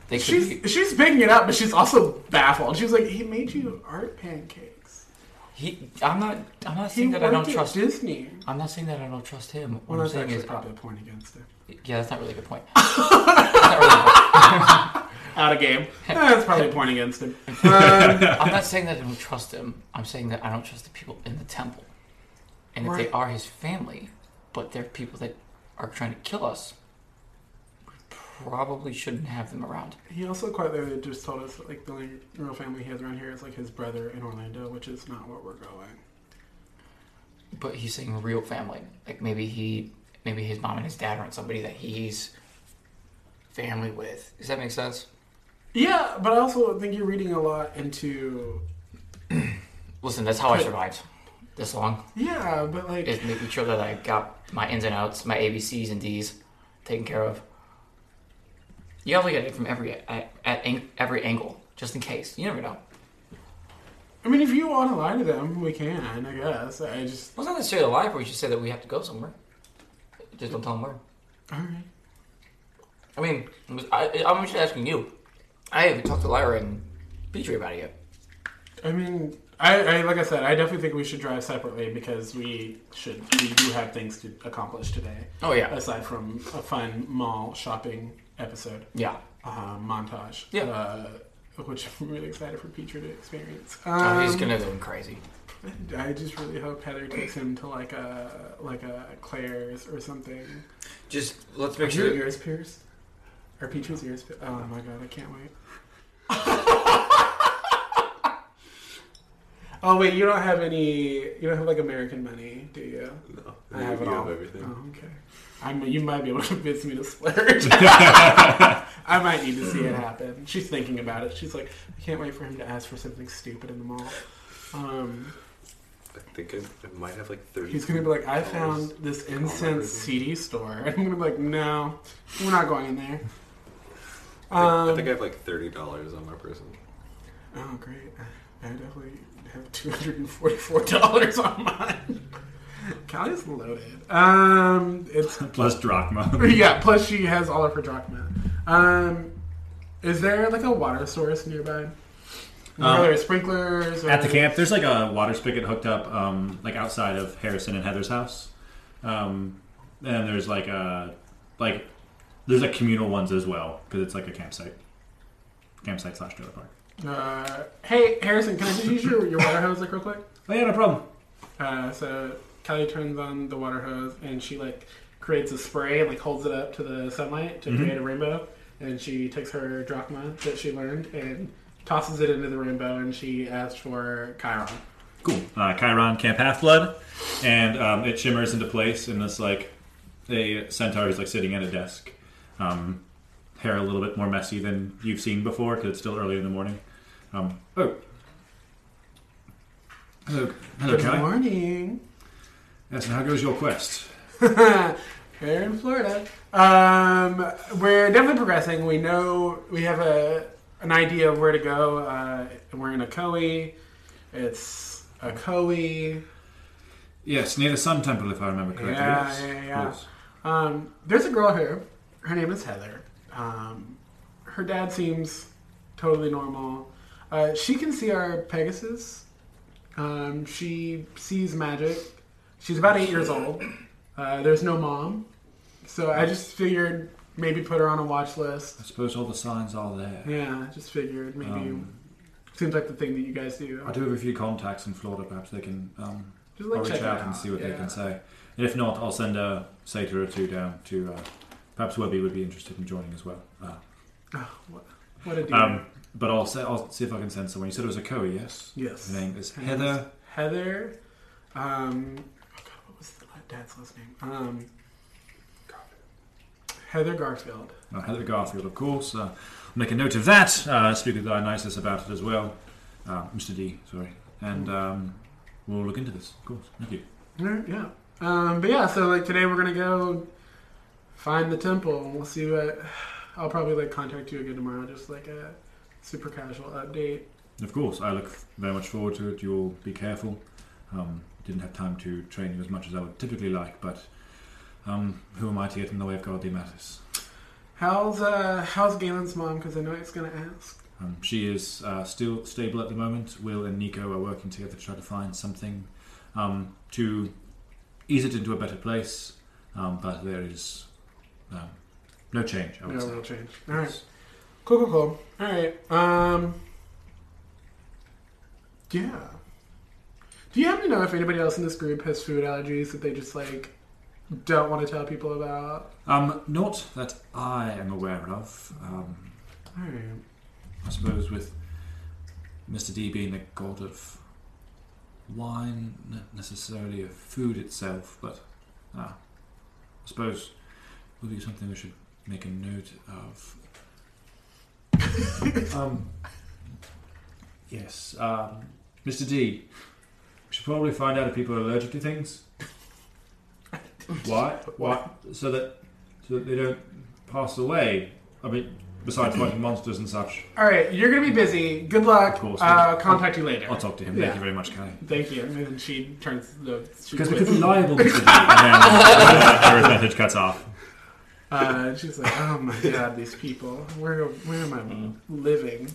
Speaker 2: They could
Speaker 8: She's
Speaker 2: be-
Speaker 8: she's picking it up, but she's also baffled. She's like, he made you art pancakes.
Speaker 2: he, I'm not. I'm not
Speaker 8: He
Speaker 2: saying
Speaker 8: worked
Speaker 2: that I don't
Speaker 8: at
Speaker 2: trust.
Speaker 8: Disney.
Speaker 2: I'm not saying that I don't trust him. What
Speaker 8: Well,
Speaker 2: I'm
Speaker 8: that's
Speaker 2: saying
Speaker 8: actually
Speaker 2: is,
Speaker 8: probably a point against her.
Speaker 2: yeah, that's not really a good point. That's not really a good point.
Speaker 8: Out of game. Eh, That's probably a point against him.
Speaker 2: I'm not saying that I don't trust him. I'm saying that I don't trust the people in the temple. And if
Speaker 8: Right.
Speaker 2: they are his family, but they're people that are trying to kill us, we probably shouldn't have them around.
Speaker 8: He also quite literally just told us that like the only real family he has around here is like his brother in Orlando, which is not where we're going.
Speaker 2: But he's saying real family. Like maybe he, maybe his mom and his dad aren't somebody that he's family with. Does that make sense?
Speaker 8: Yeah, but I also think you're reading a lot into.
Speaker 2: Listen, that's how I survived this long.
Speaker 8: Yeah, but like
Speaker 2: Is making sure that I got my ins and outs, my ABCs and Ds taken care of. You have to get it from every at, at ang- every angle, just in case. You never know.
Speaker 8: I mean, if you want to lie to them, we can, I guess. I just.
Speaker 2: Well, it's not necessarily a lie, but we should say that we have to go somewhere. Just don't tell them where.
Speaker 8: Alright.
Speaker 2: I mean, it was- I, I'm just asking you. I haven't talked to Lyra and Petrie about it yet.
Speaker 8: I mean, I, I like I said, I definitely think we should drive separately because we should. We do have things to accomplish today,
Speaker 2: Oh yeah,
Speaker 8: aside from a fun mall shopping episode
Speaker 2: yeah.
Speaker 8: uh, montage.
Speaker 2: Yeah.
Speaker 8: Uh, which I'm really excited for Peter to experience.
Speaker 2: Oh, he's
Speaker 8: Um,
Speaker 2: gonna go crazy.
Speaker 8: I just really hope Heather takes him to like a like a Claire's or something.
Speaker 2: Just let's
Speaker 8: Are
Speaker 2: make
Speaker 8: your
Speaker 2: sure.
Speaker 8: ears pierced? Are Peter's ears pierced? Oh my god, I can't wait. oh wait, you don't have any. You don't have like American money, do you?
Speaker 11: No,
Speaker 8: I have it
Speaker 11: you
Speaker 8: all.
Speaker 11: have everything.
Speaker 8: Oh, okay. I'm, you might be able to convince me to splurge. I might need to see it happen. She's thinking about it. She's like, I can't wait for him to ask for something stupid in the mall. Um,
Speaker 11: I think I, I might have like thirty.
Speaker 8: He's gonna be like, I found this incense CD store. And I'm gonna be like, no, we're not going in there.
Speaker 11: I think-
Speaker 8: Um,
Speaker 11: I think I have like thirty dollars on my person.
Speaker 8: oh, great. I definitely have $244 on mine. Callie's loaded. Um, it's,
Speaker 7: Plus drachma.
Speaker 8: yeah, plus she has all of her drachma. Um, is there like a water source nearby? Are there sprinklers? Or
Speaker 7: Um, At the camp, there's like a water spigot hooked up, um, like outside of Harrison and Heather's house. Um, and there's like a like there's like communal ones as well because it's like a campsite, campsite slash trailer park.
Speaker 8: Uh, hey, Harrison, can I just use your, your water hose like real quick?
Speaker 7: Oh yeah, no problem.
Speaker 8: Uh, so Kelly turns on the water hose and she like creates a spray and like holds it up to the sunlight
Speaker 7: Mm-hmm.
Speaker 8: to create a rainbow. And she takes her drachma that she learned and tosses it into the rainbow. And she asks for Chiron.
Speaker 7: Cool. Uh, Chiron Camp Half Blood, and um, it shimmers into place, and it's like a centaur is like sitting at a desk, um, hair a little bit more messy than you've seen before because it's still early in the morning. Um, oh, hello, hello,
Speaker 8: Good
Speaker 7: Kai.
Speaker 8: morning.
Speaker 7: Yes, and how goes your quest?
Speaker 8: Here in Florida, um, we're definitely progressing. We know we have a an idea of where to go. Uh, we're in a Koei. It's a Koei.
Speaker 7: Yes, near the Sun Temple, if I remember correctly.
Speaker 8: Yeah,
Speaker 7: yes.
Speaker 8: yeah, yeah.
Speaker 7: Yes.
Speaker 8: Um, there's a girl here. Her name is Heather. Um, her dad seems totally normal. Uh, she can see our Pegasus. Um, she sees magic. She's about eight years old. Uh, there's no mom. So I just figured maybe put her on a watch list.
Speaker 7: I suppose all the signs are there.
Speaker 8: Yeah, I just figured maybe.
Speaker 7: Um,
Speaker 8: Seems like the thing that you guys do.
Speaker 7: I do have a few contacts in Florida. Perhaps they can um,
Speaker 8: Just
Speaker 7: I'll reach
Speaker 8: it
Speaker 7: out and see what they
Speaker 8: Yeah.
Speaker 7: can say. And if not, I'll send a satyr or two down to uh, Perhaps Webby would be interested in joining as well. Uh,
Speaker 8: what, what a dear.
Speaker 7: um, but I'll, say, I'll see if I can send someone. You said it was a Koe, yes?
Speaker 8: Yes.
Speaker 7: Her name is
Speaker 8: Her name is
Speaker 7: Heather.
Speaker 8: Heather. Um, oh God, what was the, dad's last name? Um, Heather Garfield.
Speaker 7: Uh, Heather Garfield, of course. Uh, make a note of that. Uh, speak with Dionysus about it as well. Uh, Mr. D, sorry.
Speaker 8: Mm.
Speaker 7: And um, we'll look into this, of course. Thank you.
Speaker 8: Alright, Yeah. Um, but yeah, so like today we're gonna go find the temple. We'll see what. I'll probably like contact you again tomorrow, just like a super casual update.
Speaker 7: Of course, I look very much forward to it. You'll be careful. Um, didn't have time to train you as much as I would typically like, but um, who am I to get in the way of godly matters?
Speaker 8: How's uh how's Galen's mom? Because I know it's gonna ask.
Speaker 7: Um, she is uh, still stable at the moment. Will and Nico are working together to try to find something um, to ease it into a better place, um, but there is um, no change, I would
Speaker 8: No
Speaker 7: say.
Speaker 8: real change. All right. Cool, cool, cool. All right. Um. Yeah. Do you happen to know if anybody else in this group has food allergies that they just like don't want to tell people about?
Speaker 7: Um, not that I am aware of. Um,
Speaker 8: All right.
Speaker 7: I suppose with Mr. D being the god of wine, not necessarily of food itself, but uh, I suppose will be something we should make a note of. um, yes, um, Mr. D, we should probably find out if people are allergic to things. Why? Why? So that so that they don't pass away. I mean, besides fighting monsters and such.
Speaker 8: All right. You're gonna be busy. Good luck.
Speaker 7: Of course.
Speaker 8: Uh, contact you later.
Speaker 7: I'll talk to him.
Speaker 8: Yeah.
Speaker 7: Thank you very much, Kelly.
Speaker 8: Thank you. And then she turns the. she
Speaker 7: Because we
Speaker 8: quits.
Speaker 7: could be liable to do Her advantage cuts off.
Speaker 8: Uh, and she's like, oh my god, these people. Where where am I living?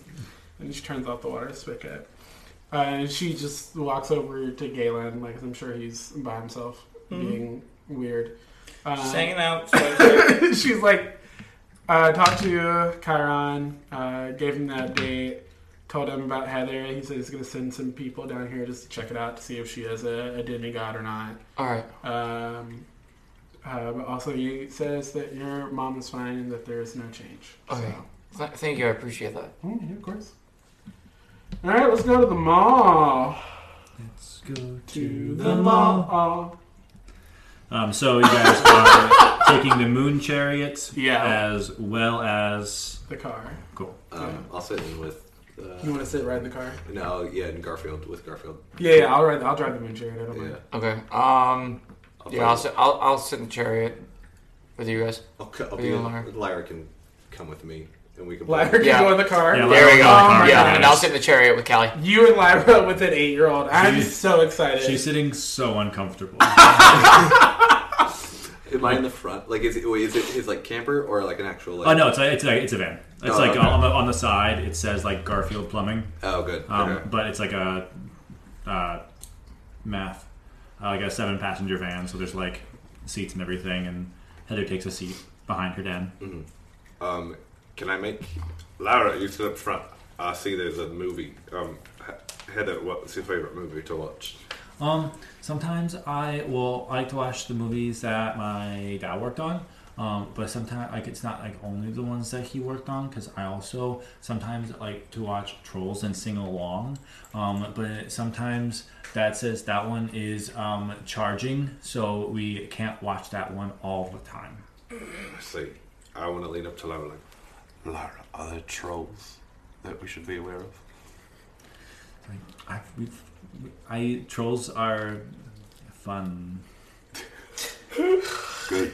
Speaker 8: And she turns off the water spigot. Uh, and she just walks over to Galen, like I'm sure he's by himself, being weird.
Speaker 2: Mm-hmm. Just
Speaker 8: Uh,
Speaker 2: hanging out. so-
Speaker 8: she's like, uh, talked to Chiron, uh, gave him that date, told him about Heather. He said he's going to send some people down here just to check it out to see if she is a, a demigod or not.
Speaker 2: All right.
Speaker 8: Um, uh, but also, you says that your mom is fine and that there is no change.
Speaker 2: Okay. Th- Thank you. I appreciate that.
Speaker 8: Mm, yeah, of course. All right, let's go to the mall.
Speaker 7: Let's go
Speaker 8: To the mall.
Speaker 7: Um, so you guys are taking the moon chariot
Speaker 8: Yeah.
Speaker 7: as well as
Speaker 8: Uh, The car.
Speaker 7: cool.
Speaker 11: Um, I'll sit in with. Uh,
Speaker 8: You want to sit right in the car?
Speaker 11: no, yeah, in Garfield with Garfield.
Speaker 8: Yeah, yeah. I'll ride. I'll drive the moon chariot. I don't
Speaker 11: Yeah.
Speaker 8: mind.
Speaker 2: Okay. Um.
Speaker 11: I'll
Speaker 2: Yeah. I'll sit, I'll, I'll sit in the chariot with you guys.
Speaker 11: I'll, co- I'll
Speaker 2: Are
Speaker 11: be
Speaker 2: you
Speaker 11: in-
Speaker 2: Lyra?
Speaker 11: Lyra can come with me, and we can.
Speaker 8: Lyra can
Speaker 2: Yeah.
Speaker 8: go in the car.
Speaker 7: Yeah,
Speaker 2: There we go.
Speaker 7: Oh
Speaker 8: my
Speaker 2: yeah,
Speaker 8: gosh.
Speaker 2: and I'll sit in the chariot with Callie.
Speaker 8: You and Lyra with an eight-year-old. I'm
Speaker 7: She-
Speaker 8: so excited.
Speaker 7: She's sitting so uncomfortable.
Speaker 11: Am I in the front? Like, is it wait, is it his like camper or like an actual? Like,
Speaker 7: oh no, it's a, it's a, it's a van. It's
Speaker 11: Oh,
Speaker 7: like
Speaker 11: okay.
Speaker 7: on, the, on the side. It says like Garfield Plumbing,
Speaker 11: Oh, good.
Speaker 7: um,
Speaker 11: okay.
Speaker 7: but it's like a uh, math, uh, like a seven passenger van. So there's like seats and everything, and Heather takes a seat behind her dad.
Speaker 11: Um, can I make Lara? You sit up front. I see there's a movie. Um, He- Heather, what's your favorite movie to watch?
Speaker 7: Um, sometimes I will I like to watch the movies that my dad worked on. Um, but sometimes like it's not like only the ones that he worked on because I also sometimes like to watch trolls and sing along. Um, but sometimes that says that one is um, charging, so we can't watch that one all the time.
Speaker 11: I see. I want to lean up to Lara. Like, Lara, are there trolls that we should be aware of?
Speaker 7: I, we've, I trolls are fun.
Speaker 11: Good.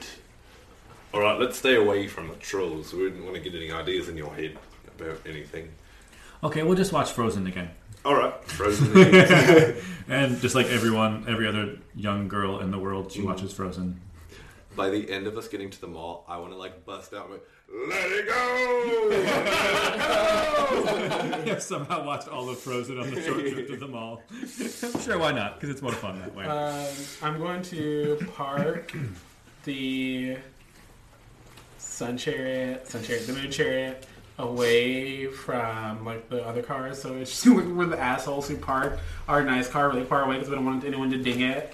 Speaker 11: All right, let's stay away from the trolls. We wouldn't want to get any ideas in your head about anything.
Speaker 7: Okay, we'll just watch Frozen again.
Speaker 11: All right, Frozen.
Speaker 7: And just like everyone, every other young girl in the world, she watches Frozen.
Speaker 11: By the end of us getting to the mall, I want to like bust out my "Let it go."
Speaker 7: I've somehow watched all of Frozen on the short trip to the mall. sure, why not? Because it's more fun that way.
Speaker 8: Um, I'm going to park the sun chariot, sun chariot, the moon chariot away from like the other cars, so it's just like we're the assholes who park our nice car really far away because we don't want anyone to ding it.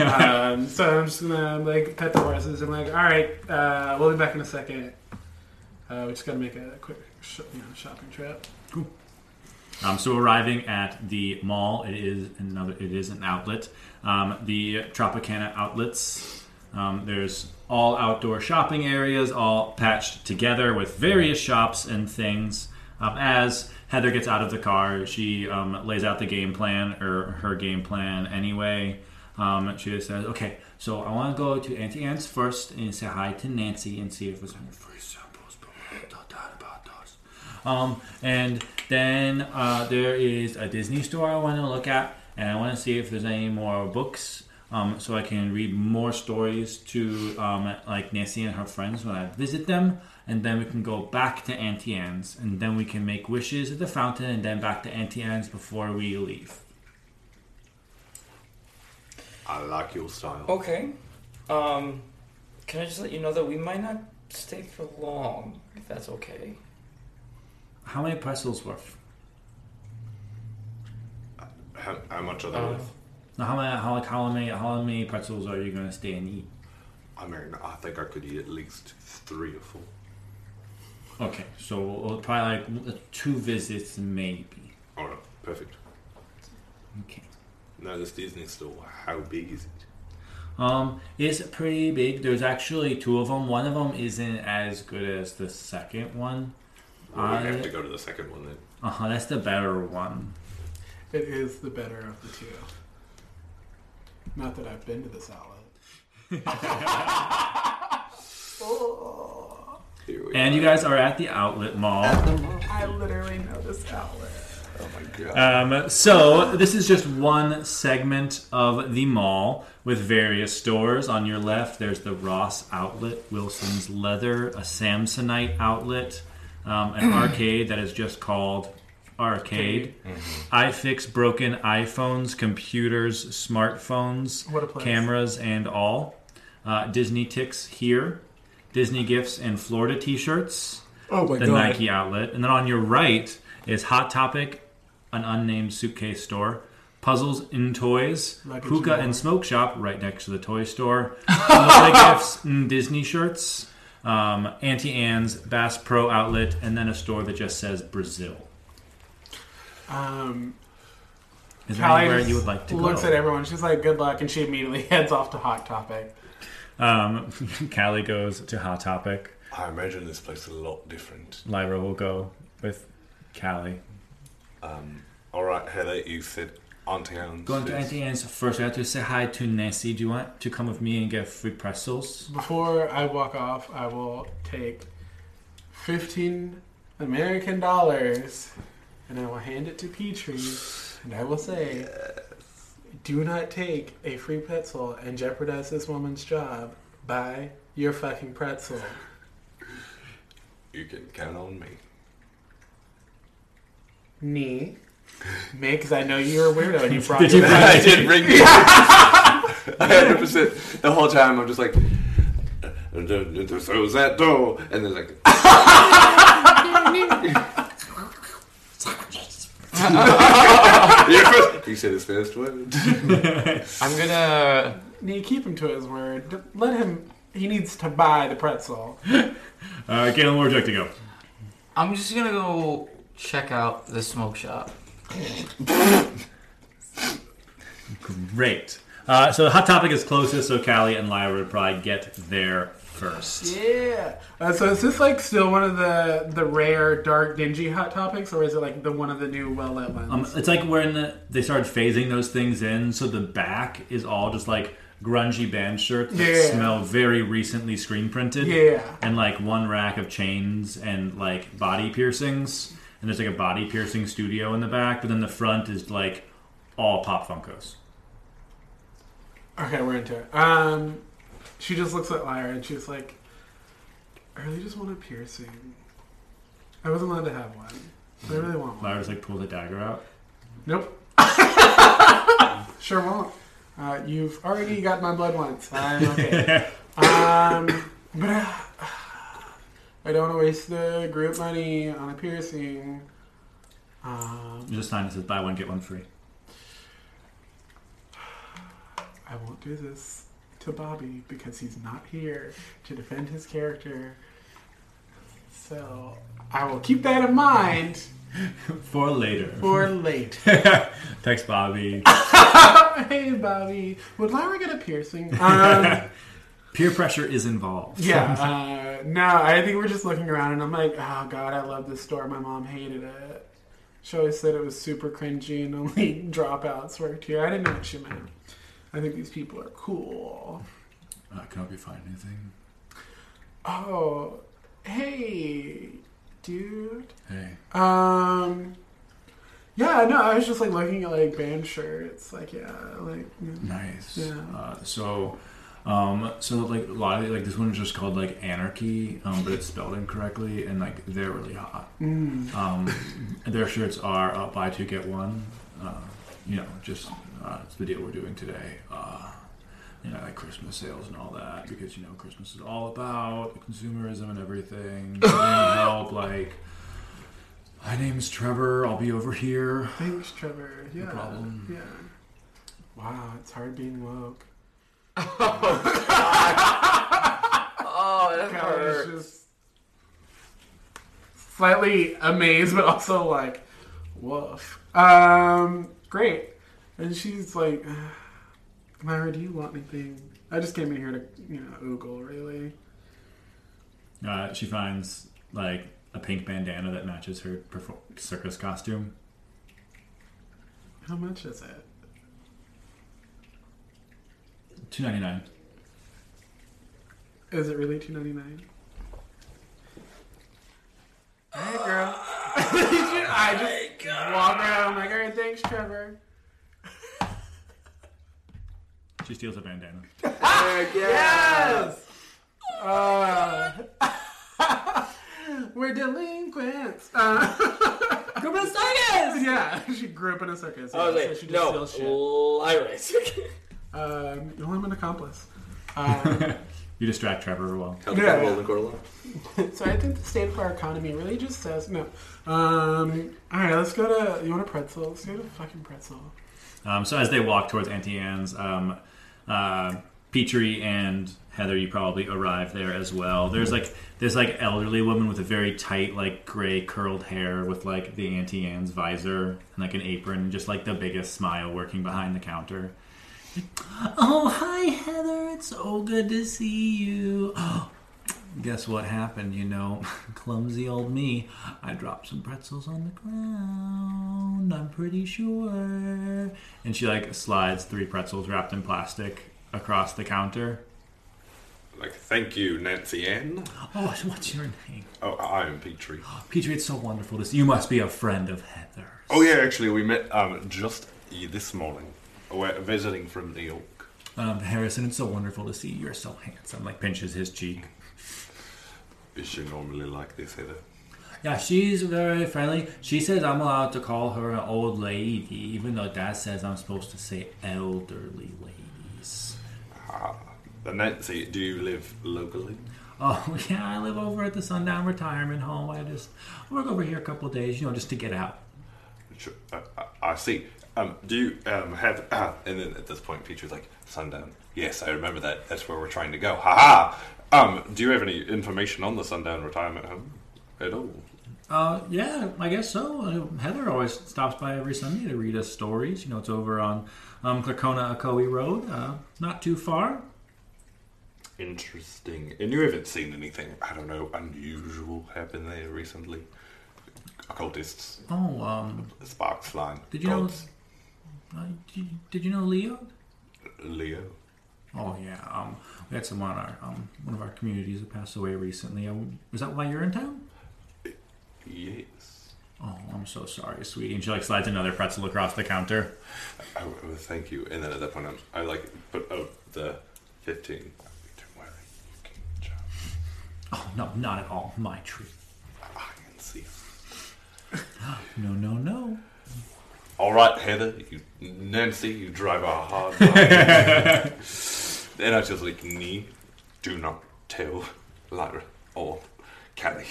Speaker 8: um, so I'm just gonna like pet the horses and like, all right, uh, we'll be back in a second. Uh, we just gotta make a quick sh- you know, shopping trip.
Speaker 7: Um, so arriving at the mall, it is another. It is an outlet. Um, the Tropicana outlets. Um, there's all outdoor shopping areas, all patched together with various shops and things. Um, as Heather gets out of the car, she um, lays out the game plan or her game plan anyway. Um, she just says, "Okay, so I want to go to Auntie Anne's first and say hi to Nancy and see if there's any free samples." But we haven't talked about those. Um, and then uh, there is a Disney store I want to look at, and I want to see if there's any more books, um, so I can read more stories to um, like Nancy and her friends when I visit them. And then we can go back to Auntie Anne's, and then we can make wishes at the fountain, and then back to Auntie Anne's before we leave.
Speaker 11: I like your style.
Speaker 2: Okay. Um, can I just let you know that we might not stay for long, if that's okay?
Speaker 7: How many pretzels worth?
Speaker 11: How, how much are they
Speaker 2: Uh,
Speaker 11: worth?
Speaker 7: Now, how many, how, like, how many, how many pretzels are you gonna stay and eat?
Speaker 11: I mean, I think I could eat at least three or four.
Speaker 7: Okay, so we'll probably like two visits maybe.
Speaker 11: All right, perfect.
Speaker 7: Okay.
Speaker 11: Now this Disney store, how big is it?
Speaker 7: Um, it's pretty big. There's actually two of them. One of them isn't as good as the second one.
Speaker 11: Well, we
Speaker 7: Uh,
Speaker 11: have to go to the second one then.
Speaker 7: Uh huh. That's the better one.
Speaker 8: It is the better of the two. Not that I've been to this outlet.
Speaker 11: Here we
Speaker 7: And you guys are at the outlet mall.
Speaker 8: I literally know this outlet.
Speaker 7: Um, so this is just one segment of the mall with various stores. On your left, there's the Ross outlet, Wilson's Leather, a Samsonite outlet, um, an arcade that is just called Arcade. I fix broken iPhones, computers, smartphones,
Speaker 8: What a place.
Speaker 7: cameras, and all. Uh, Disney ticks here. Disney gifts and Florida T-shirts
Speaker 8: Oh my
Speaker 7: the Nike outlet. And then on your right is Hot Topic, an unnamed suitcase store. Puzzles and toys,
Speaker 8: Luggage
Speaker 7: hookah
Speaker 8: Mart.
Speaker 7: and smoke shop right next to the toy store. Florida gifts and Disney shirts. Um, Auntie Anne's Bass Pro outlet, and then a store that just says Brazil.
Speaker 8: Um,
Speaker 7: Is there
Speaker 8: Callie
Speaker 7: anywhere
Speaker 8: just
Speaker 7: you would like to
Speaker 8: looks at
Speaker 7: go?
Speaker 8: everyone. She's like, "Good luck," and she immediately heads off to Hot Topic.
Speaker 7: Um, Callie goes to Hot Topic.
Speaker 11: I imagine this place is a lot different.
Speaker 7: Lyra will go with Callie.
Speaker 11: All right, Heather, you said Auntie Anne's.
Speaker 7: Going to
Speaker 11: is-
Speaker 7: Auntie Anne's first. I have to say hi to Nancy. Do you want to come with me and get free pretzels?
Speaker 8: Before I walk off, I will take fifteen American dollars, and I will hand it to Petrie, and I will say, "Do not take a free pretzel and jeopardize this woman's job by your fucking pretzel."
Speaker 11: You can count on me.
Speaker 8: Me, me, because I know you're a weirdo and you brought.
Speaker 7: Did
Speaker 8: me
Speaker 7: you
Speaker 8: that.
Speaker 11: I did ring you. 100%. The whole time I'm just like, so is that door. And then like, you first. You said his first word.
Speaker 2: I'm gonna.
Speaker 8: Nee, keep him to his word. D- Let him. He needs to buy the pretzel.
Speaker 7: Uh, Galen, where would you like to go?
Speaker 2: I'm just gonna go check out the smoke shop.
Speaker 7: Great. Uh, so the hot topic is closest, so Callie and Lyra would probably get there first.
Speaker 8: Yeah. Uh, so is this like still one of the the rare dark dingy hot topics, or is it like the one of the new well lit ones?
Speaker 7: Um, it's like when they started phasing those things in, so the back is all just like grungy band shirts that
Speaker 8: Yeah.
Speaker 7: smell very recently screen printed.
Speaker 8: Yeah.
Speaker 7: And like one rack of chains and like body piercings. And there's like a body piercing studio in the back, but then the front is like all Pop Funkos.
Speaker 8: okay, we're into it. Um, she just looks at Lyra and she's like, "I really just want a piercing. I wasn't allowed to have one. but I really want one.
Speaker 7: Lyra just like pulls a dagger out.
Speaker 8: Nope. sure won't. Uh, you've already got my blood once. I'm okay. um, but uh, I don't want to waste the group money on a piercing. Um,
Speaker 7: Just sign that says buy one get one free.
Speaker 8: I won't do this to Bobby because he's not here to defend his character. So I will keep that in mind
Speaker 7: For later.
Speaker 8: for later.
Speaker 7: Text Bobby.
Speaker 8: hey, Bobby, would Lyra get a piercing? Um,
Speaker 7: Peer pressure is involved.
Speaker 8: yeah, uh, no, I think we're just looking around and I'm like, oh god, I love this store. My mom hated it. She always said it was super cringy and only dropouts worked here. I didn't know what she meant. I think these people are cool.
Speaker 7: Uh, can I help you find anything?
Speaker 8: Oh, hey, dude.
Speaker 7: Hey.
Speaker 8: Um, yeah, no, I was just like looking at like band shirts, like yeah, like yeah.
Speaker 7: Nice.
Speaker 8: Yeah.
Speaker 7: Uh, so, um, so like a lot of like this one is just called like Anarchy, um, but it's spelled incorrectly, and like they're really hot. Um, their shirts are uh, buy two get one. Uh, you know, just uh, it's the deal we're doing today. Uh, you know, like Christmas sales and all that, because you know Christmas is all about consumerism and everything. They need help, like. My name's Trevor. I'll be over here.
Speaker 8: thanks, Trevor. Yeah,
Speaker 7: problem.
Speaker 8: yeah. Wow, it's hard being woke.
Speaker 10: Oh, that
Speaker 8: I was
Speaker 10: hurt.
Speaker 8: just slightly amazed, but also like, woof. Um, great. And she's like, Myra, do you want anything? I just came in here to, you know, oogle, really.
Speaker 7: Uh, she finds like a pink bandana that matches her perfor- circus costume.
Speaker 8: How much is it?
Speaker 7: Two ninety nine.
Speaker 8: Is it really two ninety nine? Hey girl. Oh I just walk around. I'm like, all right, thanks, Trevor.
Speaker 7: She steals a bandana.
Speaker 8: Yes. Uh, we're delinquents. Uh,
Speaker 10: Go to the circus!
Speaker 8: yeah, she grew up in a circus.
Speaker 10: I was
Speaker 8: yeah,
Speaker 10: like,
Speaker 8: so she just
Speaker 10: no,
Speaker 8: steals shit.
Speaker 10: Lyra's.
Speaker 8: Um, well, I'm an accomplice. Um,
Speaker 7: You distract Trevor well.
Speaker 9: Tell
Speaker 8: Yeah.
Speaker 9: the world and go to life.
Speaker 8: so I think the state of our economy really just says no. Um, all right, let's go to. You want a pretzel? Let's go to fucking pretzel.
Speaker 7: Um, so as they walk towards Auntie Anne's, um, uh, Petrie and Heather, you probably arrive there as well. There's like there's like elderly woman with a very tight like gray curled hair with like the Auntie Anne's visor and like an apron, just like the biggest smile working behind the counter. Oh hi Heather, it's so good to see you. Oh, guess what happened? You know, clumsy old me. I dropped some pretzels on the ground. I'm pretty sure. And she like slides three pretzels wrapped in plastic across the counter.
Speaker 9: Like, thank you, Nancy Ann.
Speaker 7: Oh, what's your name?
Speaker 9: Oh, I am Petrie.
Speaker 7: Petrie, Oh, it's so wonderful to see you. Must be a friend of Heather's.
Speaker 9: Oh yeah, actually, we met um, just uh, this morning. We're visiting from New York.
Speaker 7: Um, Harrison, it's so wonderful to see you. You're so handsome. Like pinches his cheek.
Speaker 9: Is she normally like this, Heather?
Speaker 7: Yeah, she's very friendly. She says I'm allowed to call her an old lady, even though Dad says I'm supposed to say elderly ladies.
Speaker 9: And Nancy, do you live locally?
Speaker 7: Oh, yeah, I live over at the Sundown Retirement Home. I just work over here a couple of days, you know, just to get out.
Speaker 9: Sure. Uh, I- I see. Um, do you um, have? Uh, and then at this point, Peter's like, "Sundown." Yes, I remember that. That's where we're trying to go. Ha ha. Um, do you have any information on the Sundown Retirement Home at all?
Speaker 7: Uh, yeah, I guess so. Uh, Heather always stops by every Sunday to read us stories. You know, it's over on um, Clarcona Akoi Road, uh, not too far.
Speaker 9: Interesting. And you haven't seen anything? I don't know. Unusual happen there recently. Occultists,
Speaker 7: Oh, um,
Speaker 9: sparks flying.
Speaker 7: Did you know- uh, did, did you know Leo?
Speaker 9: know Leo?
Speaker 7: Oh yeah, um, we had someone on our um, one of our communities that passed away recently. Um, was that why you're in town?
Speaker 9: Yes.
Speaker 7: Oh, I'm so sorry, sweetie. And she like slides another pretzel across the counter.
Speaker 9: Oh, oh, thank you. And then at that point, I'm, I like, but oh, the fifteen. Don't worry, you can jump.
Speaker 7: Oh no, not at all. My treat.
Speaker 9: I can see.
Speaker 7: No, no, no.
Speaker 9: All right, Heather, you Nancy, you drive a hard. Life. and I just like, nee, do not tell Lyra or Kelly.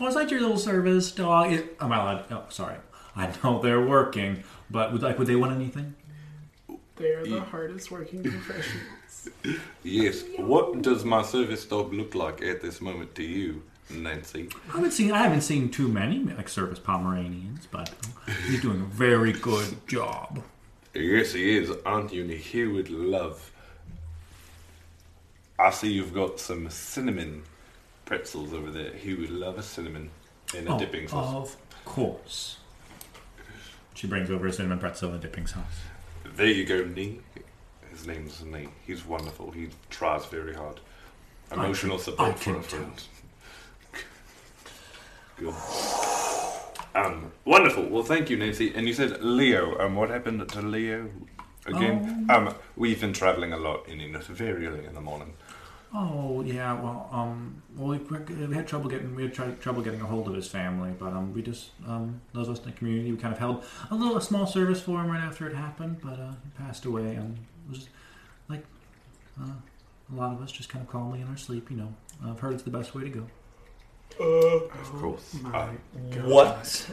Speaker 7: I was like your little service dog. Is, am I allowed? Oh, sorry. I know they're working, but would like would they want anything?
Speaker 8: They are the hardest working professionals.
Speaker 9: Yes. What does my service dog look like at this moment to you, Nancy?
Speaker 7: I haven't seen I haven't seen too many like service Pomeranians, but he's doing a very good job.
Speaker 9: Yes, he is, aren't you? And he would love. I see you've got some cinnamon pretzels over there. He would love a cinnamon and a
Speaker 7: Oh,
Speaker 9: dipping sauce.
Speaker 7: Of course. She brings over a cinnamon pretzel and dipping sauce.
Speaker 9: There you go, Nee. His name's Nee. He's wonderful. He tries very hard.
Speaker 7: I can-
Speaker 9: Emotional
Speaker 7: I
Speaker 9: support
Speaker 7: can
Speaker 9: for a friend. Good. Um, wonderful. Well, thank you, Nancy. And you said Leo. Um, what happened to Leo again? Um, we've been traveling a lot in Inus very early in the morning.
Speaker 7: Oh yeah, well, um, well, we, we we had trouble getting we had tr- trouble getting a hold of his family, but um, we just um, those of us in the community we kind of held a little a small service for him right after it happened, but uh, he passed away, and it was just, like uh, a lot of us just kind of calmly in our sleep, you know. I've heard it's the best way to go.
Speaker 9: Of course.
Speaker 8: Oh,
Speaker 9: Uh,
Speaker 2: What?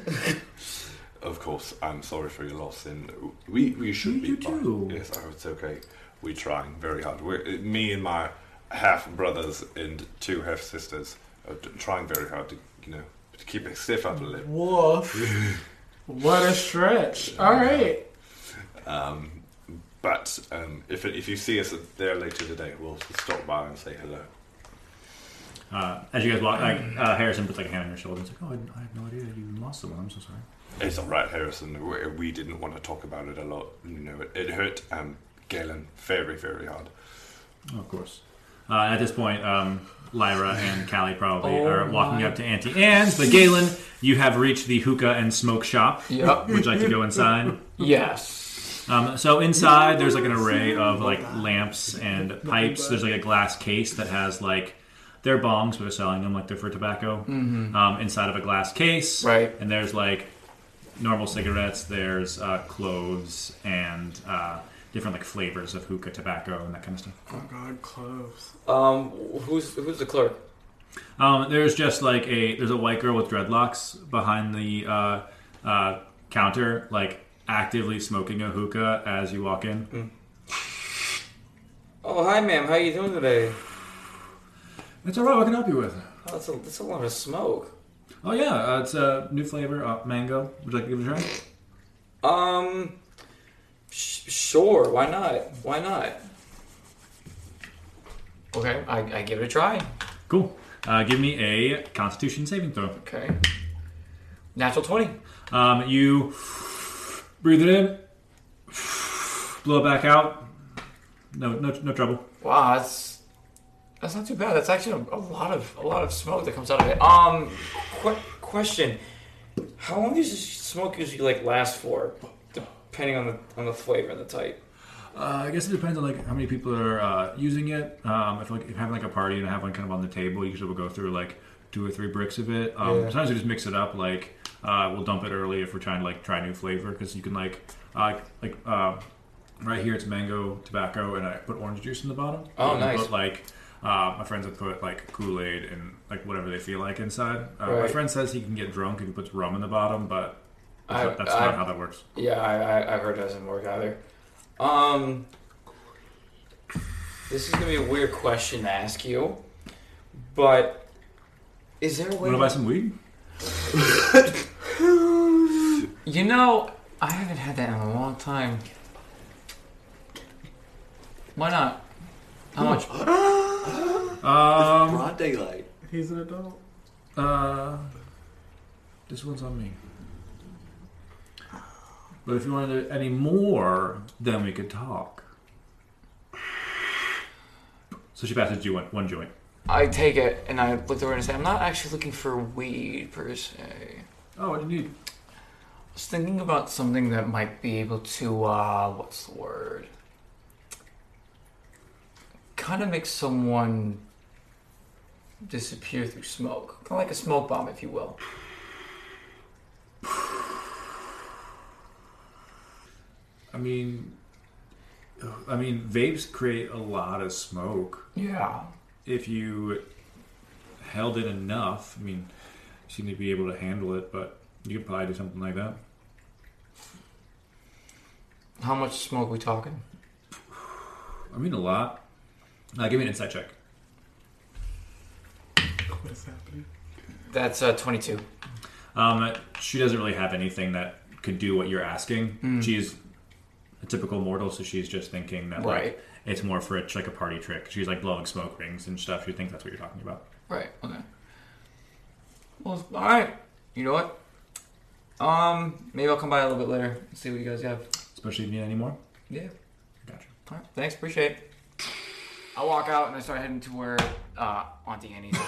Speaker 9: Of course, I'm sorry for your loss, and we we should be fine.
Speaker 7: too.
Speaker 9: Yes, oh, it's okay. We're trying very hard. We're, uh, me and my half brothers and two half sisters are t- trying very hard to you know to keep a stiff upper lip.
Speaker 8: Woof. what a stretch. All right.
Speaker 9: Um, but um, if if you see us there later today, we'll stop by and say hello.
Speaker 7: Uh, as you guys walk, like, uh, Harrison puts like a hand on your shoulder. and It's like, oh, I, I have no idea you lost someone. I'm so sorry.
Speaker 9: It's all right, Harrison. We, we didn't want to talk about it a lot. You know, it, it hurt um, Galen very very hard.
Speaker 7: Of course. Uh, at this point, um, Lyra and Callie probably
Speaker 2: Oh
Speaker 7: are walking
Speaker 2: my-
Speaker 7: up to Auntie Anne's. But Galen, you have reached the hookah and smoke shop.
Speaker 2: Yep.
Speaker 7: Would you like to go inside?
Speaker 2: Yes.
Speaker 7: Um, so inside, there's like an array of like lamps and pipes. There's like a glass case that has like they're bongs, but they're selling them like they're for tobacco. Um, inside of a glass case,
Speaker 2: Mm-hmm. Right.
Speaker 7: And there's like normal cigarettes. There's uh, cloves and uh, different like flavors of hookah tobacco and that kind of stuff.
Speaker 8: Oh, God, close.
Speaker 2: Um, who's who's the clerk?
Speaker 7: Um, there's just like a there's a white girl with dreadlocks behind the uh, uh, counter, like actively smoking a hookah as you walk in.
Speaker 2: Oh, hi, ma'am. How you doing today?
Speaker 7: It's all right. What can I help you with?
Speaker 2: Oh, that's a that's a lot of smoke.
Speaker 7: Oh yeah, uh, it's a new flavor, uh, mango. Would you like to give it a try?
Speaker 2: Um, sh- sure. Why not? Why not? Okay, I, I give it a try.
Speaker 7: Cool. Uh, give me a Constitution saving throw.
Speaker 2: Okay. Natural twenty.
Speaker 7: Um, you breathe it in, blow it back out. No, no, no trouble.
Speaker 2: Wow, that's that's not too bad. That's actually a, a lot of a lot of smoke that comes out of it. Um, qu- question: How long does this smoke usually like last for, depending on the on the flavor and the type?
Speaker 7: Uh, I guess it depends on like how many people are uh, using it. Um, if like if having like a party and I have one kind of on the table, usually we'll go through like two or three bricks of it. Um,
Speaker 2: Yeah.
Speaker 7: Sometimes we just mix it up. Like uh, we'll dump it early if we're trying to like try new flavor because you can like uh, like uh, right here it's mango tobacco and I put orange juice in the bottom.
Speaker 2: Oh,
Speaker 7: And I
Speaker 2: nice.
Speaker 7: Put, like uh, my friends have put like Kool Aid and like whatever they feel like inside. Uh, My
Speaker 2: Right.
Speaker 7: friend says he can get drunk if he puts rum in the bottom, but that's,
Speaker 2: I-
Speaker 7: not, that's
Speaker 2: I-
Speaker 7: not how that works.
Speaker 2: Yeah, I, I, I heard it doesn't work either. Um, this is gonna be a weird question to ask you, but is there a way?
Speaker 7: Want to buy some weed?
Speaker 2: You know, I haven't had that in a long time. Why not? How much?
Speaker 7: Um,
Speaker 9: Broad daylight.
Speaker 8: He's an adult.
Speaker 7: Uh, this one's on me. But if you wanted to- any more, then we could talk. So she passes you one, one joint.
Speaker 2: I take it and I looked over and said, I'm not actually looking for weed per se.
Speaker 7: Oh, what do you need?
Speaker 2: I was thinking about something that might be able to, uh, what's the word? Kind of make someone disappear through smoke. Kind of like a smoke bomb, if you will.
Speaker 7: I mean, I mean, vapes create a lot of smoke.
Speaker 2: Yeah.
Speaker 7: If you held it enough. I mean, you seem to be able to handle it, but you could probably do something like that.
Speaker 10: How much smoke we talking?
Speaker 7: I mean, a lot. Uh, give me an insight check.
Speaker 8: What's happening?
Speaker 10: That's uh, 22.
Speaker 7: Um, she doesn't really have anything that could do what you're asking. She's a typical mortal, so she's just thinking that
Speaker 10: Right.
Speaker 7: like it's more for a, like a party trick. She's like blowing smoke rings and stuff. She thinks that's what you're talking about.
Speaker 10: Right. Okay. Well, all right. You know what? Um, maybe I'll come by a little bit later and see what you guys have.
Speaker 7: Especially if you need any more.
Speaker 10: Yeah.
Speaker 7: Gotcha.
Speaker 10: All right. Thanks. Appreciate. it. I walk out and I start heading to where uh, Auntie Annie's.
Speaker 7: She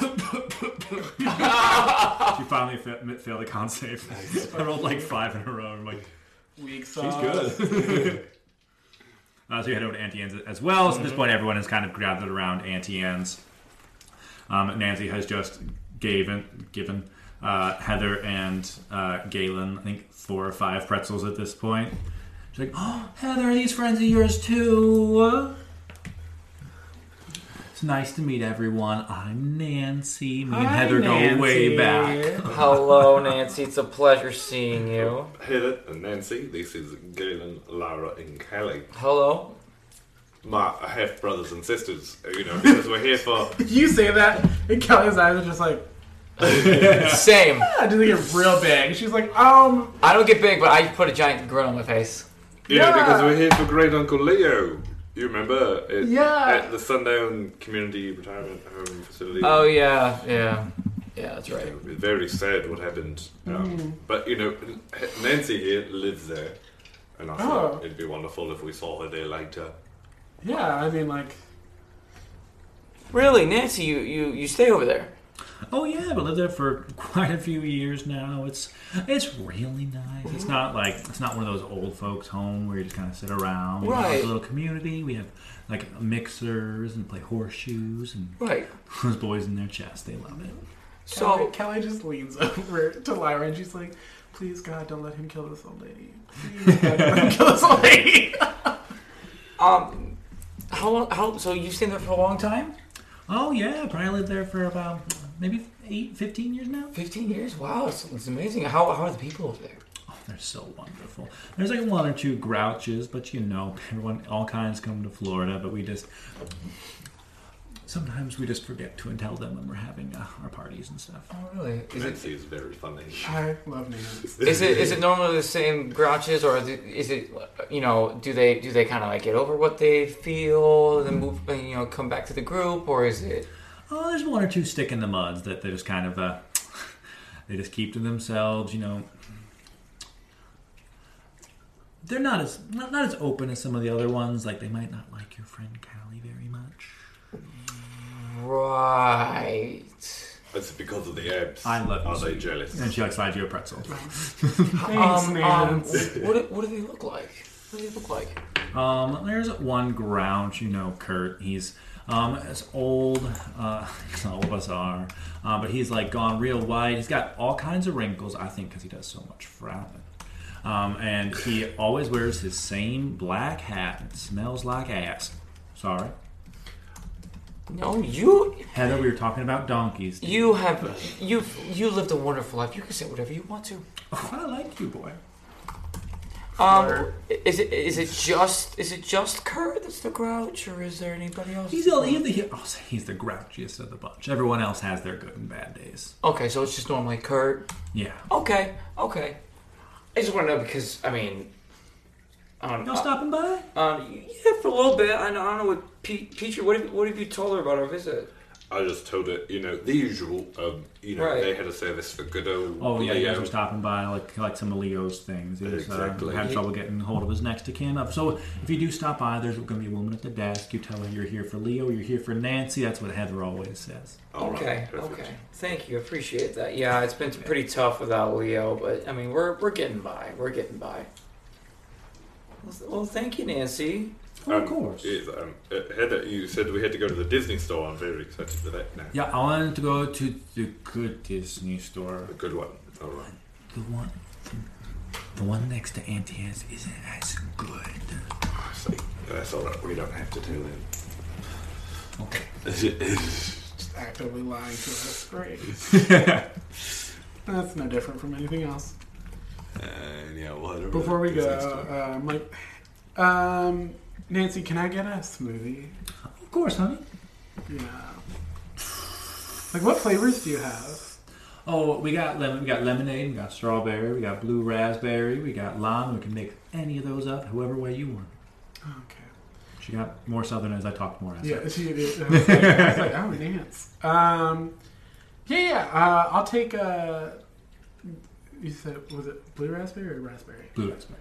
Speaker 7: finally fa- failed the con save. I rolled like five in a row. I'm like,
Speaker 8: Weak
Speaker 7: she's
Speaker 8: sauce.
Speaker 7: good. uh, so you head over to Auntie Anne's as well. So at this point, everyone has kind of gathered around Auntie Anne's. Um, Nancy has just given given uh, Heather and uh, Galen, I think, four or five pretzels at this point. She's like, "Oh, Heather, are these friends of yours too?" It's nice to meet everyone. I'm Nancy. Me and
Speaker 8: Hi,
Speaker 7: Heather go way
Speaker 8: Nancy.
Speaker 7: back.
Speaker 10: Hello, Nancy. It's a pleasure seeing you.
Speaker 9: Heather and Nancy, this is Galen, Lara, and Kelly.
Speaker 10: Hello.
Speaker 9: My half brothers and sisters, you know, because we're here for.
Speaker 8: You say that, and Kelly's eyes are just like,
Speaker 10: Same.
Speaker 8: I just get real big. She's like, um,
Speaker 10: I don't get big, but I put a giant grin on my face.
Speaker 9: You know, because
Speaker 8: Yeah.
Speaker 9: we're here for great Uncle Leo. You remember? At,
Speaker 8: Yeah.
Speaker 9: At the Sundown Community Retirement Home Facility.
Speaker 10: Oh yeah, yeah, yeah. Mm. That's right.
Speaker 9: Very sad what happened. Um, But, you know, Nancy here lives there. And I thought
Speaker 8: Oh.
Speaker 9: it'd be wonderful if we saw her there later.
Speaker 8: yeah, I mean, like,
Speaker 10: Really, Nancy, you you you stay over there.
Speaker 7: Oh yeah, but lived there for quite a few years now. It's it's really nice. It's not like it's not one of those old folks' home where you just kind of sit around. We have
Speaker 10: Right.
Speaker 7: a little community. We have like mixers and play horseshoes and
Speaker 10: Right.
Speaker 7: those boys in their chest. They love it.
Speaker 8: Kelly,
Speaker 10: So
Speaker 8: Kelly just leans over to Lyra and she's like, please, God, don't let him kill this old lady. Please, God, don't let him kill this old lady.
Speaker 10: um, how long? How so? You stayed there for a long time?
Speaker 7: Oh yeah, probably lived there for about maybe eight, 15 years now.
Speaker 10: Fifteen years. Wow, it's, it's amazing. How how are the people over there?
Speaker 7: Oh, they're so wonderful. There's like one or two grouches, but you know, everyone, all kinds come to Florida, but we just. Sometimes we just forget to tell them when we're having uh, our parties and stuff.
Speaker 10: Oh, really? Is it
Speaker 9: Nancy is very funny.
Speaker 8: I love Nancy.
Speaker 10: is it is it normally the same grouches, or is it, is it you know do they do they kind of like get over what they feel and then move and, you know come back to the group, or is it
Speaker 7: Oh, there's one or two stick in the muds that they just kind of uh, they just keep to themselves, you know. They're not as not, not as open as some of the other ones. Like they might not like your friend Callie very much.
Speaker 10: right?
Speaker 9: It's because of the abs.
Speaker 7: I love
Speaker 9: Are
Speaker 7: you,
Speaker 9: they
Speaker 7: sweetie.
Speaker 9: jealous?
Speaker 7: And she like slides you a pretzel.
Speaker 8: Thanks,
Speaker 10: um, um,
Speaker 8: Nancy.
Speaker 10: what do- what do they look like? What do they look like?
Speaker 7: Um, there's one grouch, you know, Kurt. He's um, as old uh, as all of us are, uh, but he's like gone real white. He's got all kinds of wrinkles, I think, because he does so much frowning. Um, and he always wears his same black hat. It smells like ass. Sorry,
Speaker 10: No, you
Speaker 7: Heather. We were talking about donkeys.
Speaker 10: You have you you lived a wonderful life. You can say whatever you want to.
Speaker 7: Oh, I like you, boy.
Speaker 10: Um, is it is it just is it just Kurt that's the grouch, or is there anybody else?
Speaker 7: He's the, he's the I'll say he's the grouchiest of the bunch. Everyone else has their good and bad days.
Speaker 10: okay, so it's just normally Kurt.
Speaker 7: Yeah.
Speaker 10: Okay, okay. I just want to know because I mean, um,
Speaker 7: Y'all stopping by?
Speaker 10: um, yeah, for a little bit. I, know- I don't know what Pe- Peter. What have, what have you told her about our visit?
Speaker 9: I just told her, you know, the usual. Um, you know,
Speaker 10: Right.
Speaker 9: they had a service for good old
Speaker 7: Oh yeah, you guys
Speaker 9: Leo.
Speaker 7: were stopping by, like collect some of Leo's things. He was,
Speaker 9: Exactly.
Speaker 7: Uh, had trouble getting hold of his next to kin. So if you do stop by, there's going to be a woman at the desk. You tell her you're here for Leo, you're here for Nancy. That's what Heather always says.
Speaker 9: All right,
Speaker 10: okay,
Speaker 9: perfect.
Speaker 10: okay. Thank you. Appreciate that. Yeah, it's been pretty tough without Leo, but I mean, we're we're getting by. We're getting by. Well, th- Well, thank you, Nancy.
Speaker 9: Um,
Speaker 7: of course.
Speaker 9: yes, um, uh, Heather, you said we had to go to the Disney store. I'm very excited for that now.
Speaker 7: Yeah, I wanted to go to the good Disney store.
Speaker 9: A good one. All right.
Speaker 7: The one, the one next to Auntie Anne's isn't as good.
Speaker 9: I see. That's all right. We don't have to tell them.
Speaker 7: Okay.
Speaker 8: just actively lying to us. Great. That's no different from anything else.
Speaker 9: And Uh, yeah, we'll head over
Speaker 8: Before we
Speaker 9: there.
Speaker 8: go, uh, I'm like, um, Nancy, can I get a smoothie?
Speaker 7: Of course, honey.
Speaker 8: Yeah. Like, what flavors do you have?
Speaker 7: Oh, we got lemon, we got lemonade, we got strawberry, we got blue raspberry, we got lime. We can make any of those up, however way you want.
Speaker 8: Okay.
Speaker 7: She got more southern as I talked more. As
Speaker 8: Yeah, she did. I was like, I was like, oh, Nance. Um, yeah, yeah. Uh, I'll take. Uh, you said was it blue raspberry or raspberry?
Speaker 7: Blue raspberry.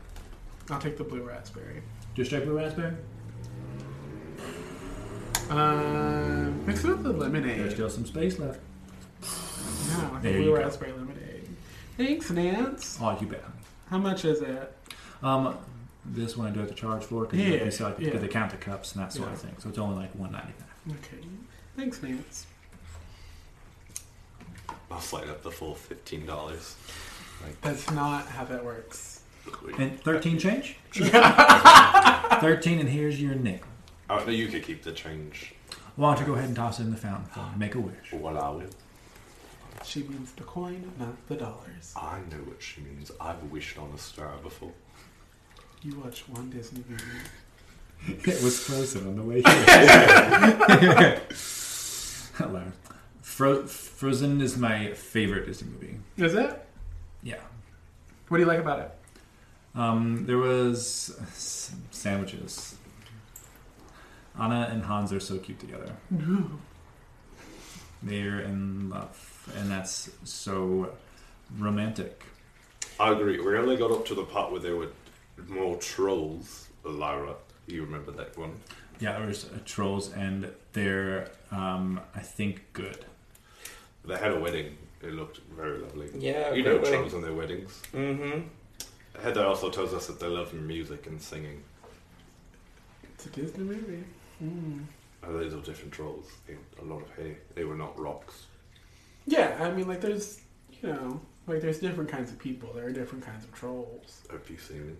Speaker 8: I'll take the blue raspberry.
Speaker 7: Just straight blue raspberry.
Speaker 8: Um, mix it with the
Speaker 7: There's
Speaker 8: lemonade.
Speaker 7: still some space left.
Speaker 8: No, like
Speaker 7: There
Speaker 8: the
Speaker 7: you
Speaker 8: blue
Speaker 7: go.
Speaker 8: raspberry lemonade. Thanks, Nance.
Speaker 7: Oh, you bet. honey.
Speaker 8: How much is it?
Speaker 7: Um, this one I do have to charge for because
Speaker 8: Yeah,
Speaker 7: they, sell- 'cause
Speaker 8: yeah.
Speaker 7: they count the cups and that sort of
Speaker 8: Yeah.
Speaker 7: thing. So it's only like one ninety five.
Speaker 8: Okay. Thanks, Nance.
Speaker 9: I'll slide up the full fifteen dollars.
Speaker 8: That's not how that works.
Speaker 7: And thirteen change. thirteen, and here's your nickel.
Speaker 9: Oh no, you could keep the change.
Speaker 7: Why don't you go ahead and toss it in the fountain for me? Make a wish.
Speaker 9: What I will.
Speaker 8: She means the coin, not the dollars.
Speaker 9: I know what she means. I've wished on a star before.
Speaker 8: You watch one Disney movie.
Speaker 7: It was frozen on the way here. Hello. Fro- frozen is my favorite Disney movie.
Speaker 8: Is it?
Speaker 7: Yeah.
Speaker 8: What do you like about it?
Speaker 7: Um, there was s- sandwiches. Anna and Hans are so cute together. They're in love, and that's so romantic.
Speaker 9: I agree. We only got up to the part where there were more trolls. Lyra, you remember that one?
Speaker 7: Yeah, there was uh, trolls, and they're, um, I think, good.
Speaker 9: They had a wedding. It looked very lovely.
Speaker 10: Yeah,
Speaker 9: you
Speaker 10: great
Speaker 9: know
Speaker 10: wedding.
Speaker 9: trolls and their weddings.
Speaker 10: Mm-hmm.
Speaker 9: Heather also tells us that they love music and singing.
Speaker 8: It's a Disney movie.
Speaker 9: Oh, those are different trolls. They had a lot of hair. They were not rocks.
Speaker 8: Yeah, I mean, like, there's, you know, like, there's different kinds of people. There are different kinds of trolls.
Speaker 9: Have you seen them?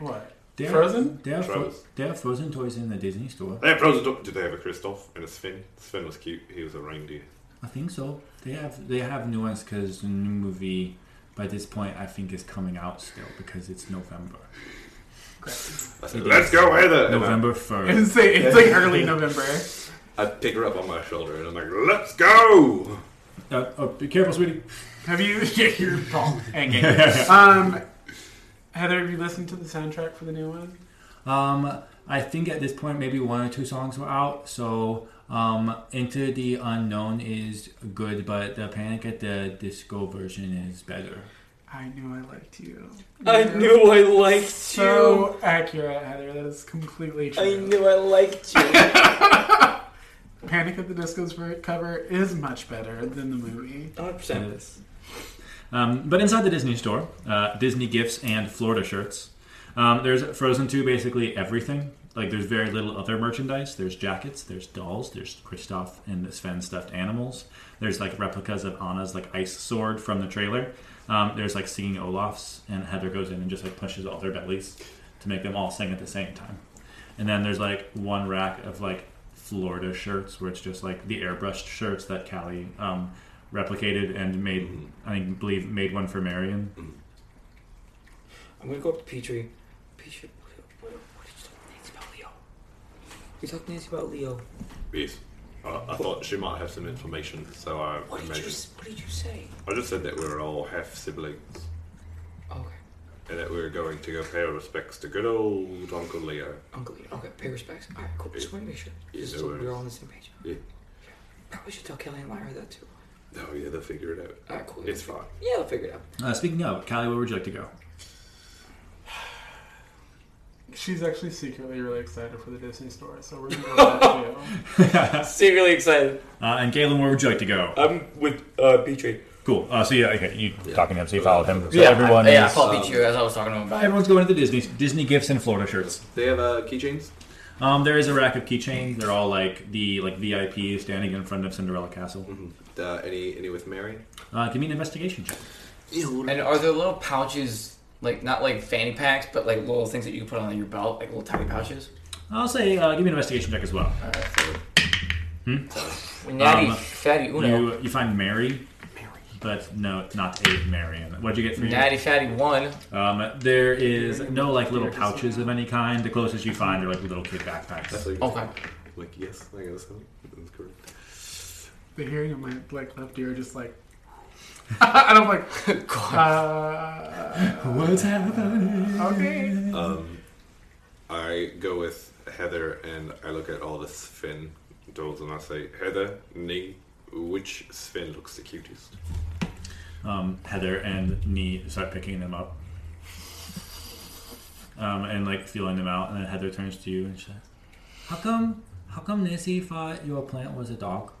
Speaker 8: What?
Speaker 7: They are-
Speaker 8: Frozen?
Speaker 7: They are, fro-
Speaker 9: Trolls.
Speaker 7: they are frozen toys in the Disney store.
Speaker 9: They have frozen duck. Did they have a Kristoff and a Sven? Sven was cute. He was a reindeer.
Speaker 7: I think so. They have they have nuance because the new movie by this point I think is coming out still because it's November.
Speaker 9: I said,
Speaker 7: It
Speaker 9: Let's
Speaker 7: is.
Speaker 9: go, Heather! And I-
Speaker 7: November first.
Speaker 8: It's, like- it's like early November.
Speaker 9: I pick her up on my shoulder and I'm like, let's go!
Speaker 7: Uh, oh, be careful, sweetie.
Speaker 8: Have you? Yeah, you're bald and gay. Um, Heather, have you listened to the soundtrack for the new one?
Speaker 7: Um, I think at this point maybe one or two songs were out. So um, Into the Unknown is good, but the Panic at the Disco version is better.
Speaker 8: I knew I liked you.
Speaker 10: I
Speaker 8: You're
Speaker 10: knew I liked you.
Speaker 8: So accurate, Heather. That is completely true.
Speaker 10: I knew I liked you.
Speaker 8: Panic at the Disco's ver- cover is much better than the movie.
Speaker 10: 100%.
Speaker 7: Um, but inside the Disney store, uh, Disney gifts and Florida shirts. Um, there's Frozen 2 basically everything. Like there's very little other merchandise. There's jackets, there's dolls, there's Kristoff and Sven stuffed animals. There's like replicas of Anna's like ice sword from the trailer. Um, there's like singing Olaf's and Heather goes in and just like pushes all their bellies to make them all sing at the same time. And then there's like one rack of like Florida shirts where it's just like the airbrushed shirts that Callie um, replicated and made.
Speaker 10: Mm-hmm.
Speaker 7: I think believe made one for Marion.
Speaker 10: I'm gonna go up to Petrie. Petrie, what, what did you talk to Nancy about Leo? You talked to Nancy about Leo.
Speaker 9: Yes. I, I thought she might have some information, so I
Speaker 10: What did you
Speaker 9: imagined.
Speaker 10: s- What did you say?
Speaker 9: I just said that we were all half siblings
Speaker 10: Okay,
Speaker 9: and that we were going to go pay our respects to good old Uncle Leo.
Speaker 10: Uncle Leo. Okay, pay respects. All right, cool. Just want to make sure.
Speaker 9: Yeah,
Speaker 10: Just
Speaker 9: no
Speaker 10: so
Speaker 9: worries.
Speaker 10: we're all on the same page.
Speaker 9: Yeah.
Speaker 10: Probably should tell Kelly and Lyra that too.
Speaker 9: Oh, yeah, they'll figure it out.
Speaker 10: All right, cool.
Speaker 9: It's fine.
Speaker 10: yeah, they'll figure it out.
Speaker 7: Uh, speaking of, Callie, where would you like to go?
Speaker 8: She's actually secretly really excited for the Disney store, so we're gonna go back to.
Speaker 10: Secretly excited.
Speaker 7: Uh, and Galen, where would you like to go?
Speaker 10: I'm with uh, Petrie.
Speaker 7: Cool. Uh, so yeah, okay, you talking to him, so you followed him. So
Speaker 10: Yeah,
Speaker 7: everyone
Speaker 10: I, yeah, I
Speaker 7: is, uh,
Speaker 10: called Petrie as I was talking to him about. it.
Speaker 7: everyone's going to the Disney Disney gifts and Florida shirts.
Speaker 9: They have uh, keychains?
Speaker 7: Um, there is a rack of keychains. They're all like the like VIP standing in front of Cinderella Castle.
Speaker 10: Mm-hmm.
Speaker 9: Uh, any, any with Mary?
Speaker 7: Uh, give me an investigation check.
Speaker 10: And are there little pouches, like not like fanny packs, but like little things that you can put on your belt, like little tiny pouches?
Speaker 7: I'll say uh, give me an investigation check as well.
Speaker 10: All right, so
Speaker 7: Hmm?
Speaker 2: Natty, fatty uno.
Speaker 7: You, you find Mary, but no, not a Mary. in it. What'd you get for your
Speaker 2: Natty fatty one.
Speaker 7: Um, there is no like little pouches of any kind. The closest you find are like little kid backpacks.
Speaker 2: Okay.
Speaker 11: Like yes, I guess that's correct.
Speaker 8: The hearing of my like left ear just like and I'm like uh,
Speaker 7: What's happening?
Speaker 8: Okay.
Speaker 11: Um, I go with Heather and I look at all the Sven dolls and I say, Heather, Ning, which Sven looks the cutest?
Speaker 7: Um, Heather and Nee start picking them up um, and like feeling them out. And then Heather turns to you and she says, "How come? How come Nancy thought your plant was a dog?"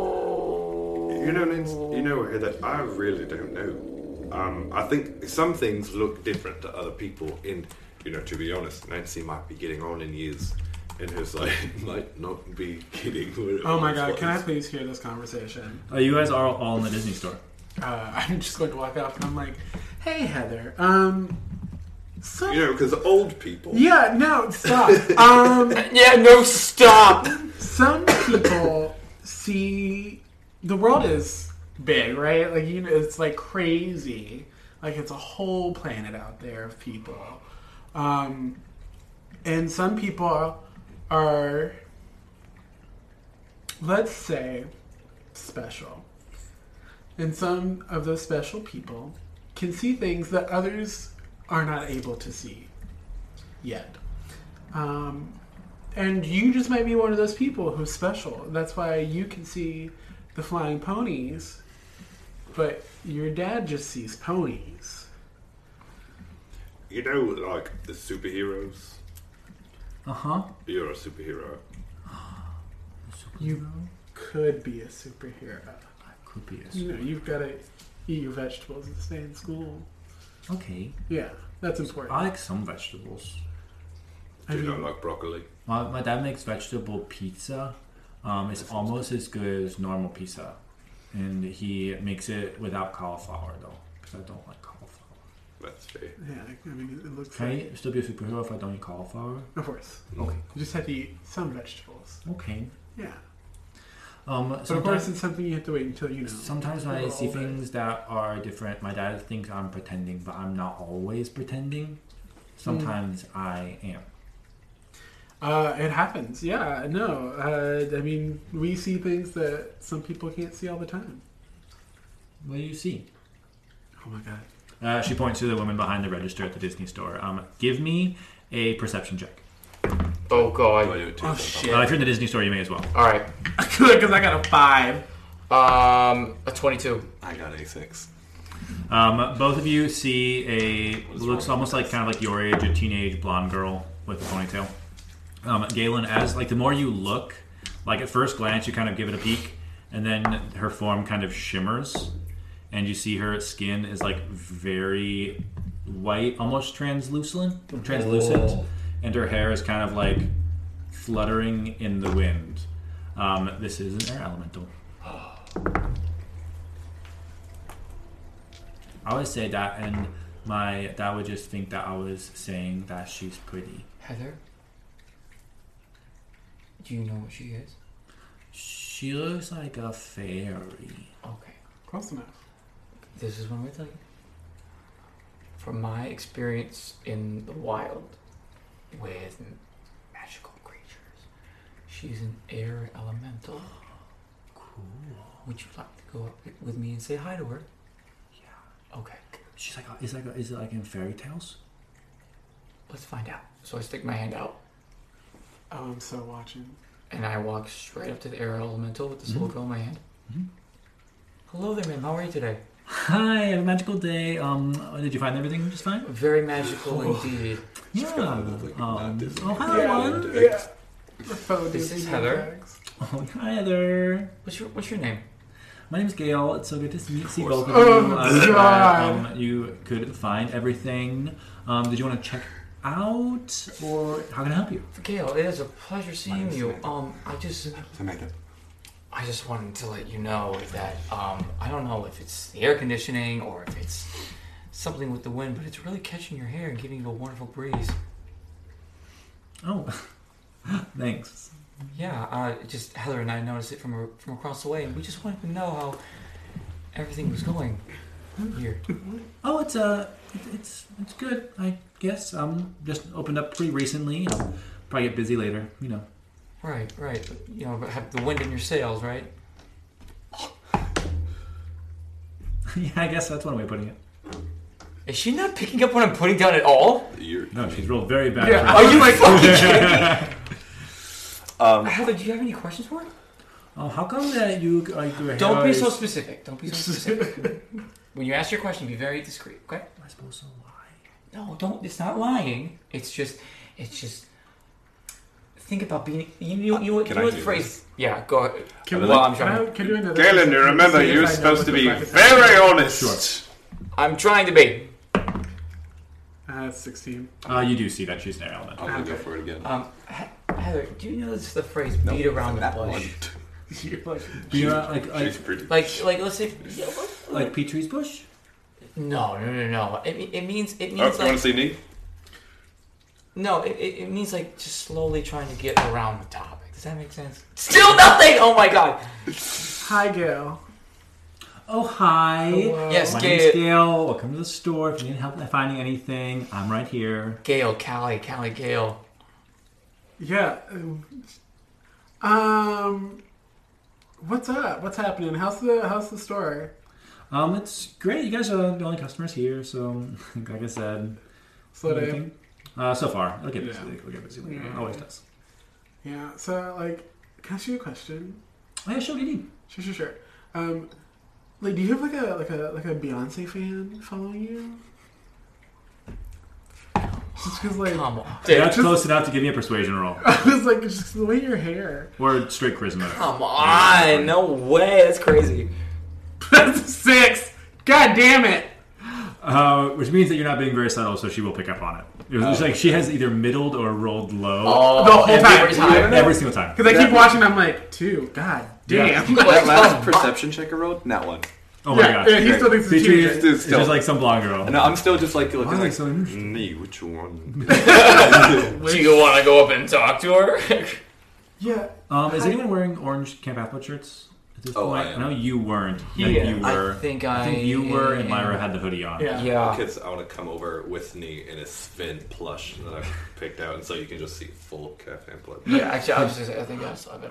Speaker 11: You know, Nance, you know, Heather, I really don't know. Um, I think some things look different to other people, and you know, to be honest, Nancy might be getting on in years, and her side might not be getting. what it
Speaker 8: Oh my
Speaker 11: once
Speaker 8: god, can I
Speaker 11: was.
Speaker 8: please hear this conversation?
Speaker 7: Uh, you guys are all in the Disney store.
Speaker 8: Uh, I'm just going to walk up and I'm like, hey Heather, um so
Speaker 11: You know, because old people.
Speaker 8: Yeah, no, stop. Um
Speaker 2: Yeah, no, stop.
Speaker 8: some people see the world is big, right? Like you know, it's like crazy. Like it's a whole planet out there of people, um, and some people are, let's say, special. And some of those special people can see things that others are not able to see yet. Um, and you just might be one of those people who's special. That's why you can see the flying ponies, but your dad just sees ponies.
Speaker 11: You know, like the superheroes.
Speaker 7: Uh huh.
Speaker 11: You're a superhero.
Speaker 8: You could be a superhero.
Speaker 7: Could be a
Speaker 8: You know, you've got to eat your vegetables and stay in school.
Speaker 7: Okay.
Speaker 8: Yeah, that's important.
Speaker 7: I like some vegetables.
Speaker 8: I
Speaker 11: Do you
Speaker 8: mean-
Speaker 11: not like broccoli?
Speaker 7: My, my dad makes vegetable pizza. Um, it's almost as good as normal pizza, and he makes it without cauliflower though, because I don't like cauliflower.
Speaker 11: That's fair.
Speaker 8: yeah, I mean, it looks
Speaker 7: Can
Speaker 8: like.
Speaker 7: I still be a superhero if I don't eat cauliflower?
Speaker 8: Of course.
Speaker 7: Okay.
Speaker 8: You just have to eat some vegetables.
Speaker 7: Okay.
Speaker 8: Yeah.
Speaker 7: Um,
Speaker 8: But of course,
Speaker 7: sometimes,
Speaker 8: it's something you have to wait until you know.
Speaker 7: sometimes when I
Speaker 8: you're
Speaker 7: see
Speaker 8: older.
Speaker 7: things that are different, my dad thinks I'm pretending, but I'm not always pretending.
Speaker 8: Hmm.
Speaker 7: Sometimes I am.
Speaker 8: Uh, it happens. Yeah, no. Uh, I mean, we see things that some people can't see all the time.
Speaker 7: What do you see?
Speaker 8: Oh my god.
Speaker 7: Uh, she points to the woman behind the register at the Disney store. Um, give me a perception check.
Speaker 2: Oh
Speaker 11: Do I
Speaker 2: god.
Speaker 11: do it too?
Speaker 8: Oh
Speaker 7: Uh,
Speaker 8: shit.
Speaker 7: if you're in the Disney store, you may as well.
Speaker 2: All right.
Speaker 8: Good, because I got a five.
Speaker 2: Um, a twenty-two.
Speaker 11: I got A6.
Speaker 7: Um, both of you see a
Speaker 11: is
Speaker 7: looks
Speaker 11: wrong
Speaker 7: almost like kind of like your age, a teenage blonde girl with a ponytail. Um, Galen, as like the more you look, like at first glance, you kind of give it a peek, and then her form kind of shimmers, and you see her skin is like very white, almost translucent, translucent, and her hair is kind of like fluttering in the wind. Um, this is an air elemental. I would say that, and my dad would just think that I was saying that she's pretty.
Speaker 2: Heather. Do you know what she is?
Speaker 7: She looks like a fairy.
Speaker 2: Okay.
Speaker 8: Close enough.
Speaker 2: This is what I'm gonna tell you. From my experience in the wild with m- magical creatures, she's an air elemental.
Speaker 7: Cool.
Speaker 2: Would you like to go up with me and say hi to her?
Speaker 7: Yeah.
Speaker 2: Okay,
Speaker 7: She's like, "Oh, is like, is it like in fairy tales?
Speaker 2: let's find out. So I stick my hand out
Speaker 8: Oh, I'm so watching.
Speaker 2: and I walk straight up to the air elemental with this
Speaker 7: Mm-hmm.
Speaker 2: little girl in my hand. Hello there, ma'am. How are you today?
Speaker 7: Hi, have a magical day. Um, did you find everything just fine?
Speaker 2: Very magical
Speaker 7: Oh.
Speaker 2: indeed.
Speaker 7: Yeah. Um, oh, hi, everyone.
Speaker 8: Yeah.
Speaker 2: This is Heather.
Speaker 7: Oh, hi, Heather.
Speaker 2: What's your What's your name?
Speaker 7: My name's Gail. It's so good to see, see both of you.
Speaker 8: Oh,
Speaker 7: I'm glad,
Speaker 8: God.
Speaker 7: um, you could find everything. Um, did you want to check out, or how can I help you?
Speaker 2: Gail, it is a pleasure seeing you. Um, I just
Speaker 11: Samantha.
Speaker 2: I just wanted to let you know that um, I don't know if it's the air conditioning or if it's something with the wind, but it's really catching your hair and giving you a wonderful breeze.
Speaker 7: Oh, Thanks.
Speaker 2: Yeah, uh, just Heather and I noticed it from a, from across the way, and we just wanted to know how everything was going here.
Speaker 7: Oh, it's uh, it, it's it's good, I guess. Um, just opened up pretty recently. I'll probably get busy later. You know.
Speaker 2: Right, right. You know, but have the wind in your sails, right?
Speaker 7: yeah, I guess that's one way of putting it.
Speaker 2: Is she not picking up what I'm putting down at all?
Speaker 7: No, she's rolled very bad.
Speaker 2: Yeah,
Speaker 7: for
Speaker 2: are you
Speaker 7: her.
Speaker 2: fucking kidding
Speaker 11: Um,
Speaker 2: Heather, do you have any questions for her?
Speaker 7: oh, how come that you like? your hair
Speaker 2: Don't be so
Speaker 7: is-
Speaker 2: specific. Don't be so specific. when you ask your question, be very discreet, okay? Am I supposed to lie? No, don't. It's not lying. It's just, it's just. Think about being. You, you, you, you
Speaker 11: Can
Speaker 2: know
Speaker 11: I
Speaker 2: what
Speaker 11: do
Speaker 2: phrase? Yeah, go ahead.
Speaker 11: Can
Speaker 2: Well,
Speaker 11: we-
Speaker 2: I'm
Speaker 11: can
Speaker 2: trying.
Speaker 8: I- can you do another-
Speaker 11: Galen, you remember,
Speaker 8: See if
Speaker 11: you're
Speaker 8: I know
Speaker 11: supposed
Speaker 8: what
Speaker 11: to
Speaker 8: the
Speaker 11: be
Speaker 8: fuck is-
Speaker 11: very honest.
Speaker 2: I'm trying to be.
Speaker 8: Uh, 16.
Speaker 7: Uh, you do see that she's an air element.
Speaker 11: I'm gonna go for it again.
Speaker 2: Um, He- Heather, do you know this the phrase "beat around the
Speaker 11: that
Speaker 2: bush"?
Speaker 8: You're like,
Speaker 7: You know, like like
Speaker 11: She's pretty.
Speaker 2: Like, like let's say. yeah, what-
Speaker 7: like Petrie's bush.
Speaker 2: No, no, no, no. It, me- it means it
Speaker 11: Oh,
Speaker 2: means
Speaker 11: you
Speaker 2: like
Speaker 11: want to see me?
Speaker 2: no. It, it it means like just slowly trying to get around the topic. Does that make sense? Still nothing. Oh my god.
Speaker 8: Hi, Gail.
Speaker 7: Oh hi.
Speaker 2: Yes,
Speaker 7: My name's
Speaker 2: Uh, Gail,
Speaker 7: Gail. Welcome to the store. If you need help finding anything, I'm right here.
Speaker 2: Gail, Callie, Callie, Gail.
Speaker 8: Yeah. um, Um. What's up? What's happening? How's the How's the store?
Speaker 7: Um, it's great. You guys are the only customers here, so like I said,
Speaker 8: Slow down.
Speaker 7: anything? Uh, so far, I'll get busy.
Speaker 8: Yeah.
Speaker 7: later. I'll get busy later.
Speaker 8: Yeah.
Speaker 7: Always does.
Speaker 8: Yeah. So, like, can I ask you a question?
Speaker 7: Oh yeah, sure. What do you need?
Speaker 8: Sure, sure, sure. Um, like, do you have like a like a like a Beyonce fan following you? Just because, like,
Speaker 2: Come on,
Speaker 7: Yeah,
Speaker 2: dude.
Speaker 7: that's close enough to give me a persuasion roll
Speaker 8: it's like it's just the way your hair.
Speaker 7: or straight charisma.
Speaker 2: Come on. No way. That's crazy.
Speaker 8: That's a six. God damn it.
Speaker 7: Uh, which means that you're not being very subtle, so she will pick up on it. It was just like she has either middled or rolled low.
Speaker 2: Oh,
Speaker 8: The whole time.
Speaker 2: Every time.
Speaker 7: Every single time.
Speaker 8: Because I keep watching, I'm like, two. God
Speaker 7: Yeah.
Speaker 8: damn.
Speaker 11: That last perception check I rolled, not one.
Speaker 7: Oh my god.
Speaker 8: he still thinks it's
Speaker 7: Petrie
Speaker 8: cheating.
Speaker 7: is
Speaker 11: It's
Speaker 7: it's
Speaker 11: still-
Speaker 7: just like some blonde girl.
Speaker 11: No, I'm still just like
Speaker 7: Why
Speaker 11: looking
Speaker 7: are they
Speaker 11: like,
Speaker 7: so interested?
Speaker 11: me, which one?
Speaker 2: Do you want to go up and talk to her?
Speaker 8: Yeah.
Speaker 7: Um, is anyone wearing orange Camp Atwood shirts at this
Speaker 11: Oh,
Speaker 7: point?
Speaker 11: I
Speaker 7: I,
Speaker 11: am.
Speaker 7: know you weren't. I think
Speaker 8: Yeah.
Speaker 7: you
Speaker 2: I
Speaker 7: were.
Speaker 2: think I
Speaker 7: you were, and Lyra
Speaker 2: am.
Speaker 7: had the hoodie on.
Speaker 8: Yeah.
Speaker 2: Yeah.
Speaker 11: Kids, I want to come over with me in a Sven plush that I've picked out, and so you can just see full cafe blood.
Speaker 2: Yeah, actually, I was just, I think I saw it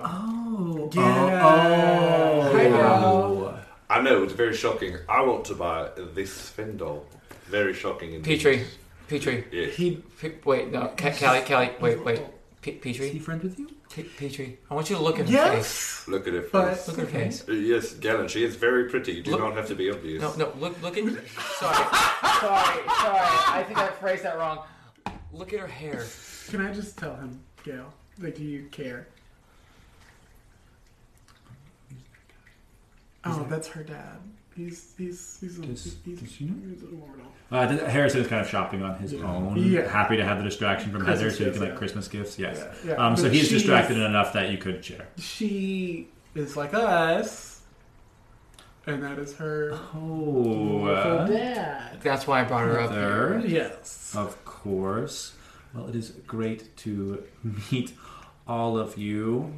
Speaker 7: Oh.
Speaker 2: on.
Speaker 8: Yeah.
Speaker 7: Oh.
Speaker 8: Hi, Val.
Speaker 11: I know it's very shocking. I want to buy this Sven doll. Very shocking. Indeed.
Speaker 2: Petrie, Petrie.
Speaker 11: Yes.
Speaker 2: He, Pe- wait, no, Ca- Callie, Callie, wait, wait. Pe- Petrie,
Speaker 7: Is he friends with you?
Speaker 2: Pe- Petrie. I want you to look in her face.
Speaker 8: Yes.
Speaker 11: Look at her face.
Speaker 8: But
Speaker 2: Look at her face.
Speaker 11: Uh, Yes, Galen, she is very pretty. You do
Speaker 2: Look-
Speaker 11: not have to be obvious.
Speaker 2: No, no, look, look at. Sorry, sorry, sorry. I think I phrased that wrong. Look at her hair.
Speaker 8: can I just tell him, Gail? Like, do you care? Oh, that's her dad. He's he's he's a,
Speaker 7: Does-
Speaker 8: he's,
Speaker 7: does she know?
Speaker 8: he's a mortal.
Speaker 7: Uh, th- Harrison is kind of shopping on his own.
Speaker 8: Yeah.
Speaker 7: Happy to have the distraction from
Speaker 8: Christmas
Speaker 7: Heather, so you
Speaker 8: gifts,
Speaker 7: can like
Speaker 8: yeah.
Speaker 7: Christmas gifts. Yes.
Speaker 8: Yeah.
Speaker 7: Um, so
Speaker 8: But
Speaker 7: he's
Speaker 8: she's-
Speaker 7: distracted enough that you could share.
Speaker 8: She is like us, and that is her
Speaker 7: Oh.
Speaker 8: her
Speaker 7: uh,
Speaker 8: dad.
Speaker 2: That's why I brought her up.
Speaker 7: Heather.
Speaker 8: Yes.
Speaker 7: Of course. Well, it is great to meet all of you.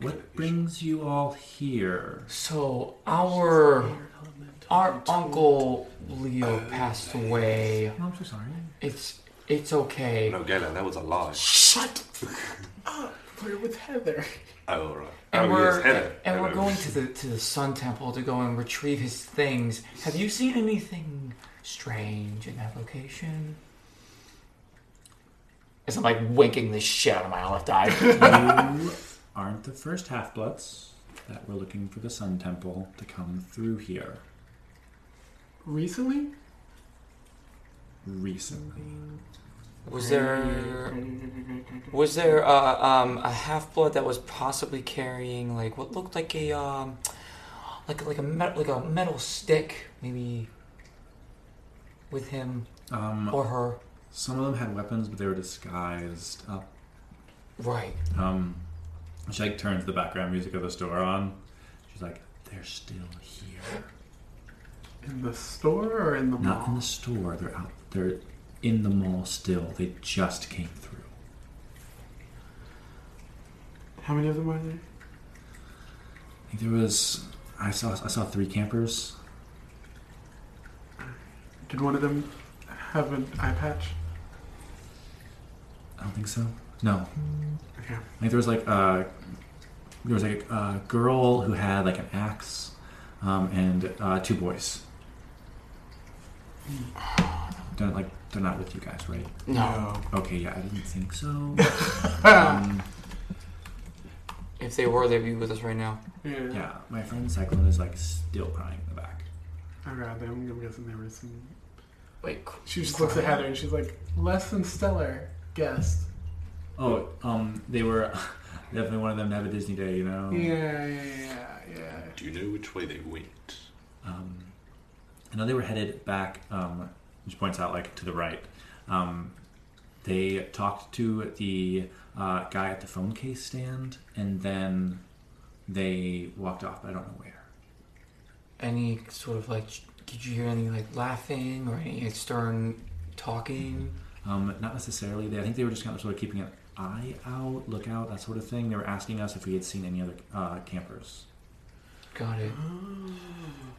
Speaker 7: What brings you all here?
Speaker 2: So our our uncle Leo passed away.
Speaker 7: Oh, I'm so sorry.
Speaker 2: It's it's okay.
Speaker 11: No, Galen, that was a lie.
Speaker 2: Shut.
Speaker 8: We're with Heather.
Speaker 11: Oh, all right.
Speaker 2: And
Speaker 11: oh,
Speaker 2: we're
Speaker 11: yes, Heather.
Speaker 2: and we're
Speaker 11: Hello.
Speaker 2: going to the to the Sun Temple to go and retrieve his things. Have you seen anything strange in that location? As I'm like winking the shit out of my left eye.
Speaker 7: You aren't the first half bloods that were looking for the Sun Temple to come through here
Speaker 8: Recently?
Speaker 7: recently.
Speaker 2: was there was there uh, um, a half blood that was possibly carrying like what looked like a um, like like a metal, like a metal stick maybe with him
Speaker 7: Um,
Speaker 2: or her?
Speaker 7: some of them had weapons, but they were disguised up.
Speaker 2: Right.
Speaker 7: Um, she like turns the background music of the store on. She's like, "They're still here.
Speaker 8: In the store or in the
Speaker 7: Not in
Speaker 8: mall?
Speaker 7: the store. They're out. They're in the mall still. They just came through."
Speaker 8: How many of them are there?
Speaker 7: I think there was. I saw. I saw three campers.
Speaker 8: Did one of them have an eye patch?
Speaker 7: I don't think so. No.
Speaker 8: Okay.
Speaker 7: I think there was like a there was like a, uh girl who had like an axe, um, and uh, two boys. They're like they're not with you guys, right?
Speaker 2: No.
Speaker 7: Okay, yeah, I didn't think so. um,
Speaker 2: If they were, they'd be with us right now.
Speaker 7: yeah, my friend Cyclone is like still crying in the back.
Speaker 8: Oh god, I'm, I'm guessing there was some.
Speaker 2: Wait,
Speaker 8: She just looks at Heather and she's like, less than stellar guest.
Speaker 7: Oh, um, they were definitely one of them to have a Disney day, you know.
Speaker 8: Yeah, yeah, yeah, yeah.
Speaker 11: Do you know which way they went?
Speaker 7: Um, I know they were headed back, um, which points out like to the right. Um, they talked to the uh, guy at the phone case stand, and then they walked off. But I don't know where.
Speaker 2: Any sort of like, did you hear any like laughing or any stern talking?
Speaker 7: Um, not necessarily. They, I think they were just kind of sort of keeping an eye out, look out, that sort of thing. They were asking us if we had seen any other uh, campers.
Speaker 2: Got it.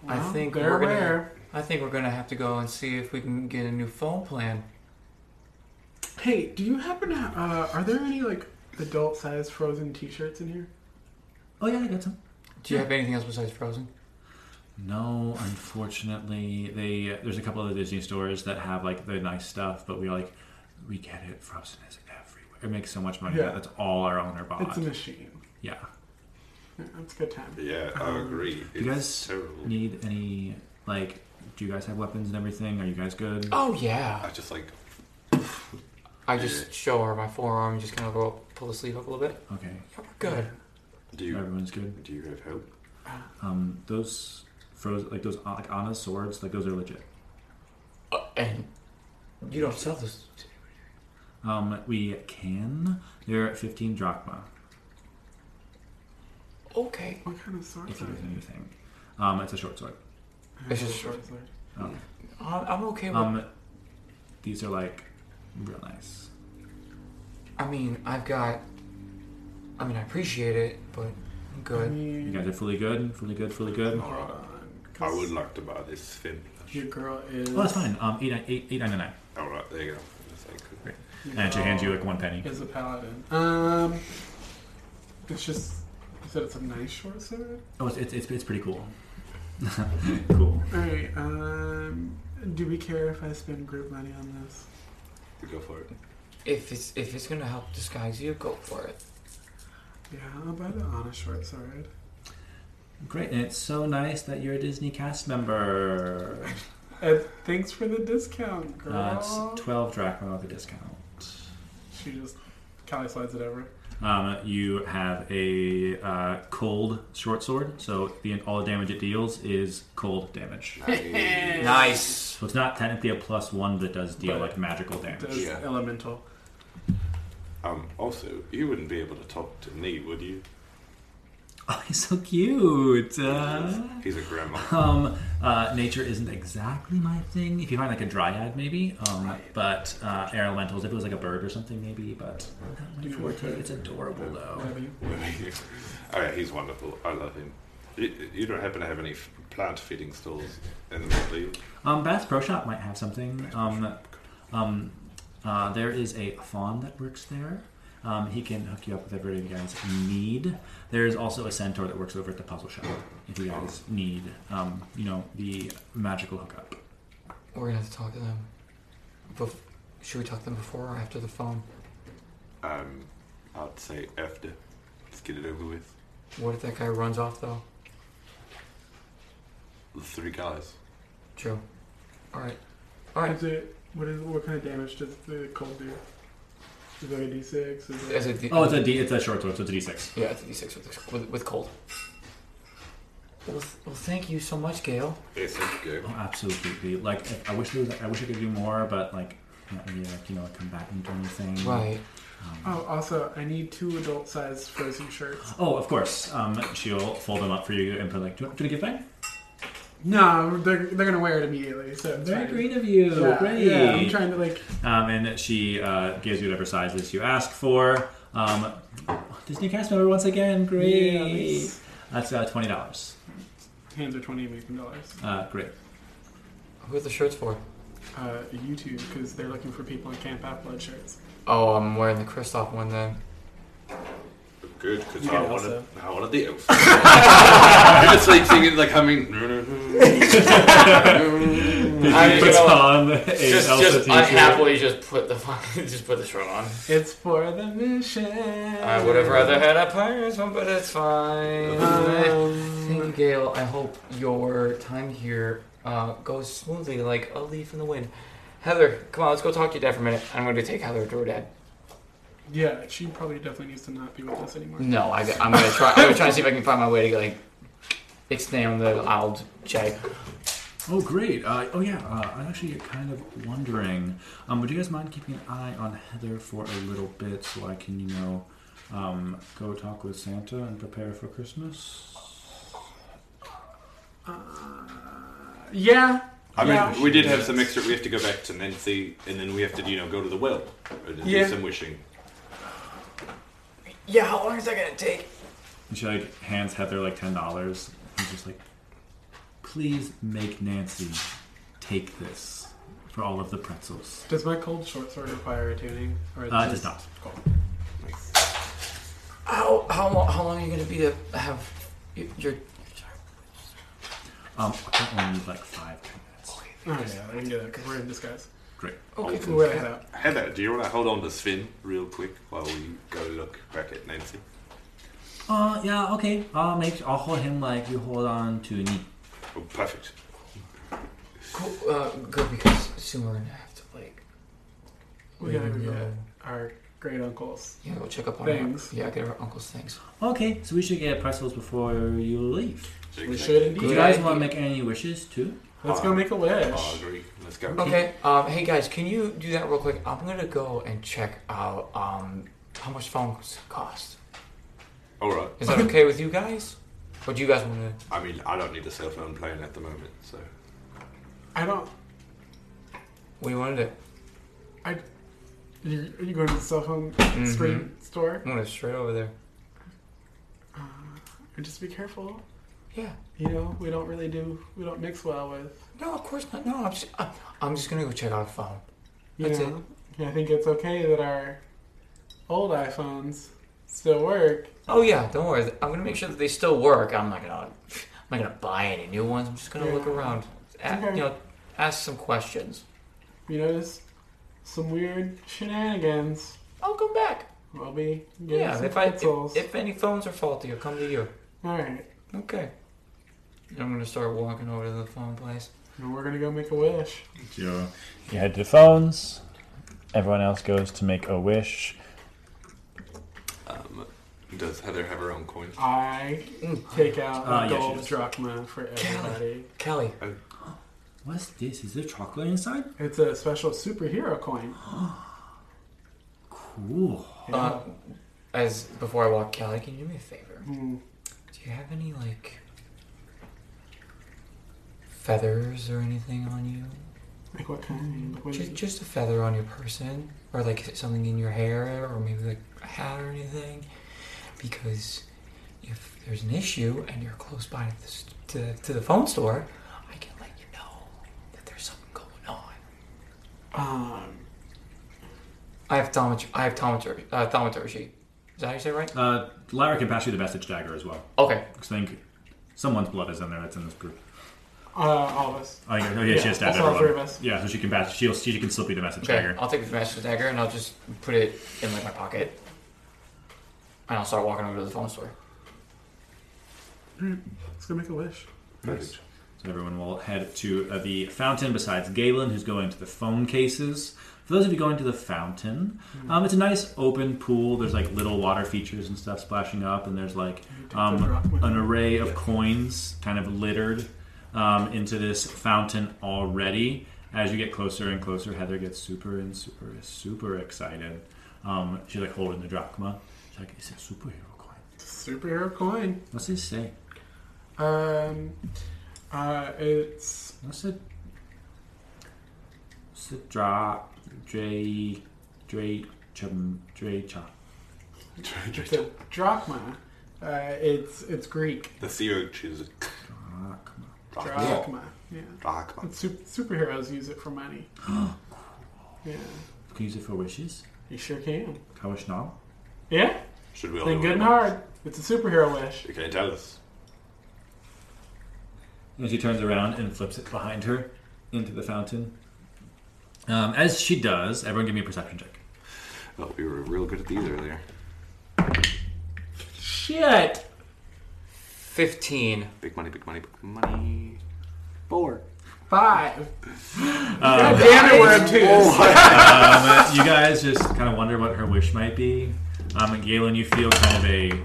Speaker 2: I
Speaker 8: Well,
Speaker 2: think
Speaker 8: they're
Speaker 2: we're gonna.
Speaker 8: aware.
Speaker 2: I think we're gonna have to go and see if we can get a new phone plan.
Speaker 8: Hey, do you happen to? Uh, are there any like adult-sized frozen T-shirts in here?
Speaker 7: Oh yeah, I got some.
Speaker 2: Do you have anything else besides Frozen?
Speaker 7: No, unfortunately, they there's a couple other Disney stores that have like the nice stuff, but we are like, we get it. Frozen is everywhere. It makes so much money.
Speaker 8: Yeah.
Speaker 7: That's all our owner bought.
Speaker 8: It's a machine.
Speaker 7: yeah.
Speaker 8: Yeah, That's a good time.
Speaker 11: Yeah, I agree.
Speaker 7: Do you guys
Speaker 11: terrible.
Speaker 7: need any like? Do you guys have weapons and everything? Are you guys good?
Speaker 2: Oh yeah.
Speaker 11: I just like
Speaker 2: I just show her my forearm, just kind of go up, pull the sleeve up a little bit.
Speaker 7: Okay,
Speaker 2: Yeah, we're good.
Speaker 11: do you
Speaker 7: everyone's good.
Speaker 11: do you have help?
Speaker 7: Um, those frozen like those like Anna's swords like those are legit.
Speaker 2: Uh, and you don't sell this.
Speaker 7: Um, we can. They're at fifteen drachma.
Speaker 2: Okay.
Speaker 8: What kind of sword
Speaker 7: If
Speaker 8: is
Speaker 7: you
Speaker 8: it?
Speaker 7: guys need anything, um, it's a short sword.
Speaker 2: It's just short.
Speaker 8: sword.
Speaker 7: Okay.
Speaker 2: I- I'm okay with.
Speaker 7: Um, these are like real nice.
Speaker 2: I mean, I've got. I mean, I appreciate it, but I'm
Speaker 8: I
Speaker 2: good.
Speaker 7: You
Speaker 8: mean,
Speaker 7: guys are fully good, fully good, fully good.
Speaker 11: All
Speaker 7: Oh,
Speaker 11: right. I
Speaker 8: 'cause
Speaker 11: would like to buy this fin.
Speaker 8: Your girl is.
Speaker 7: that's fine. Um, eight nine eight eight ninety nine.
Speaker 11: All right, there you go. That's like-
Speaker 8: your
Speaker 7: And she hands you
Speaker 8: girl
Speaker 7: like one penny.
Speaker 8: Is a paladin. Um, it's just. You said it's a nice short sword.
Speaker 7: Oh, it's it's, it's, it's pretty cool. cool.
Speaker 8: All right. Um, do we care if I spend group money on this?
Speaker 11: Go for it.
Speaker 2: If it's if it's gonna help disguise you, go for it.
Speaker 8: Yeah, I'll buy the honest short sword.
Speaker 7: Great, and it's so nice that you're a Disney cast member.
Speaker 8: And thanks for the discount, girl.
Speaker 7: Uh, it's twelve drachma with a discount.
Speaker 8: she just kind of slides it over.
Speaker 7: Um, you have a uh, cold short sword, so the all the damage it deals is cold damage.
Speaker 2: Nice.
Speaker 7: So it's not technically a plus one, but it does deal like magical damage.
Speaker 8: Does
Speaker 11: Yeah.
Speaker 8: elemental.
Speaker 11: Um. Also, you wouldn't be able to talk to me, would you?
Speaker 7: Oh, he's so cute. Uh,
Speaker 11: He's a grandma.
Speaker 9: Oh,
Speaker 7: Um, uh, nature isn't exactly my thing. If you find like a dryad, maybe. Um, But uh, air elementals, if it was like a bird or something, maybe. But not my forte. It's adorable though.
Speaker 8: Whatever you-
Speaker 11: All right, he's wonderful. I love him. You, you don't happen to have any f- plant feeding stalls in the world, do you?
Speaker 7: Um, Bass Pro Shop might have something. Um, um, uh, there is a fawn that works there. Um, he can hook you up with whatever you guys need. There is also a centaur that works over at the puzzle shop. If you guys need, um, you know, the magical hookup.
Speaker 2: We're gonna have to talk to them. Bef- should we talk to them before or after the phone?
Speaker 11: Um, I'd say after. Let's get it over with.
Speaker 2: What if that guy runs off though?
Speaker 11: The three guys.
Speaker 2: True. All right. All right.
Speaker 8: Is it, what is what kind of damage does the cold do? Is it like a d6? Is it,
Speaker 2: As a D-
Speaker 7: Oh, it's a D. It's a short sword, so it's a D6.
Speaker 2: yeah, it's a D6 with, with, with cold. Well, th- well, thank you so much, Gail.
Speaker 11: Yes, thank you.
Speaker 7: Oh, absolutely. Like, if- I wish there was, I wish I could do more, but like, not really, like you know, like, combatant or anything.
Speaker 2: Right.
Speaker 8: oh, also, I need two adult-sized frozen shirts.
Speaker 7: Oh, of course. Um, she'll fold them up for you and put like, do you want do you want to give back?
Speaker 8: No, they're, they're gonna wear it immediately. So it's
Speaker 7: Very
Speaker 8: fine.
Speaker 7: green of you.
Speaker 8: Yeah,
Speaker 7: Great.
Speaker 8: yeah, I'm trying to like.
Speaker 7: Um, and she uh, gives you whatever size list you ask for. Um, Disney cast member once again. Great.
Speaker 8: Yeah, nice.
Speaker 7: That's uh, twenty dollars.
Speaker 8: Hands are 20 American dollars.
Speaker 7: Uh, great.
Speaker 10: Who are the shirts for?
Speaker 8: Uh, YouTube, because they're looking for people in Camp Half Blood shirts.
Speaker 10: Oh, I'm wearing the Kristoff one then.
Speaker 9: Good, because
Speaker 8: You
Speaker 9: I
Speaker 8: can
Speaker 9: wanted,
Speaker 8: also-
Speaker 9: I wanted the elf. I'm just like singing, like humming.
Speaker 10: I
Speaker 7: puts
Speaker 10: you know,
Speaker 7: on a
Speaker 10: Just,
Speaker 7: Elsa
Speaker 10: just
Speaker 7: t-shirt.
Speaker 10: unhappily, just put the fucking, just put the shirt on. Uh,
Speaker 8: It's for the mission.
Speaker 10: I would have rather had a pirate one, but it's fine. Hey, Um, Gail, I hope your time here uh, goes smoothly like a leaf in the wind. Heather, come on, let's go talk to your dad for a minute. I'm going to take Heather to her dad.
Speaker 8: Yeah, she probably definitely needs to not be with us anymore.
Speaker 10: No, I, am going to try. I'm going to try and see if I can find my way to like extend the old check.
Speaker 7: Oh, great. Uh, oh, yeah. Uh, I'm actually kind of wondering. Um, would you guys mind keeping an eye on Heather for a little bit so I can, you know, um, go talk with Santa and prepare for Christmas?
Speaker 8: Yeah.
Speaker 9: I mean,
Speaker 8: yeah.
Speaker 9: we did have some extra. We have to go back to Nancy, and then we have to, you know, go to the well and
Speaker 8: Yeah.
Speaker 9: do some wishing.
Speaker 10: Yeah, how long is that going to take?
Speaker 7: And she like hands Heather like ten dollars. And just like, please make Nancy take this for all of the pretzels.
Speaker 8: Does my cold short sword require a tuning? Or
Speaker 7: Uh, it does not.
Speaker 10: How how long, how long are you going to be to have y- your?
Speaker 7: Um, I think I only need like five minutes.
Speaker 8: Oh yeah, I can do that because we're in disguise.
Speaker 7: Great.
Speaker 10: Okay, cool.
Speaker 8: We're head out.
Speaker 9: Heather, do you want to hold on to Sven real quick while we go look back at Nancy?
Speaker 7: Uh, yeah, okay. I'll make. I'll hold him like you hold on to me.
Speaker 9: Oh, perfect.
Speaker 10: Cool, uh, good because soon we're going to have to like
Speaker 8: We gotta go
Speaker 10: Yeah.
Speaker 8: get our great uncles.
Speaker 10: yeah go check up on
Speaker 8: Things.
Speaker 10: Our, yeah, get our uncle's things.
Speaker 7: Okay, so we should get pretzels before you leave.
Speaker 8: We should
Speaker 7: Do
Speaker 8: indeed.
Speaker 7: you
Speaker 10: Good
Speaker 7: guys
Speaker 10: idea.
Speaker 7: want to make any wishes too?
Speaker 8: Let's go make a
Speaker 9: Oh, I
Speaker 8: wish.
Speaker 9: agree. Let's go.
Speaker 10: Okay. Um, hey guys, can you do that real quick? I'm gonna go and check out um, how much phones cost.
Speaker 9: All right.
Speaker 10: Is that okay with you guys? Or do you guys want to?
Speaker 9: I mean, I don't need a cell phone plan at the moment, so
Speaker 8: I don't.
Speaker 10: What do you want to do?
Speaker 8: I. You're, are you going to the cell phone
Speaker 10: Mm-hmm.
Speaker 8: screen store?
Speaker 10: I'm gonna straight over there.
Speaker 8: And just be careful.
Speaker 10: Yeah.
Speaker 8: You know, we don't really do. We don't mix well with.
Speaker 10: No, of course not. No, I'm just, I'm, I'm just gonna go check out a phone.
Speaker 8: You
Speaker 10: That's
Speaker 8: know, I think it's okay that our old iPhones still work.
Speaker 10: Oh yeah, don't worry. I'm gonna make sure that they still work. I'm not gonna, I'm not gonna buy any new ones. I'm just gonna look
Speaker 8: Yeah.
Speaker 10: around, a-
Speaker 8: Okay.
Speaker 10: you know, ask some questions.
Speaker 8: You notice some weird shenanigans.
Speaker 10: I'll come back.
Speaker 8: We'll be getting
Speaker 10: Yeah,
Speaker 8: some
Speaker 10: if I
Speaker 8: pretzels.
Speaker 10: if, if any phones are faulty, I'll come to you.
Speaker 8: All right,
Speaker 10: Okay. I'm gonna start walking over to the phone place.
Speaker 8: and we're gonna go make a wish.
Speaker 7: Yeah. You head to the phones. Everyone else goes to make a wish.
Speaker 9: does Heather have her own coin?
Speaker 8: I
Speaker 10: Mm.
Speaker 8: take out
Speaker 7: Ah,
Speaker 8: a
Speaker 7: yes, she
Speaker 8: gold
Speaker 7: does.
Speaker 8: drachma for everybody.
Speaker 10: Kelly,
Speaker 7: What's this? Is there chocolate inside?
Speaker 8: It's a special superhero coin.
Speaker 7: Cool.
Speaker 10: uh, as before I walk, Kelly, can you do me a favor?
Speaker 8: Hmm.
Speaker 10: Do you have any like feathers or anything on you?
Speaker 8: Like what kind? Like what
Speaker 10: Just,
Speaker 8: is
Speaker 10: just a feather on your person, or like something in your hair, or maybe like a hat or anything. Because if there's an issue and you're close by to the, s- to, to the phone store, I can let you know that there's something going on.
Speaker 8: um,
Speaker 10: I have thaumaturgy. I have thaumaturgy. Uh, thaumaturgy. Is that how you say it right?
Speaker 7: Uh, Lyra can pass you the vestige dagger as well.
Speaker 10: Okay.
Speaker 7: 'Cause I think someone's blood is in there that's in this group.
Speaker 8: uh, all of us.
Speaker 7: Oh yeah, oh, yeah, she has stabbed
Speaker 8: that's all
Speaker 7: everyone.
Speaker 8: three of us.
Speaker 7: Yeah, so she can pass. She'll, she can slip you the message
Speaker 10: Okay.
Speaker 7: dagger.
Speaker 10: I'll take the master's dagger and I'll just put it in like my pocket, and I'll start walking over to the phone store.
Speaker 8: Let's go make a wish.
Speaker 9: Perfect.
Speaker 7: So everyone will head to uh, the fountain. Besides Galen, who's going to the phone cases. For those of you going to the fountain, um, it's a nice open pool. There's like little water features and stuff splashing up, and there's like um, an array of coins kind of littered um, into this fountain already. As you get closer and closer, Heather gets super and super super excited. Um, she's like holding the drachma. She's like, "It's a superhero coin.
Speaker 8: Superhero coin.
Speaker 7: What's it say?
Speaker 8: Um, uh, it's
Speaker 7: What's it? What's it? Dra, Dre, Dre, Chum, Dre, Cha.
Speaker 8: It's a drachma. Uh, it's it's Greek.
Speaker 11: The
Speaker 9: E
Speaker 11: sea urch is
Speaker 8: Drachma. Yeah.
Speaker 11: Drachma.
Speaker 8: And sup- superheroes use it for money.
Speaker 7: Can
Speaker 8: Yeah.
Speaker 7: you use it for wishes?
Speaker 8: You sure can.
Speaker 7: Can I wish now?
Speaker 8: Yeah.
Speaker 11: Should we all
Speaker 9: Oh,
Speaker 8: Think
Speaker 11: do
Speaker 8: good
Speaker 11: it
Speaker 8: and
Speaker 11: now?
Speaker 8: hard. It's a superhero wish.
Speaker 11: Okay, tell us.
Speaker 7: And she turns around and flips it behind her into the fountain. Um, as she does, everyone give me a perception check.
Speaker 11: Oh, we were real good at these earlier.
Speaker 8: Shit.
Speaker 2: 15.
Speaker 11: Big money, big money, big money. Four.
Speaker 8: Five.
Speaker 7: Um,
Speaker 8: God damn it, we're obtuse.
Speaker 7: um, you guys just kind of wonder what her wish might be. Um, and Galen, you feel kind of a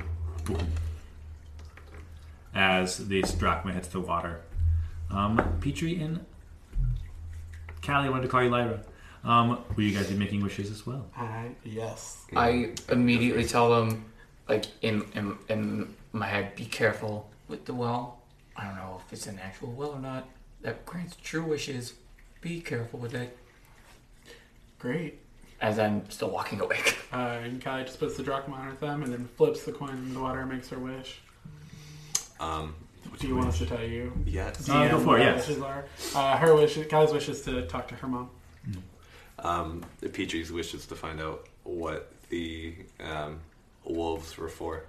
Speaker 7: as the drachma hits the water. Um, Petrie and Callie I wanted to call you Lyra. Um, will you guys be making wishes as well?
Speaker 8: Uh, yes.
Speaker 2: I immediately tell them, like in, in in my head, be careful with the well. I don't know if it's an actual well or not. That grants true wishes. Be careful with it.
Speaker 8: Great.
Speaker 2: As I'm still walking awake.
Speaker 8: Uh, and Callie just puts the drachma on her thumb and then flips the coin in the water and makes her wish.
Speaker 11: Um,
Speaker 8: Do you want us to tell you?
Speaker 11: yes.
Speaker 7: Uh, go for it,
Speaker 8: what her
Speaker 7: yes.
Speaker 8: wishes are? Uh, her wish, Callie's wish is to talk to her mom.
Speaker 11: Um, Petrie's wishes to find out what the um, wolves were for,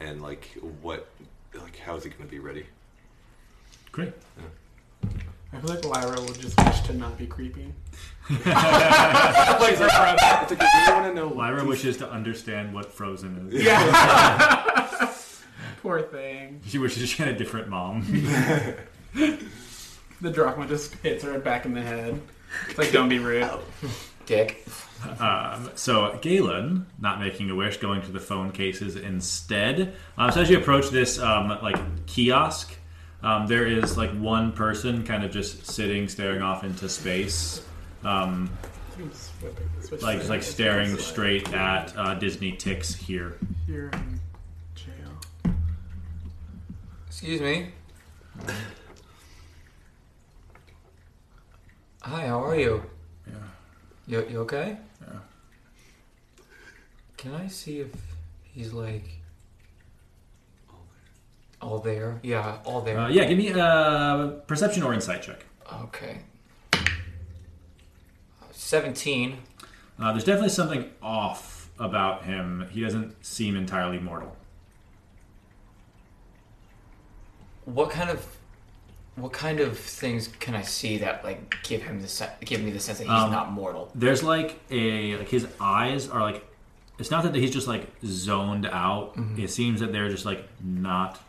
Speaker 11: and like what, like how's he gonna be ready?
Speaker 7: Great.
Speaker 8: I feel like Lyra would just wish to not be creepy.
Speaker 11: like, it's like, I really want to know. what
Speaker 7: Lyra
Speaker 11: these-
Speaker 7: wishes to understand what Frozen is.
Speaker 8: Poor thing.
Speaker 7: She wishes she had a different mom.
Speaker 8: The drachma just hits her back in the head. It's like, don't be rude.
Speaker 2: Dick.
Speaker 7: Um, so Galen, not making a wish, going to the phone cases instead. Um, so as you approach this um, like kiosk, um, there is like one person kind of just sitting, staring off into space, um,
Speaker 8: Switch
Speaker 7: like
Speaker 8: sides.
Speaker 7: just, like staring straight at uh, Disney ticks here.
Speaker 8: You're in jail.
Speaker 2: Excuse me. Hi, how are you? Yeah. You, you okay? Yeah. Can I see if he's like. All there? Yeah, all there.
Speaker 7: Uh, yeah, give me a perception or insight check.
Speaker 2: Okay. Uh, 17.
Speaker 7: Uh, there's definitely something off about him. He doesn't seem entirely mortal.
Speaker 2: What kind of what kind of things can I see that like give him the se- give me the sense that he's
Speaker 7: Um,
Speaker 2: not mortal?
Speaker 7: there's like a like his eyes are like it's not that he's just like zoned out it seems that they're just like not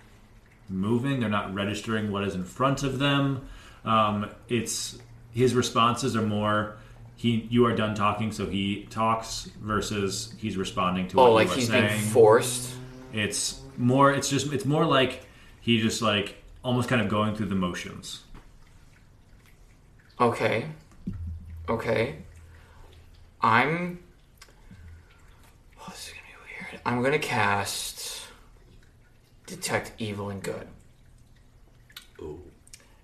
Speaker 7: moving they're not registering what is in front of them um it's his responses are more he you are done talking so he talks versus he's responding to what
Speaker 2: Oh,
Speaker 7: you
Speaker 2: like
Speaker 7: are
Speaker 2: he's
Speaker 7: saying
Speaker 2: being forced.
Speaker 7: it's more it's just it's more like he just like almost kind of going through the motions
Speaker 2: Okay. Okay. I'm. Oh, this is gonna be weird. I'm gonna cast detect evil and good.
Speaker 11: Ooh.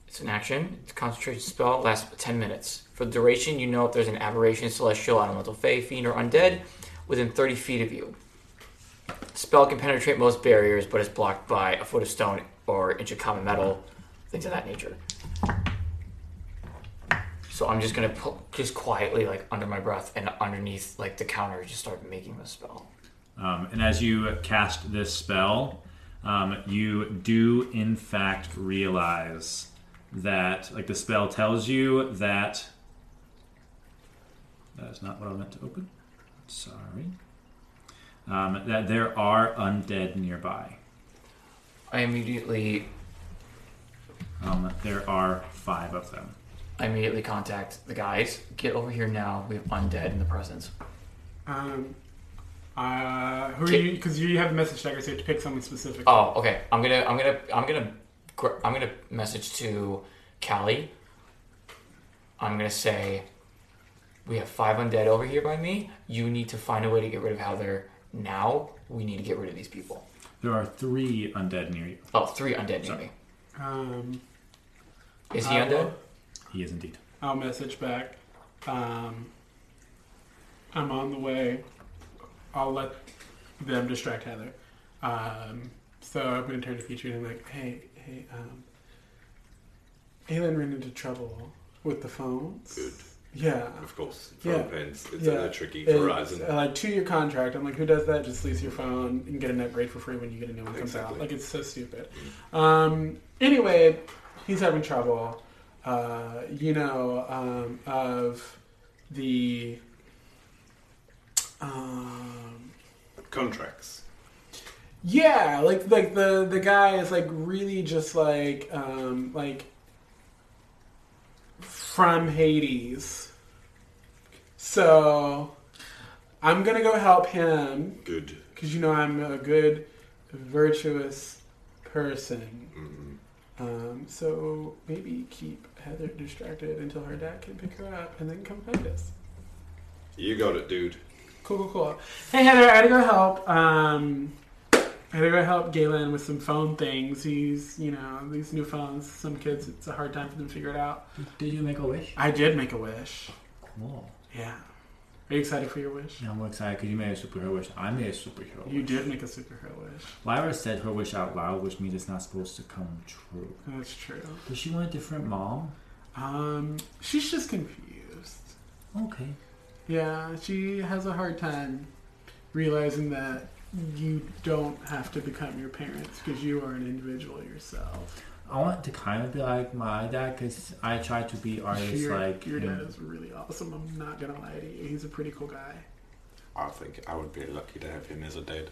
Speaker 2: It's an action. It's a concentrated spell. Lasts ten minutes. For the duration, you know if there's an aberration, celestial, elemental, fey, fiend, or undead within thirty feet of you. Spell can penetrate most barriers, but is blocked by a foot of stone or inch of common metal, things of that nature. So I'm just gonna pull, just quietly, like under my breath and underneath, like the counter, just start making the spell.
Speaker 7: Um, and as you cast this spell, um, you do in fact realize that, like the spell tells you that. That is not what I meant to open. Sorry. Um, that there are undead nearby.
Speaker 2: I immediately,
Speaker 7: Um, there are five of them.
Speaker 2: I immediately contact the guys. Get over here now. We have undead in the presence.
Speaker 8: Um, uh, who are
Speaker 2: Ki-
Speaker 8: you? Because you have a message checker, so you have to pick someone specific.
Speaker 2: Oh, okay. I'm gonna, I'm gonna, I'm gonna, gr- I'm gonna message to Callie. I'm gonna say, we have five undead over here by me. You need to find a way to get rid of Heather now. We need to get rid of these people.
Speaker 7: There are three undead near you.
Speaker 2: Oh, three undead near me.
Speaker 8: Um,
Speaker 2: Is he
Speaker 8: Uh,
Speaker 2: undead?
Speaker 7: He is indeed.
Speaker 8: I'll message back. Um, I'm on the way. I'll let. them distract Heather. Um, so I'm going to turn to Petrie and I'm like, hey, hey, um, Aelin ran into trouble with the phones.
Speaker 11: Good.
Speaker 8: Yeah.
Speaker 11: Of course. Phone pens, it's a tricky
Speaker 8: It's,
Speaker 11: horizon.
Speaker 8: Uh, like two year contract. I'm like, who does that? Just lease your phone and get an upgrade for free when you get a new one comes
Speaker 11: Exactly.
Speaker 8: out. Like it's so stupid. Um, anyway, he's having trouble. Uh, you know um, of the um,
Speaker 11: Contracts.
Speaker 8: yeah, like like the the guy is like really just like um like from Hades. So I'm gonna go help him.
Speaker 11: Good.
Speaker 8: Because you know I'm a good, virtuous person. Um, so maybe keep Heather distracted until her dad can pick her up and then come find us.
Speaker 11: You got it, dude.
Speaker 8: Cool, cool, cool. Hey Heather, I had to go help. Um, I had to go help Galen with some phone things. He's, you know, these new phones. Some kids, it's a hard time for them to figure it out.
Speaker 7: Did you make a wish?
Speaker 8: I did make a wish.
Speaker 7: Cool.
Speaker 8: Yeah. Are you excited for your wish?
Speaker 7: Now I'm excited because you made a superhero wish. I made a superhero
Speaker 8: You
Speaker 7: wish.
Speaker 8: did make a superhero wish.
Speaker 7: Lyra said her wish out loud, which means it's not supposed to come true.
Speaker 8: That's true.
Speaker 7: Does she want a different mom?
Speaker 8: Um, she's just confused.
Speaker 7: Okay.
Speaker 8: Yeah, she has a hard time realizing that you don't have to become your parents because you are an individual yourself.
Speaker 7: I want to kind of be like my dad because I try to be artist
Speaker 8: your,
Speaker 7: like
Speaker 8: your
Speaker 7: him.
Speaker 8: dad is really awesome. I'm not gonna lie to you. He's a pretty cool guy.
Speaker 11: I think I would be lucky to have him as a dad.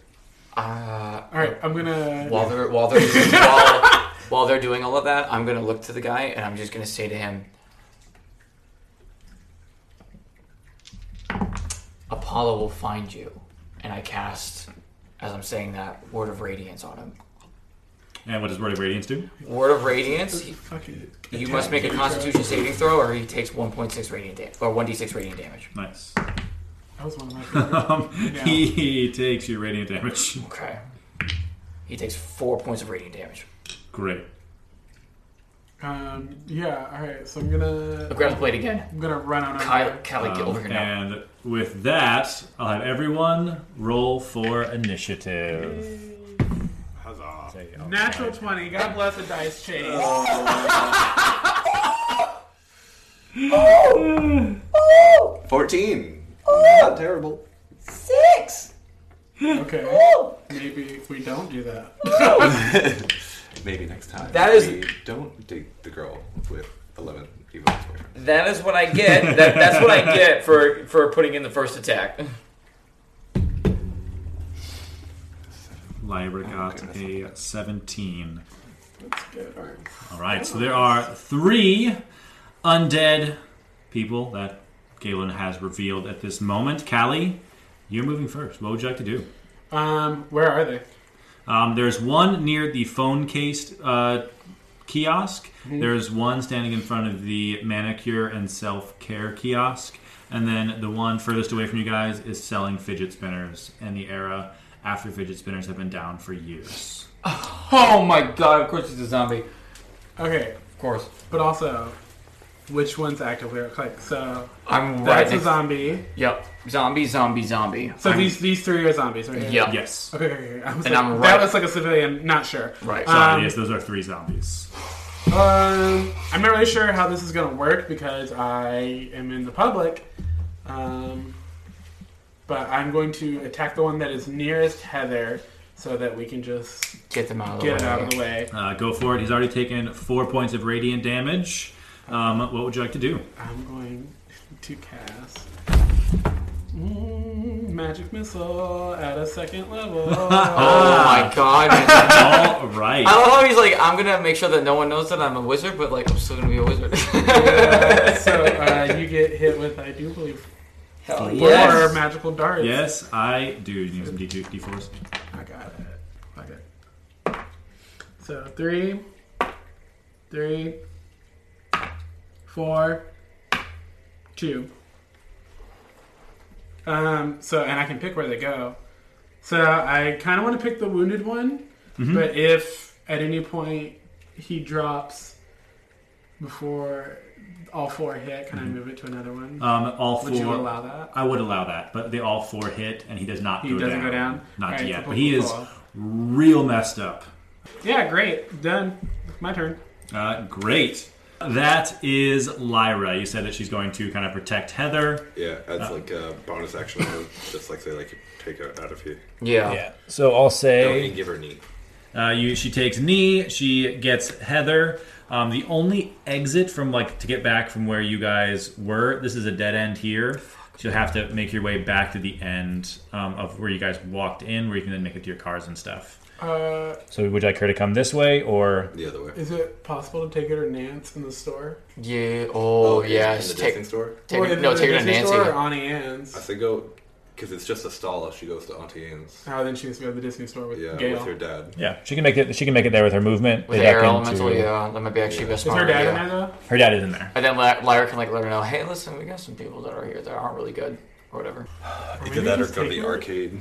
Speaker 2: Uh,
Speaker 8: All right, I'm gonna.
Speaker 2: while they're while they're while, while they're doing all of that, I'm gonna look to the guy and I'm just gonna say to him, "Apollo will find you," and I cast, as I'm saying that, word of radiance on him.
Speaker 7: And what does Word of Radiance do?
Speaker 2: Word of radiance.
Speaker 8: Fucking
Speaker 2: You must make a Constitution saving throw, or he takes 1.6 radiant damage, or 1d6 radiant damage.
Speaker 7: Nice.
Speaker 8: That was one of my favorite.
Speaker 7: Um,
Speaker 8: Yeah.
Speaker 7: He takes your radiant damage.
Speaker 2: Okay. He takes four points of radiant damage.
Speaker 7: Great.
Speaker 8: um, yeah. All right, so I'm gonna.
Speaker 2: I'll grab the blade again.
Speaker 8: I'm gonna run on
Speaker 2: Kyle,
Speaker 8: over.
Speaker 2: Callie, get
Speaker 7: Um,
Speaker 2: over here now.
Speaker 7: and with that, I'll have everyone roll for initiative.
Speaker 11: Huzzah.
Speaker 8: Natural twenty. God bless the dice chain.
Speaker 9: Fourteen. Not terrible.
Speaker 6: Six!
Speaker 8: Okay. Maybe if we don't do that.
Speaker 11: Maybe next time.
Speaker 2: That is-
Speaker 11: we don't dig the girl with eleven evil boyfriend.
Speaker 2: That is what I get. That, that's what I get for for putting in the first attack.
Speaker 7: Lyra got a 17.
Speaker 8: That's good. All right.
Speaker 7: All right, so there are three undead people that Galen has revealed at this moment. Callie, you're moving first. What would you like to do?
Speaker 8: Um, where are they?
Speaker 7: Um, there's one near the phone case uh, kiosk. There's one standing in front of the manicure and self care kiosk. And then the one furthest away from you guys is selling fidget spinners and the era after fidget spinners have been down for years.
Speaker 2: Oh my god! Of course it's a zombie.
Speaker 8: Okay.
Speaker 2: Of course.
Speaker 8: But also, which one's active? Where like so
Speaker 2: I'm right.
Speaker 8: that's a
Speaker 2: next-
Speaker 8: zombie.
Speaker 2: Yep. Zombie, zombie, zombie.
Speaker 8: So
Speaker 2: I'm-
Speaker 8: these these three are zombies, right?
Speaker 2: Yep.
Speaker 7: Yes.
Speaker 8: Okay, okay, okay. I was
Speaker 2: And
Speaker 8: like,
Speaker 2: I'm
Speaker 8: That
Speaker 2: right.
Speaker 8: was like a civilian. Not sure.
Speaker 2: Right.
Speaker 7: Sorry,
Speaker 8: Um,
Speaker 7: yes, those are three zombies.
Speaker 8: Um, I'm not really sure how this is gonna work because I am in the public. Um, but I'm going to attack the one that is nearest Heather, so that we can just
Speaker 2: Get them out of the
Speaker 8: get it
Speaker 2: way.
Speaker 8: out of the way.
Speaker 7: Uh, go for it. He's already taken four points of radiant damage. Um, what would you like to do?
Speaker 8: I'm going to cast mm, magic missile at a second level.
Speaker 2: Oh
Speaker 8: Ah.
Speaker 2: my god! man.
Speaker 7: All right.
Speaker 2: I love how he's like, I'm gonna make sure that no one knows that I'm a wizard, but like, I'm still gonna be a wizard.
Speaker 8: so uh, you get hit with, I do believe,
Speaker 2: Hell
Speaker 8: four
Speaker 2: yes.
Speaker 8: magical darts.
Speaker 7: Yes, I do. You need some D2, D4s.
Speaker 8: I got it. Fuck it. So three, three, four, two. Um. So and I can pick where they go. So I kind of want to pick the wounded one, but if at any point he drops before all four hit? Can I move it to another one?
Speaker 7: Um, all four.
Speaker 8: Would you allow that?
Speaker 7: I would allow that, but they all four hit, and he does not.
Speaker 8: He
Speaker 7: go
Speaker 8: doesn't
Speaker 7: down.
Speaker 8: go down?
Speaker 7: Not
Speaker 8: Alright,
Speaker 7: yet,
Speaker 8: cool,
Speaker 7: but he
Speaker 8: cool,
Speaker 7: is
Speaker 8: cool.
Speaker 7: real messed up.
Speaker 8: Yeah, great. Done. My turn.
Speaker 7: Uh, great. That is Lyra. You said that she's going to kind of protect Heather.
Speaker 11: Yeah, that's
Speaker 7: Uh,
Speaker 11: like a bonus action. or just like say, like take her out of here.
Speaker 7: Yeah. So I'll
Speaker 11: No,
Speaker 7: say.
Speaker 11: and give her a knee.
Speaker 7: Uh, you, she takes knee. She gets Heather. Um, the only exit from like to get back from where you guys were. This is a dead end here. So you'll have to make your way back to the end um, of where you guys walked in, where you can then make it to your cars and stuff.
Speaker 8: Uh,
Speaker 7: So would you like her to come this way or
Speaker 11: the other way?
Speaker 8: is it possible to take it to Nance in the store?
Speaker 2: Yeah.
Speaker 11: Oh,
Speaker 2: Oh, yes.
Speaker 11: in the
Speaker 2: take,
Speaker 11: Disney store?
Speaker 2: Take,
Speaker 8: Or
Speaker 2: it-
Speaker 8: in
Speaker 2: no,
Speaker 8: the
Speaker 2: take it to
Speaker 8: Disney
Speaker 2: Nancy.
Speaker 8: store or Auntie Anne's?
Speaker 11: I think go because it's just a stall. She goes to Auntie Anne's.
Speaker 8: Oh, then she needs to go to the Disney store with
Speaker 11: Yeah,
Speaker 8: Gail.
Speaker 11: with her dad.
Speaker 7: Yeah, she can make it. She can make it there with her movement.
Speaker 2: With
Speaker 7: They
Speaker 2: air
Speaker 7: duck
Speaker 2: elemental,
Speaker 7: into-
Speaker 2: yeah, that might be actually best.
Speaker 8: Is her dad in there though?
Speaker 11: Uh,
Speaker 7: Her dad is in there.
Speaker 2: And then Ly- Lyra can like let her know, hey, listen, we got some people that are here that aren't really good or whatever.
Speaker 11: Either that or go to the arcade.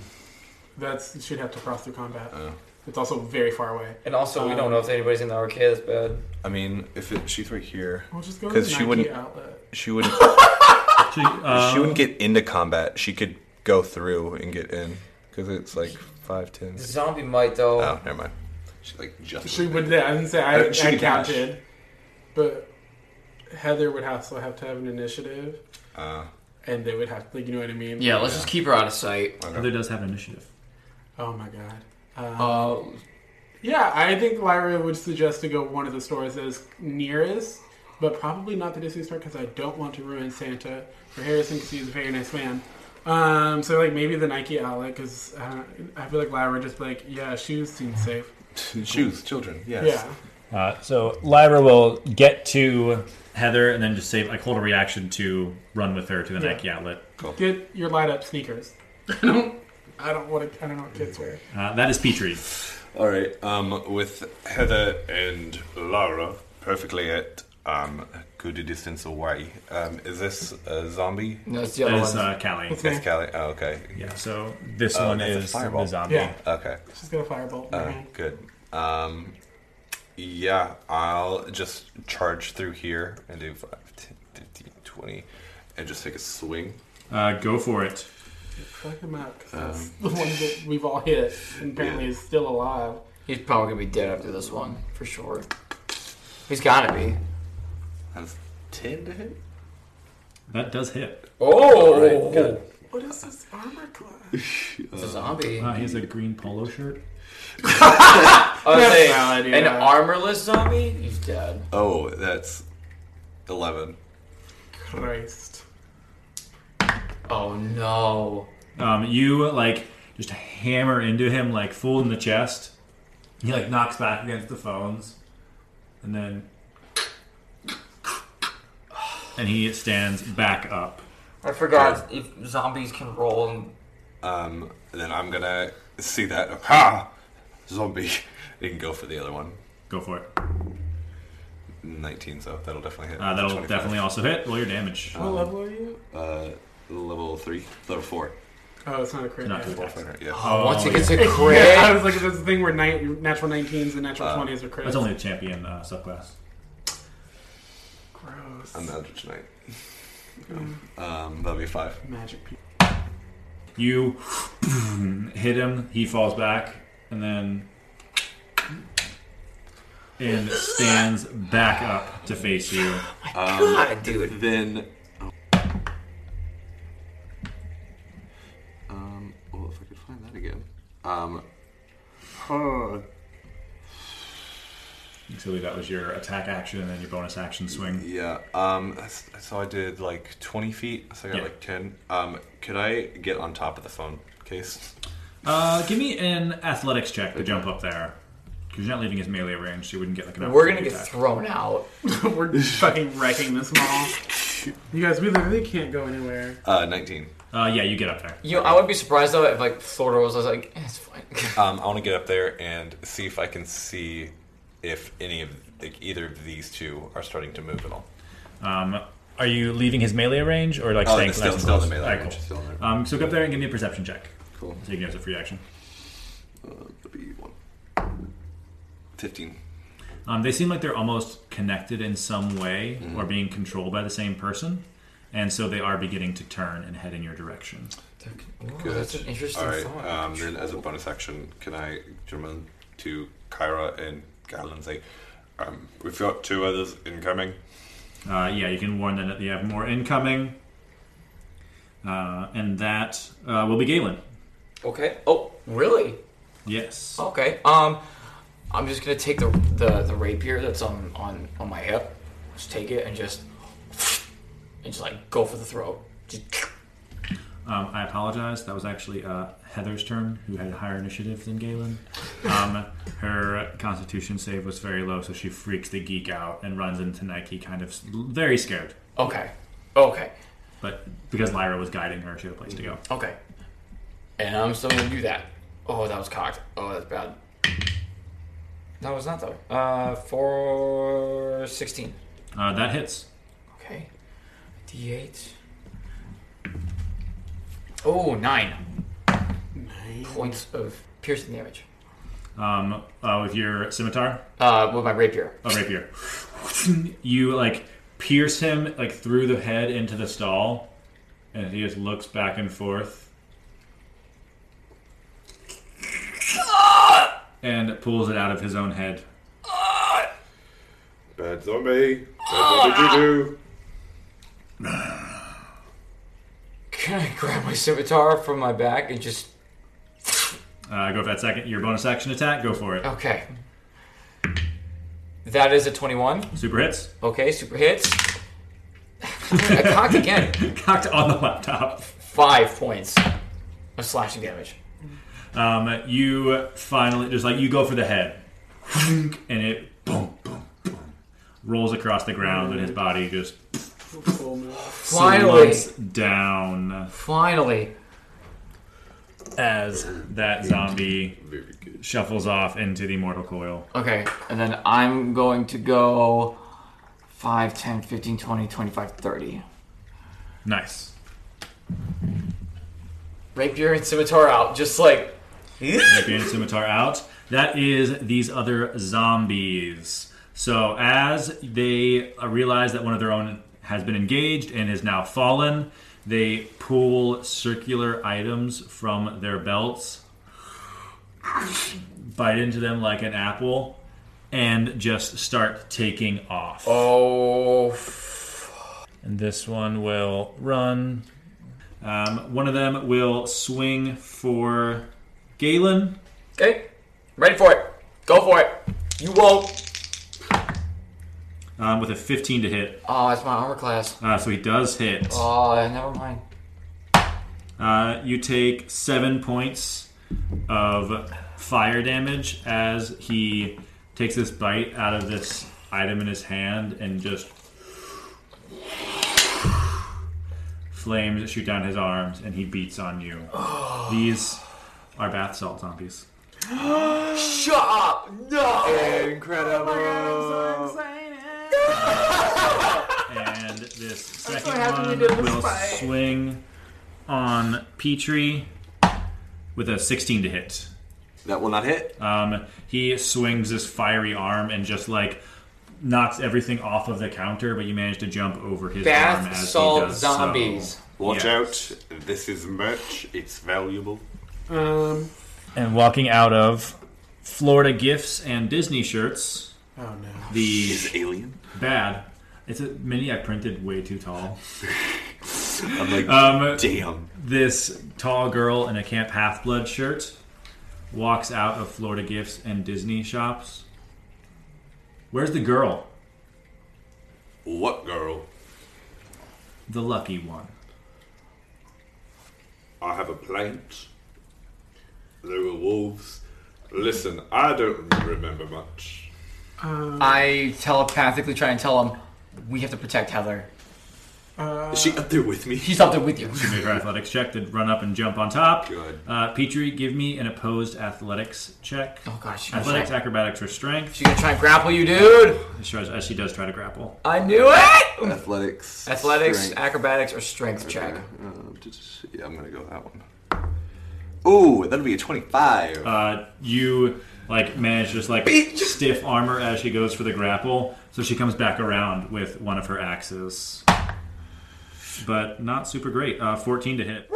Speaker 8: That's she'd have to cross through combat.
Speaker 11: Oh.
Speaker 8: It's also very far away.
Speaker 2: And also, we don't know if anybody's in the arcade. That's bad.
Speaker 11: I mean, if it, she's right here,
Speaker 8: We'll just go to the
Speaker 11: because she
Speaker 8: Nike
Speaker 11: wouldn't,
Speaker 8: outlet.
Speaker 11: she wouldn't,
Speaker 7: She, uh,
Speaker 11: she wouldn't get into combat. She could go through and get in because it's like five ten.
Speaker 2: Zombie might though.
Speaker 11: Oh, never mind. She like just.
Speaker 8: She would. I didn't say
Speaker 11: Uh,
Speaker 8: I, I
Speaker 11: she can dash.
Speaker 8: counted, but Heather would also have to have an initiative,
Speaker 11: Uh,
Speaker 8: and they would have to. Like, you know what I mean?
Speaker 2: Yeah, let's just keep her out of sight.
Speaker 7: Heather does have initiative.
Speaker 8: Oh my god. Um,
Speaker 2: Uh,
Speaker 8: yeah, I think Lyra would suggest to go one of the stores that is nearest, but probably not the Disney store because I don't want to ruin Santa for Harrison because he's a very nice man. Um, so like maybe the Nike outlet because uh, I feel like Lyra would just be like, yeah, shoes seem safe.
Speaker 11: shoes, children. Yes.
Speaker 8: Yeah.
Speaker 7: Uh, so Lyra will get to Heather and then just save, like, hold a reaction to run with her to the Nike outlet.
Speaker 8: Get your light up sneakers. I don't. I don't want to. I don't know what kids wear.
Speaker 7: Uh, that is Petrie.
Speaker 11: All right. Um, with Heather and Lara perfectly at um a good distance away. Um, is this a zombie?
Speaker 2: no, it's the
Speaker 7: That
Speaker 2: other
Speaker 7: is
Speaker 2: one.
Speaker 7: uh, Callie.
Speaker 11: That's Callie. Oh, okay.
Speaker 7: Yeah. So this
Speaker 11: Oh,
Speaker 7: one
Speaker 11: that's a
Speaker 7: is
Speaker 11: fireball.
Speaker 7: the zombie.
Speaker 8: Yeah.
Speaker 11: Okay.
Speaker 8: She's got a firebolt.
Speaker 11: Uh, Good. Um, yeah, I'll just charge through here and do 5, 10, 15, 20, and just take a swing.
Speaker 7: Uh, go for it.
Speaker 8: Fuck him up. 'cause
Speaker 11: um,
Speaker 8: that's the one that we've all hit, and apparently is still alive.
Speaker 2: He's probably gonna be dead after this one for sure. He's gotta be.
Speaker 11: That's 10 to hit?
Speaker 7: That does hit.
Speaker 2: Oh,
Speaker 11: Alright, good.
Speaker 8: What is this armor class?
Speaker 2: it's a zombie.
Speaker 7: Uh, he has a green polo shirt.
Speaker 2: I was saying,
Speaker 8: valid,
Speaker 2: Uh, an
Speaker 8: yeah.
Speaker 2: armorless zombie. He's dead.
Speaker 11: Oh, that's 11.
Speaker 8: Christ.
Speaker 2: Oh no.
Speaker 7: Um, you like just hammer into him like full in the chest. He like knocks back against the phones, and then and he stands back up.
Speaker 2: I forgot if zombies can roll. And...
Speaker 11: Um, then I'm gonna see that. Ha! Zombie. You can go for the other one.
Speaker 7: Go for it.
Speaker 11: 19, so that'll definitely hit.
Speaker 7: Uh, that'll
Speaker 11: 25.
Speaker 7: definitely also hit. Roll your damage.
Speaker 11: Um,
Speaker 8: What level are you?
Speaker 11: Uh, level 3, level 4.
Speaker 8: Oh, it's not a crit.
Speaker 7: Not
Speaker 8: yeah.
Speaker 7: too bad.
Speaker 11: Yeah.
Speaker 2: Oh, once it gets a
Speaker 8: I
Speaker 2: crit,
Speaker 8: was like, that's the thing where ni- natural 19s and natural 20s are crits.
Speaker 7: That's only a champion uh, subclass.
Speaker 8: gross.
Speaker 11: I'm out tonight. Um, that'll be 5.
Speaker 8: Magic people.
Speaker 7: You hit him, he falls back, and then and stands back up to face you.
Speaker 2: God, dude.
Speaker 11: Then. Um. Well, if I could find that again. Um. huh.
Speaker 7: So that was your attack action and then your bonus action swing.
Speaker 11: Yeah. Um. that's- So I did like 20 feet. So I got
Speaker 7: Yeah.
Speaker 11: like 10. Um. Could I get on top of the phone case?
Speaker 7: Uh, give me an athletics check to jump up there. Because you're not leaving his melee range, so you wouldn't get like an
Speaker 2: We're gonna
Speaker 7: opportunity
Speaker 2: get
Speaker 7: attack.
Speaker 2: thrown out.
Speaker 8: We're fucking wrecking this mall. You guys, we literally can't go anywhere.
Speaker 11: Uh. 19.
Speaker 7: Uh, yeah, you get up there.
Speaker 2: You know, I would be surprised though if like Florida was like, eh, it's fine.
Speaker 11: Um. I want to get up there and see if I can see if any of like either of these two are starting to move at all.
Speaker 7: Um, are you leaving his melee range or like
Speaker 11: Oh,
Speaker 7: staying
Speaker 11: it's still,
Speaker 7: nice and
Speaker 11: still in the
Speaker 7: close?
Speaker 11: melee
Speaker 7: Alright,
Speaker 11: range.
Speaker 7: cool.
Speaker 11: Still in the-
Speaker 7: Um, so go up there and give me a perception check.
Speaker 11: Cool.
Speaker 7: So you can use a free action.
Speaker 11: Uh, that'll be one. 15.
Speaker 7: Um, they seem like they're almost connected in some way or being controlled by the same person, and so they are beginning to turn and head in your direction.
Speaker 2: Ooh, Oh, that's an interesting
Speaker 11: All right.
Speaker 2: thought.
Speaker 11: Um, then, as a bonus action, can I German to Kyra and Galen say, um, "We've got two others incoming."
Speaker 7: Uh, yeah, you can warn them that you have more incoming, uh, and that uh, will be Galen.
Speaker 2: Okay. Oh, really?
Speaker 7: Yes.
Speaker 2: Okay. Um, I'm just gonna take the the, the rapier that's on, on on my hip. Just take it and just and just like go for the throat. Just,
Speaker 7: Um, I apologize. That was actually uh, Heather's turn, who had a higher initiative than Galen. Um, her constitution save was very low, so she freaks the geek out and runs into Nike, kind of s- very scared.
Speaker 2: okay. Okay.
Speaker 7: But because Lyra was guiding her to a place to go.
Speaker 2: Okay. And I'm still gonna do that. Oh, that was cocked. Oh, that's bad. No, it's not though. Uh, four sixteen.
Speaker 7: Uh, that hits.
Speaker 2: Okay. D8. Oh, nine. Points of piercing damage.
Speaker 7: Um, uh, with your scimitar,
Speaker 2: Uh, with my rapier.
Speaker 7: a rapier, you like pierce him like through the head into the stall, and he just looks back and forth, and pulls it out of his own head.
Speaker 11: Bad zombie. Bad, what did you do?
Speaker 2: Can I grab my scimitar from my back and just.
Speaker 7: Uh, go for that second. Your bonus action attack. Go for it.
Speaker 2: Okay. That is a 21.
Speaker 7: Super hits.
Speaker 2: Okay, super hits. I cocked again.
Speaker 7: Cocked on the laptop.
Speaker 2: Five points of slashing damage.
Speaker 7: Um, you finally just like you go for the head, and it boom boom boom rolls across the ground, and his body just
Speaker 2: Finally.
Speaker 7: slumps down
Speaker 2: Finally.
Speaker 7: as that zombie
Speaker 11: Very good.
Speaker 7: shuffles off into the mortal coil.
Speaker 2: Okay, and then I'm going to go 5, 10, 15, 20, 25, 30.
Speaker 7: Nice.
Speaker 2: Rapier and scimitar out, just like.
Speaker 7: Rapier and scimitar out. That is these other zombies. So as they uh, realize that one of their own has been engaged and is now fallen, they pull circular items from their belts, bite into them like an apple, and just start taking off.
Speaker 2: Oh.
Speaker 7: And this one will run. Um, one of them will swing for Galen.
Speaker 2: Okay, ready for it. Go for it. You won't.
Speaker 7: um, with a 15 to hit.
Speaker 2: Oh, it's my armor class.
Speaker 7: Uh, so he does hit.
Speaker 2: Oh, never mind.
Speaker 7: Uh, you take seven points of fire damage as he takes this bite out of this item in his hand and just flames shoot down his arms and he beats on you. These are bath salt zombies.
Speaker 2: Shut up! No!
Speaker 7: And this second
Speaker 5: happy we
Speaker 7: one
Speaker 5: did this
Speaker 7: will
Speaker 5: fight.
Speaker 7: swing on Petrie with a 16 to hit.
Speaker 9: That will not hit.
Speaker 7: Um, he swings this fiery arm and just like knocks everything off of the counter, but you manage to jump over his arm
Speaker 2: Bath
Speaker 7: as he
Speaker 2: salt
Speaker 7: does
Speaker 2: zombies.
Speaker 7: so.
Speaker 11: Watch
Speaker 7: Yes.
Speaker 11: out. This is merch. It's valuable.
Speaker 8: Um.
Speaker 7: And walking out of Florida gifts and Disney shirts,
Speaker 8: Oh no.
Speaker 7: the
Speaker 9: Is alien?
Speaker 7: bad. It's a mini I printed way too tall.
Speaker 9: I'm like,
Speaker 7: Um,
Speaker 9: damn.
Speaker 7: this tall girl in a Camp Half Blood shirt walks out of Florida Gifts and Disney shops. Where's the girl?
Speaker 11: What girl?
Speaker 7: The lucky one.
Speaker 11: I have a plant. There were wolves. Listen, I don't remember much.
Speaker 2: I telepathically try and tell him we have to protect Heather.
Speaker 9: Is she up there with me?
Speaker 2: He's up there with you.
Speaker 7: Make her athletics check to run up and jump on top.
Speaker 11: Good.
Speaker 7: Uh, Petrie, give me an opposed athletics check.
Speaker 2: Oh gosh, she's gonna,
Speaker 7: Athletics,
Speaker 2: try,
Speaker 7: acrobatics, or strength.
Speaker 2: she's gonna try and grapple you, dude.
Speaker 7: She tries- As she does try to grapple.
Speaker 2: I knew it.
Speaker 9: Athletics.
Speaker 2: Athletics,
Speaker 9: strength.
Speaker 2: acrobatics, or strength check.
Speaker 9: Uh, d- d- yeah, I'm gonna go with that one. Ooh, that'll be a 25.
Speaker 7: Uh, you like manage just like stiff armor as she goes for the grapple. So she comes back around with one of her axes, but not super great. Uh, Fourteen to hit.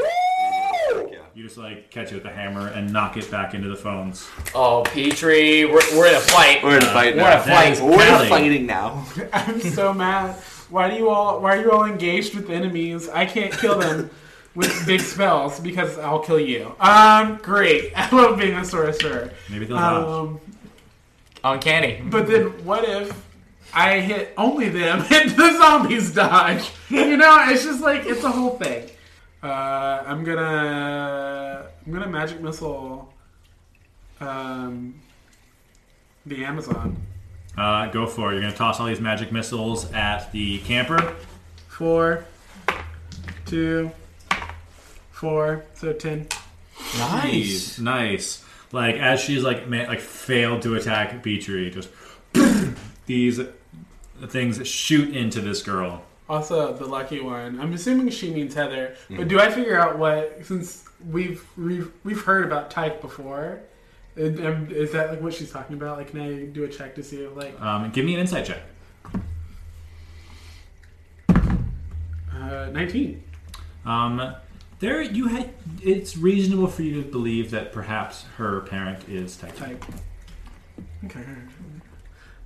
Speaker 7: You just like catch it with the hammer and knock it back into the phones.
Speaker 2: Oh, Petrie, we're, we're in a fight.
Speaker 7: We're in a fight
Speaker 2: We're
Speaker 7: now.
Speaker 2: in a
Speaker 7: That
Speaker 2: fight.
Speaker 7: is We're fighting
Speaker 2: now.
Speaker 8: I'm so mad. Why do you all? Why are you all engaged with enemies? I can't kill them with big spells because I'll kill you. Um, great. I love being a sorcerer.
Speaker 7: Maybe
Speaker 2: they'll not.
Speaker 8: um,
Speaker 2: Uncanny.
Speaker 8: But then what if I hit only them and the zombies dodge? You know, it's just like it's a whole thing. Uh, I'm gonna I'm gonna magic missile um, the Amazon
Speaker 7: Uh, go for it. You're gonna toss all these magic missiles at the camper.
Speaker 8: four two four so ten.
Speaker 7: Jeez, nice. Like as she's like man, like failed to attack Petrie, just these things shoot into this girl.
Speaker 8: Also, the lucky one. I'm assuming she means Heather, but
Speaker 12: Mm-hmm.
Speaker 7: Mhm.
Speaker 8: do I figure out what? Since we've we've, we've heard about Tyke before, and, um, is that like what she's talking about? Like, can I do a check to see if like
Speaker 7: Um, give me an insight check.
Speaker 8: uh, 19?
Speaker 7: Um, there you had. It's reasonable for you to believe that perhaps her parent is Titan.
Speaker 8: Tyke? Okay.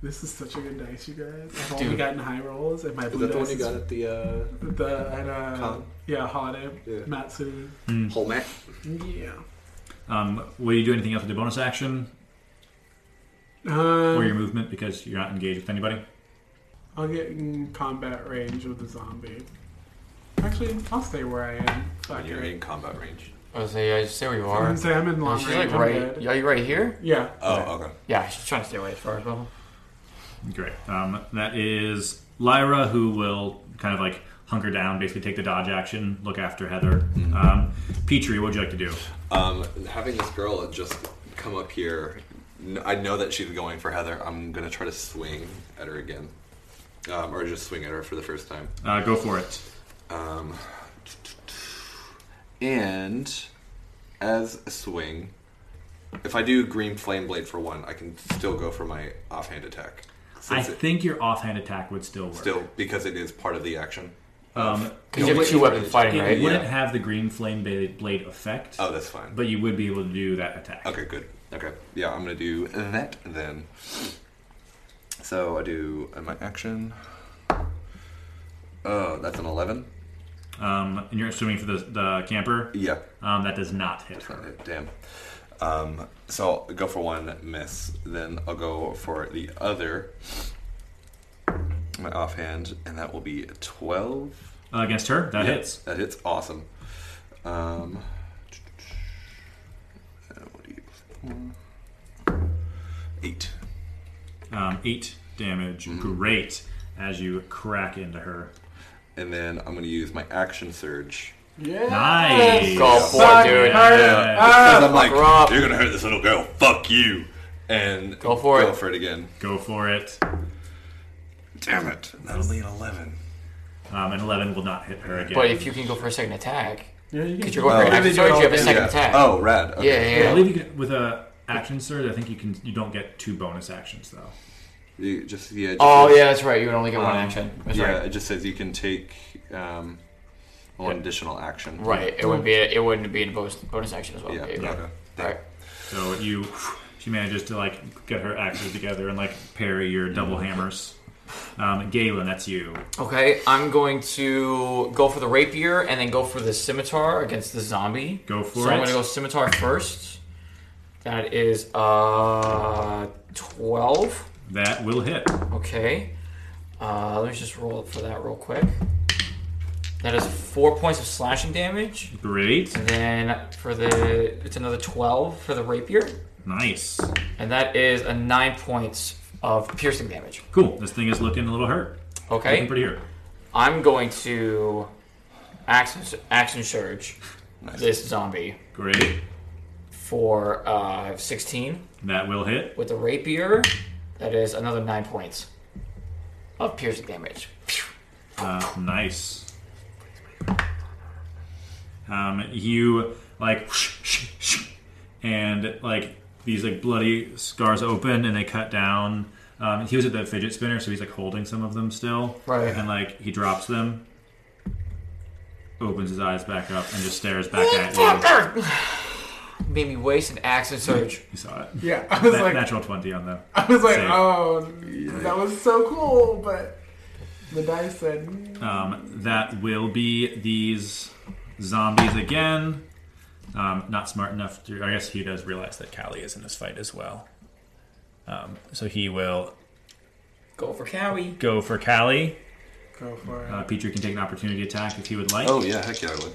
Speaker 8: This is such a good dice, you guys. I've
Speaker 7: Dude.
Speaker 8: only gotten high rolls, and my
Speaker 12: Is
Speaker 8: blue
Speaker 12: that the one
Speaker 8: dice
Speaker 12: you got at the uh,
Speaker 8: the at, uh,
Speaker 12: con?
Speaker 8: yeah holiday Matsui.
Speaker 7: Mm.
Speaker 12: whole mat?
Speaker 8: Yeah.
Speaker 7: Um, will you do anything else with your bonus action or your
Speaker 8: Um,
Speaker 7: movement because you're not engaged with anybody?
Speaker 8: I'll get in combat range with the zombie. Actually, I'll stay where I am. Fuck
Speaker 11: You're
Speaker 8: it.
Speaker 11: in combat range.
Speaker 2: I was say, I just stay where you are.
Speaker 8: I'm saying I'm in long
Speaker 2: she's
Speaker 8: range,
Speaker 2: Like
Speaker 8: I'm
Speaker 2: right,
Speaker 8: good.
Speaker 2: are you right here?
Speaker 8: Yeah.
Speaker 11: Oh, okay.
Speaker 2: Yeah, she's trying to stay away as far as possible.
Speaker 7: Great. Um, that is Lyra, who will kind of like hunker down, basically take the dodge action, look after Heather. Um, Petrie, what would you like to do?
Speaker 11: Um, having this girl just come up here, n- I know that she's going for Heather. I'm gonna try to swing at her again, um, or just swing at her for the first time.
Speaker 7: Uh, go for it.
Speaker 11: Um, and as a swing, if I do green flame blade for one, I can still go for my offhand attack.
Speaker 7: I
Speaker 11: Since it-
Speaker 7: think your offhand attack would still work.
Speaker 11: still because it is part of the action.
Speaker 7: Um,
Speaker 11: No,
Speaker 7: it
Speaker 11: wait,
Speaker 7: would-
Speaker 11: it's-
Speaker 7: It
Speaker 11: Yeah.
Speaker 7: wouldn't have the green flame ba- blade effect.
Speaker 11: Oh, that's fine.
Speaker 7: But you would be able to do that attack.
Speaker 11: Okay, good. Okay, yeah, I'm gonna do that then. So I do uh, my action. Oh, that's an eleven.
Speaker 7: Um, and you're assuming for the, the camper?
Speaker 11: Yeah.
Speaker 7: Um, that does not hit her.
Speaker 11: Damn. Um, so I'll go for one miss, then I'll go for the other. My offhand, and that will be a twelve
Speaker 7: Uh, against her? That hits.
Speaker 11: That hits. Awesome. Um, uh, what do you get? Eight.
Speaker 7: Um, eight damage. Great. As you crack into her.
Speaker 11: And then I'm going to use my action surge.
Speaker 8: Yeah.
Speaker 7: Nice.
Speaker 11: Go
Speaker 8: for it, dude. her
Speaker 11: Yeah.
Speaker 8: up.
Speaker 2: Ah,
Speaker 11: Because I'm like,
Speaker 8: Fuck her up.
Speaker 11: you're going to hurt this little girl. Fuck you. And go
Speaker 2: for
Speaker 11: Go
Speaker 2: it.
Speaker 11: for it again.
Speaker 7: Go for it.
Speaker 11: Damn it. That'll be an 11.
Speaker 7: Um, and 11 will not hit her again.
Speaker 2: But if you can go for a second attack,
Speaker 8: Yeah, you can
Speaker 2: because
Speaker 8: do
Speaker 2: you're going
Speaker 7: that.
Speaker 2: for
Speaker 7: Yeah,
Speaker 2: an action
Speaker 7: they do
Speaker 2: surge,
Speaker 7: all
Speaker 2: you have a
Speaker 7: that.
Speaker 2: second
Speaker 7: Yeah.
Speaker 2: attack.
Speaker 11: Oh, rad. Okay.
Speaker 2: Yeah, yeah, yeah.
Speaker 7: I believe you can, with a action surge. I think you can. You don't get two bonus actions though.
Speaker 11: You just, yeah, just
Speaker 2: Oh,
Speaker 11: says-
Speaker 2: yeah, that's right. You would only get one
Speaker 11: Um,
Speaker 2: action. That's
Speaker 11: yeah,
Speaker 2: right.
Speaker 11: it just says you can take um, one
Speaker 2: Yeah.
Speaker 11: additional action.
Speaker 2: Right. It would be. It wouldn't be a bonus, bonus action as well.
Speaker 11: Yeah, okay.
Speaker 2: Right.
Speaker 7: So you, she manages to like get her axes together and like parry your double hammers. Um, Galen, that's you.
Speaker 2: Okay. I'm going to go for the rapier and then go for the scimitar against the zombie.
Speaker 7: Go for
Speaker 2: So I'm
Speaker 7: it.
Speaker 2: going to go scimitar first. That is uh twelve.
Speaker 7: That will hit.
Speaker 2: Okay. Uh, let me just roll for that real quick. That is four points of slashing damage.
Speaker 7: Great.
Speaker 2: And then for the it's another twelve for the rapier.
Speaker 7: Nice.
Speaker 2: And that is a nine points of piercing damage.
Speaker 7: Cool. This thing is looking a little hurt.
Speaker 2: Okay.
Speaker 7: Looking pretty hurt.
Speaker 2: I'm going to action action surge this zombie
Speaker 7: Great.
Speaker 2: for uh, 16
Speaker 7: That will hit.
Speaker 2: with the rapier. That is another nine points of piercing damage.
Speaker 7: Uh, nice. Um, you like, and like these like bloody scars open and they cut down. Um, he was at the fidget spinner, so he's like holding some of them still.
Speaker 2: Right.
Speaker 7: And like he drops them, opens his eyes back up, and just stares back at you.
Speaker 2: Fucker! Made me waste an axe and surge.
Speaker 7: You saw it.
Speaker 8: Yeah, I was
Speaker 7: Na-
Speaker 8: like-
Speaker 7: natural twenty on the.
Speaker 8: I was like,
Speaker 7: save.
Speaker 8: oh, that was so cool, but the dice said, mm.
Speaker 7: Um, that will be these zombies again. Um, not smart enough to. I guess he does realize that Callie is in this fight as well. Um, so he will
Speaker 2: Go for Cowie.
Speaker 7: go for Callie.
Speaker 8: go for it.
Speaker 7: Uh, Petrie can take an opportunity attack if he would like.
Speaker 11: Oh yeah, heck yeah, I would.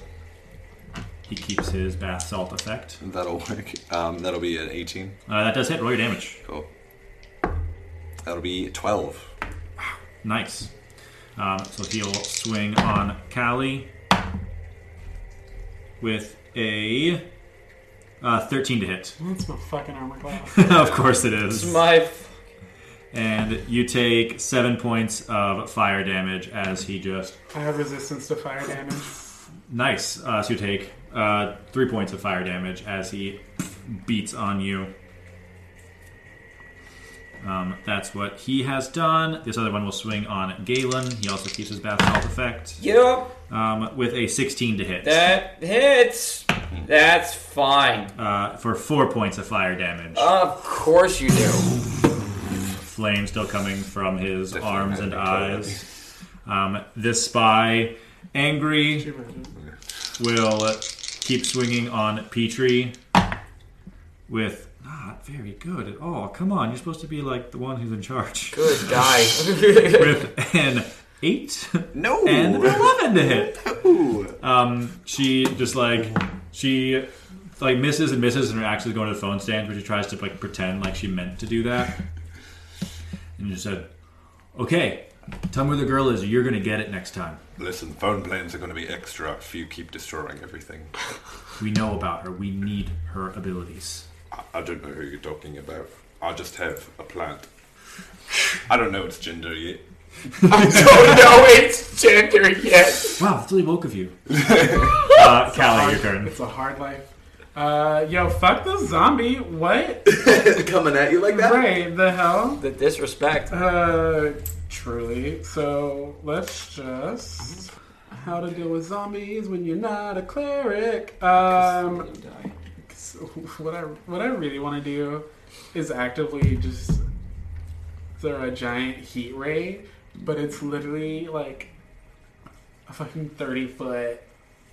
Speaker 7: He keeps his bath salt effect.
Speaker 11: That'll work. Um, that'll be an 18.
Speaker 7: Uh, that does hit. Roll your damage.
Speaker 11: Cool. That'll be 12.
Speaker 7: Nice. Um, so he'll swing on Callie with a uh, 13 to hit.
Speaker 8: That's my fucking armor class.
Speaker 7: of course it is.
Speaker 2: My
Speaker 7: And you take seven points of fire damage as he just.
Speaker 8: I have resistance to fire damage.
Speaker 7: Nice. Uh, so you take uh, three points of fire damage as he beats on you. Um, that's what he has done. This other one will swing on Galen. He also keeps his bath salt effect
Speaker 2: Yep,
Speaker 7: um, with a 16 to hit
Speaker 2: that hits. That's fine.
Speaker 7: uh, for four points of fire damage.
Speaker 2: Of course you do.
Speaker 7: flame still coming from his
Speaker 11: Definitely
Speaker 7: arms
Speaker 11: had
Speaker 7: and
Speaker 11: to totally.
Speaker 7: eyes. Um, this spy, angry, will keep swinging on Petrie with not very good at all. Come on, you're supposed to be like the one who's in charge.
Speaker 2: Good guy.
Speaker 7: With an eight
Speaker 11: No!
Speaker 7: and an eleven to hit. Um, she just like she like misses and misses and her axe is going to the phone stand, but she tries to like pretend like she meant to do that. And she said, "Okay, tell me where the girl is. Or you're gonna get it next time.
Speaker 11: Listen, phone plans are going to be extra if you keep destroying everything.
Speaker 7: We know about her. We need her abilities."
Speaker 11: I, I don't know who you're talking about. I just have a plant. I don't know its gender yet.
Speaker 2: don't know its gender yet.
Speaker 7: Wow, that's really woke of you. uh, Callie, your turn.
Speaker 8: It's a hard life. Uh, yo, fuck the zombie. What?
Speaker 6: Coming at you like that?
Speaker 8: right, the hell?
Speaker 2: The disrespect.
Speaker 8: Uh, truly. So let's just how to deal with zombies when you're not a cleric. Um, so what I what I really want to do is actively just throw a giant heat ray, but it's literally like a fucking thirty foot.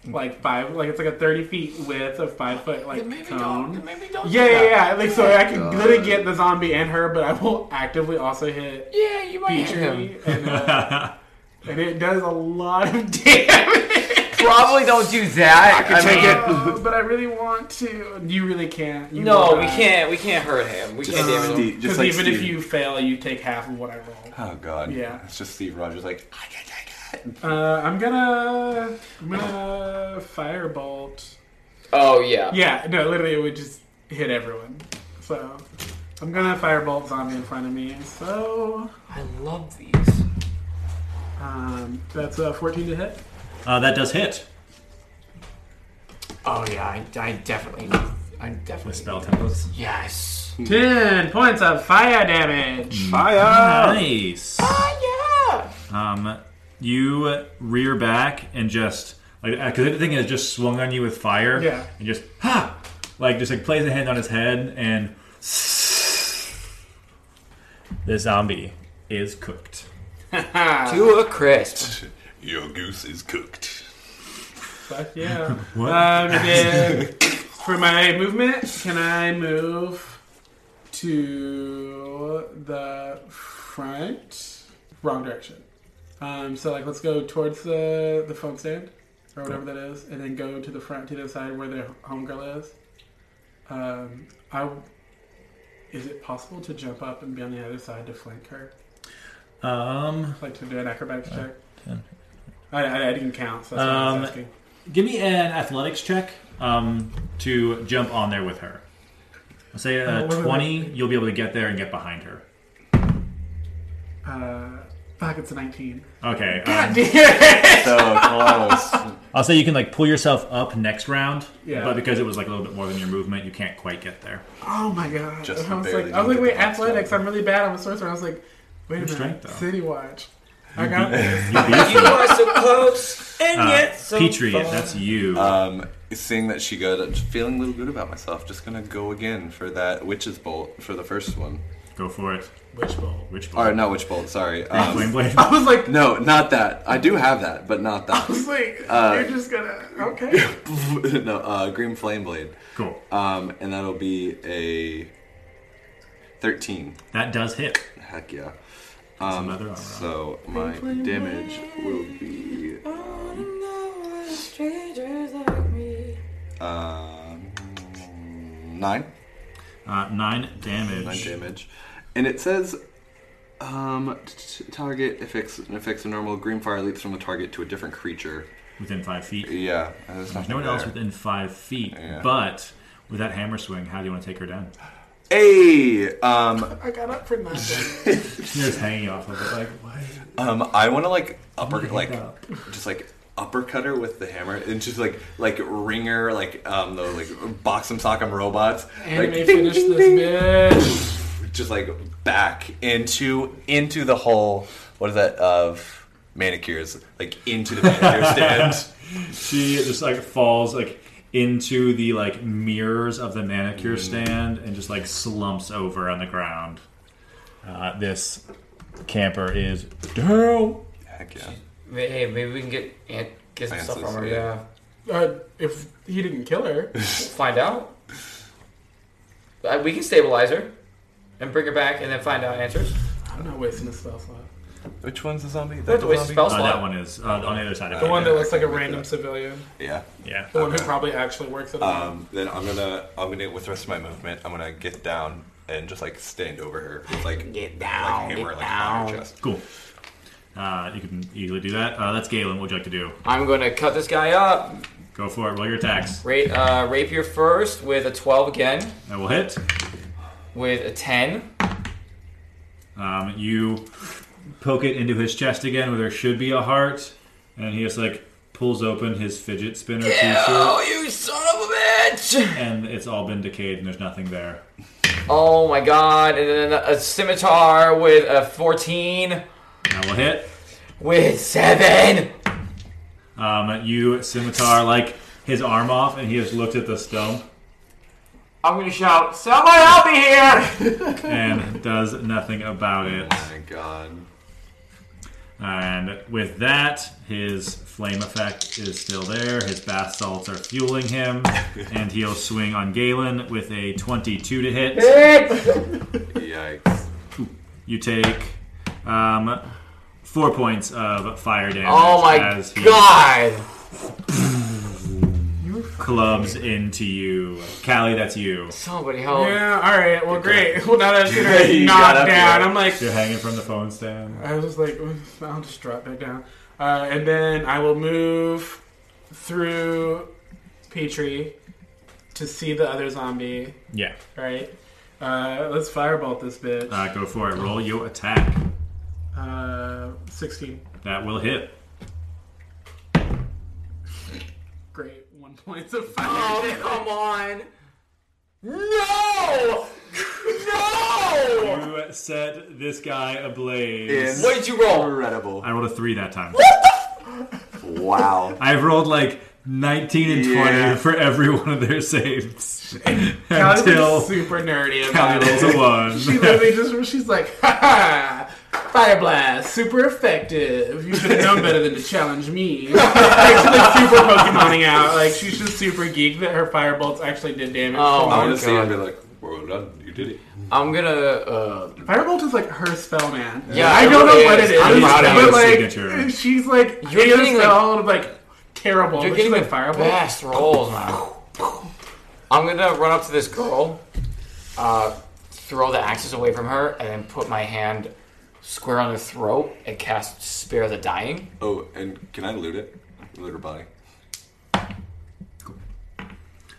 Speaker 8: Like five, like it's like a thirty feet width of five foot like
Speaker 2: Maybe
Speaker 8: cone.
Speaker 2: don't. Maybe don't.
Speaker 8: Yeah,
Speaker 2: do that.
Speaker 8: yeah, yeah. Like so, I can literally get the zombie and her, but I will actively also hit
Speaker 2: Yeah, you might hit him.
Speaker 8: Petrie, and, uh, and it does a lot of damage.
Speaker 2: Probably don't do that. I can
Speaker 8: Uh, but I really want to. You really can't. You
Speaker 2: No,
Speaker 8: will
Speaker 2: we
Speaker 8: not.
Speaker 2: can't. We can't hurt him. We can't damage him.
Speaker 9: Steve, just
Speaker 8: Because
Speaker 9: like
Speaker 8: even if
Speaker 9: Steve.
Speaker 8: you fail, you take half of what I roll.
Speaker 11: Oh, God.
Speaker 8: Yeah.
Speaker 11: It's just Steve Rogers like, I can take it.
Speaker 8: Uh, I'm gonna, I'm gonna firebolt.
Speaker 2: Oh yeah.
Speaker 8: Yeah, no, literally, it would just hit everyone. So I'm gonna firebolt zombie in front of me. So
Speaker 2: I love these.
Speaker 8: um, that's a 14 to hit.
Speaker 7: Uh, that does hit.
Speaker 2: Oh yeah. I, I definitely. I definitely.
Speaker 7: Spell tempest.
Speaker 2: Yes.
Speaker 9: Hmm.
Speaker 8: 10 points of fire damage.
Speaker 7: Nice.
Speaker 2: Yeah.
Speaker 7: Um, you rear back and just like because the thing has just swung on you with fire.
Speaker 8: Yeah.
Speaker 7: And just ha, like just like plays a hand on his head and the zombie is cooked.
Speaker 2: To a crisp.
Speaker 11: Your goose is cooked.
Speaker 8: Fuck yeah.
Speaker 7: What?
Speaker 8: Um, and then for my movement, can I move to the front? Wrong direction. Um, so like, let's go towards the the phone stand or whatever that is, and then go to the front to the side where the homegirl is. Um, I. Is it possible to jump up and be on the other side to flank her?
Speaker 7: Um,
Speaker 8: Like to do an acrobatics check? I, I, I didn't count, so that's what I
Speaker 7: Um,
Speaker 8: was asking.
Speaker 7: give me an athletics check. Um, to jump on there with her. I'll say a
Speaker 8: Uh, what am I-
Speaker 7: twenty. You'll be able to get there and get behind her.
Speaker 8: Uh, Fuck, it's a 19.
Speaker 7: Okay.
Speaker 8: God
Speaker 7: um,
Speaker 8: damn.
Speaker 7: I'll say you can like pull yourself up next round,
Speaker 8: Yeah.
Speaker 7: but because it was like a little bit more than your movement, you can't quite get there.
Speaker 8: Oh my god.
Speaker 7: Just
Speaker 8: I was
Speaker 7: barely
Speaker 8: like, I was like,
Speaker 7: made
Speaker 8: wait,
Speaker 7: it past
Speaker 8: athletics. I'm really bad. I'm a sorcerer. I was like,
Speaker 7: Your
Speaker 8: wait a minute.
Speaker 7: strength, though.
Speaker 8: City Watch. I got this.
Speaker 7: You uh,
Speaker 8: are
Speaker 2: so close,
Speaker 8: and
Speaker 11: Uh,
Speaker 8: yet so
Speaker 7: you.
Speaker 11: Um, seeing that she got, I'm feeling a little good about myself. Just gonna go again for that witch's bolt for the first one.
Speaker 7: Go for it.
Speaker 8: Witch bolt.
Speaker 7: Witch
Speaker 11: Or not witch bolt. Sorry. Um,
Speaker 7: Flame blade.
Speaker 8: I was like,
Speaker 11: no, not that. I do have that, but not that.
Speaker 8: I was like,
Speaker 11: Uh,
Speaker 8: you're just gonna okay.
Speaker 11: no, uh, green flame blade.
Speaker 7: Cool.
Speaker 11: Um, and that'll be a thirteen.
Speaker 7: That does hit.
Speaker 11: Heck yeah.
Speaker 7: That's
Speaker 11: Um,
Speaker 7: another arm
Speaker 11: so my damage will be um, nine.
Speaker 7: Uh, nine damage.
Speaker 11: Nine damage, and it says. Um, t- t- target affects affects a normal green fire leaps from the target to a different creature
Speaker 7: within five feet.
Speaker 11: Yeah, and
Speaker 7: There's
Speaker 11: nothing
Speaker 7: no one else
Speaker 11: there.
Speaker 7: within five feet.
Speaker 11: Yeah.
Speaker 7: But with that hammer swing, how do you want to take her down?
Speaker 11: Hey, um,
Speaker 8: I got up for nothing.
Speaker 7: You're just hanging off of it, like what?
Speaker 11: um, I want to like upper,
Speaker 7: hit
Speaker 11: like just like uppercut her with the hammer, and just like like ring her, like um, the like box them, sock 'em robots,
Speaker 8: Anime
Speaker 11: like
Speaker 8: finish this
Speaker 11: just like back into into the whole what is that of manicures, like into the manicure stand.
Speaker 7: she just like falls like into the like mirrors of the manicure stand and just like slumps over on the ground. Uh, this camper is down.
Speaker 11: Heck yeah.
Speaker 2: Hey, maybe we can get Aunt Gizmo stuff
Speaker 11: Francis,
Speaker 2: from her.
Speaker 11: yeah.
Speaker 2: Yeah.
Speaker 8: bitch. Uh, if he didn't kill her,
Speaker 2: Find out. Uh, We can stabilize her and bring her back and then find out answers.
Speaker 8: I'm not wasting a spell slot.
Speaker 11: Which one's the zombie?
Speaker 2: That's a waste
Speaker 11: zombie?
Speaker 2: of spell
Speaker 7: Uh,
Speaker 2: slot.
Speaker 7: that one is uh, on the other side of
Speaker 8: The
Speaker 7: it.
Speaker 8: one that looks like a random civilian.
Speaker 11: Yeah.
Speaker 7: Yeah.
Speaker 8: The one who
Speaker 11: Okay.
Speaker 8: probably actually works at a lab.
Speaker 11: Um, then I'm gonna, I'm gonna, with the rest of my movement, I'm gonna get down and just like stand over her, Just, like get down, like hammer, like on her chest.
Speaker 7: Cool. Uh, you can easily do that. Uh, that's Galen. What would you like to do?
Speaker 2: I'm gonna cut this guy up.
Speaker 7: Go for it. Roll your attacks.
Speaker 2: Ra- uh, rapier first with a 12 again,
Speaker 7: That will hit.
Speaker 2: with a 10.
Speaker 7: Um, you poke it into his chest again, where there should be a heart, and he just like pulls open his fidget spinner
Speaker 2: Oh,
Speaker 7: t-shirt,
Speaker 2: you son of a bitch!
Speaker 7: and it's all been decayed, and there's nothing there.
Speaker 2: Oh my god, and then a scimitar with a 14,
Speaker 7: That will hit.
Speaker 2: with 7.
Speaker 7: Um, you scimitar like his arm off, and he just looked at the stump
Speaker 2: I'm gonna shout, Someone help me here!
Speaker 7: and does nothing about it.
Speaker 11: Oh my god.
Speaker 7: And with that, his flame effect is still there. His bath salts are fueling him, and he'll swing on Galen with a 22 to hit.
Speaker 11: Yikes.
Speaker 7: You take um, four points of fire damage.
Speaker 2: oh my
Speaker 7: as he
Speaker 2: god!
Speaker 7: Clubs into you, Callie. That's you.
Speaker 2: Somebody help.
Speaker 8: Yeah, alright, well, great. Well, now that I've seen her
Speaker 7: You got
Speaker 8: knocked
Speaker 7: up
Speaker 8: down,
Speaker 7: here.
Speaker 8: I'm like,
Speaker 7: You're hanging from the phone stand.
Speaker 8: I was just like, "Oof, I'll just drop back down. Uh, and then I will move through Petrie to see the other zombie,
Speaker 7: Yeah.
Speaker 8: right? Uh, let's firebolt this bitch.
Speaker 7: Uh, go for it. Roll your attack.
Speaker 8: Uh, 16.
Speaker 7: That will hit.
Speaker 8: Great. One point of fire.
Speaker 2: Oh, come on! No! No!
Speaker 7: You set this guy ablaze.
Speaker 11: Is
Speaker 2: What did you roll?
Speaker 11: Incredible.
Speaker 7: I rolled a three that time.
Speaker 11: Wow.
Speaker 7: I've rolled like 19 and 20
Speaker 11: Yeah.
Speaker 7: for every one of their saves.
Speaker 8: Callie's
Speaker 7: Until
Speaker 8: super nerdy about
Speaker 7: Callie rolls
Speaker 8: it.
Speaker 7: a one.
Speaker 8: She literally just, she's like, ha ha! Fire blast, super effective. You should have known better than to challenge me. like, she's like super Pokemoning out. Like she's just super geek that her fire bolts actually did damage.
Speaker 2: Oh,
Speaker 11: I
Speaker 2: my
Speaker 11: want to see
Speaker 2: God.
Speaker 11: and be like, well done, you did it.
Speaker 2: I'm gonna, uh,
Speaker 8: Firebolt is like her spell, man.
Speaker 2: Yeah,
Speaker 8: I
Speaker 2: it
Speaker 8: don't
Speaker 2: really
Speaker 8: know what
Speaker 2: is.
Speaker 8: it is,
Speaker 2: I'm proud of
Speaker 8: but
Speaker 7: your
Speaker 8: like,
Speaker 7: signature.
Speaker 8: she's like,
Speaker 2: You're
Speaker 8: you're
Speaker 2: getting,
Speaker 8: getting
Speaker 2: like-
Speaker 8: spell of like terrible.
Speaker 2: you're
Speaker 8: but she's
Speaker 2: getting the
Speaker 8: like firebolt.
Speaker 2: best rolls, man. I'm gonna run up to this girl, uh, throw the axes away from her, and then put my hand square on her throat and cast Spare the Dying.
Speaker 11: Oh, and can I loot it? Loot her body.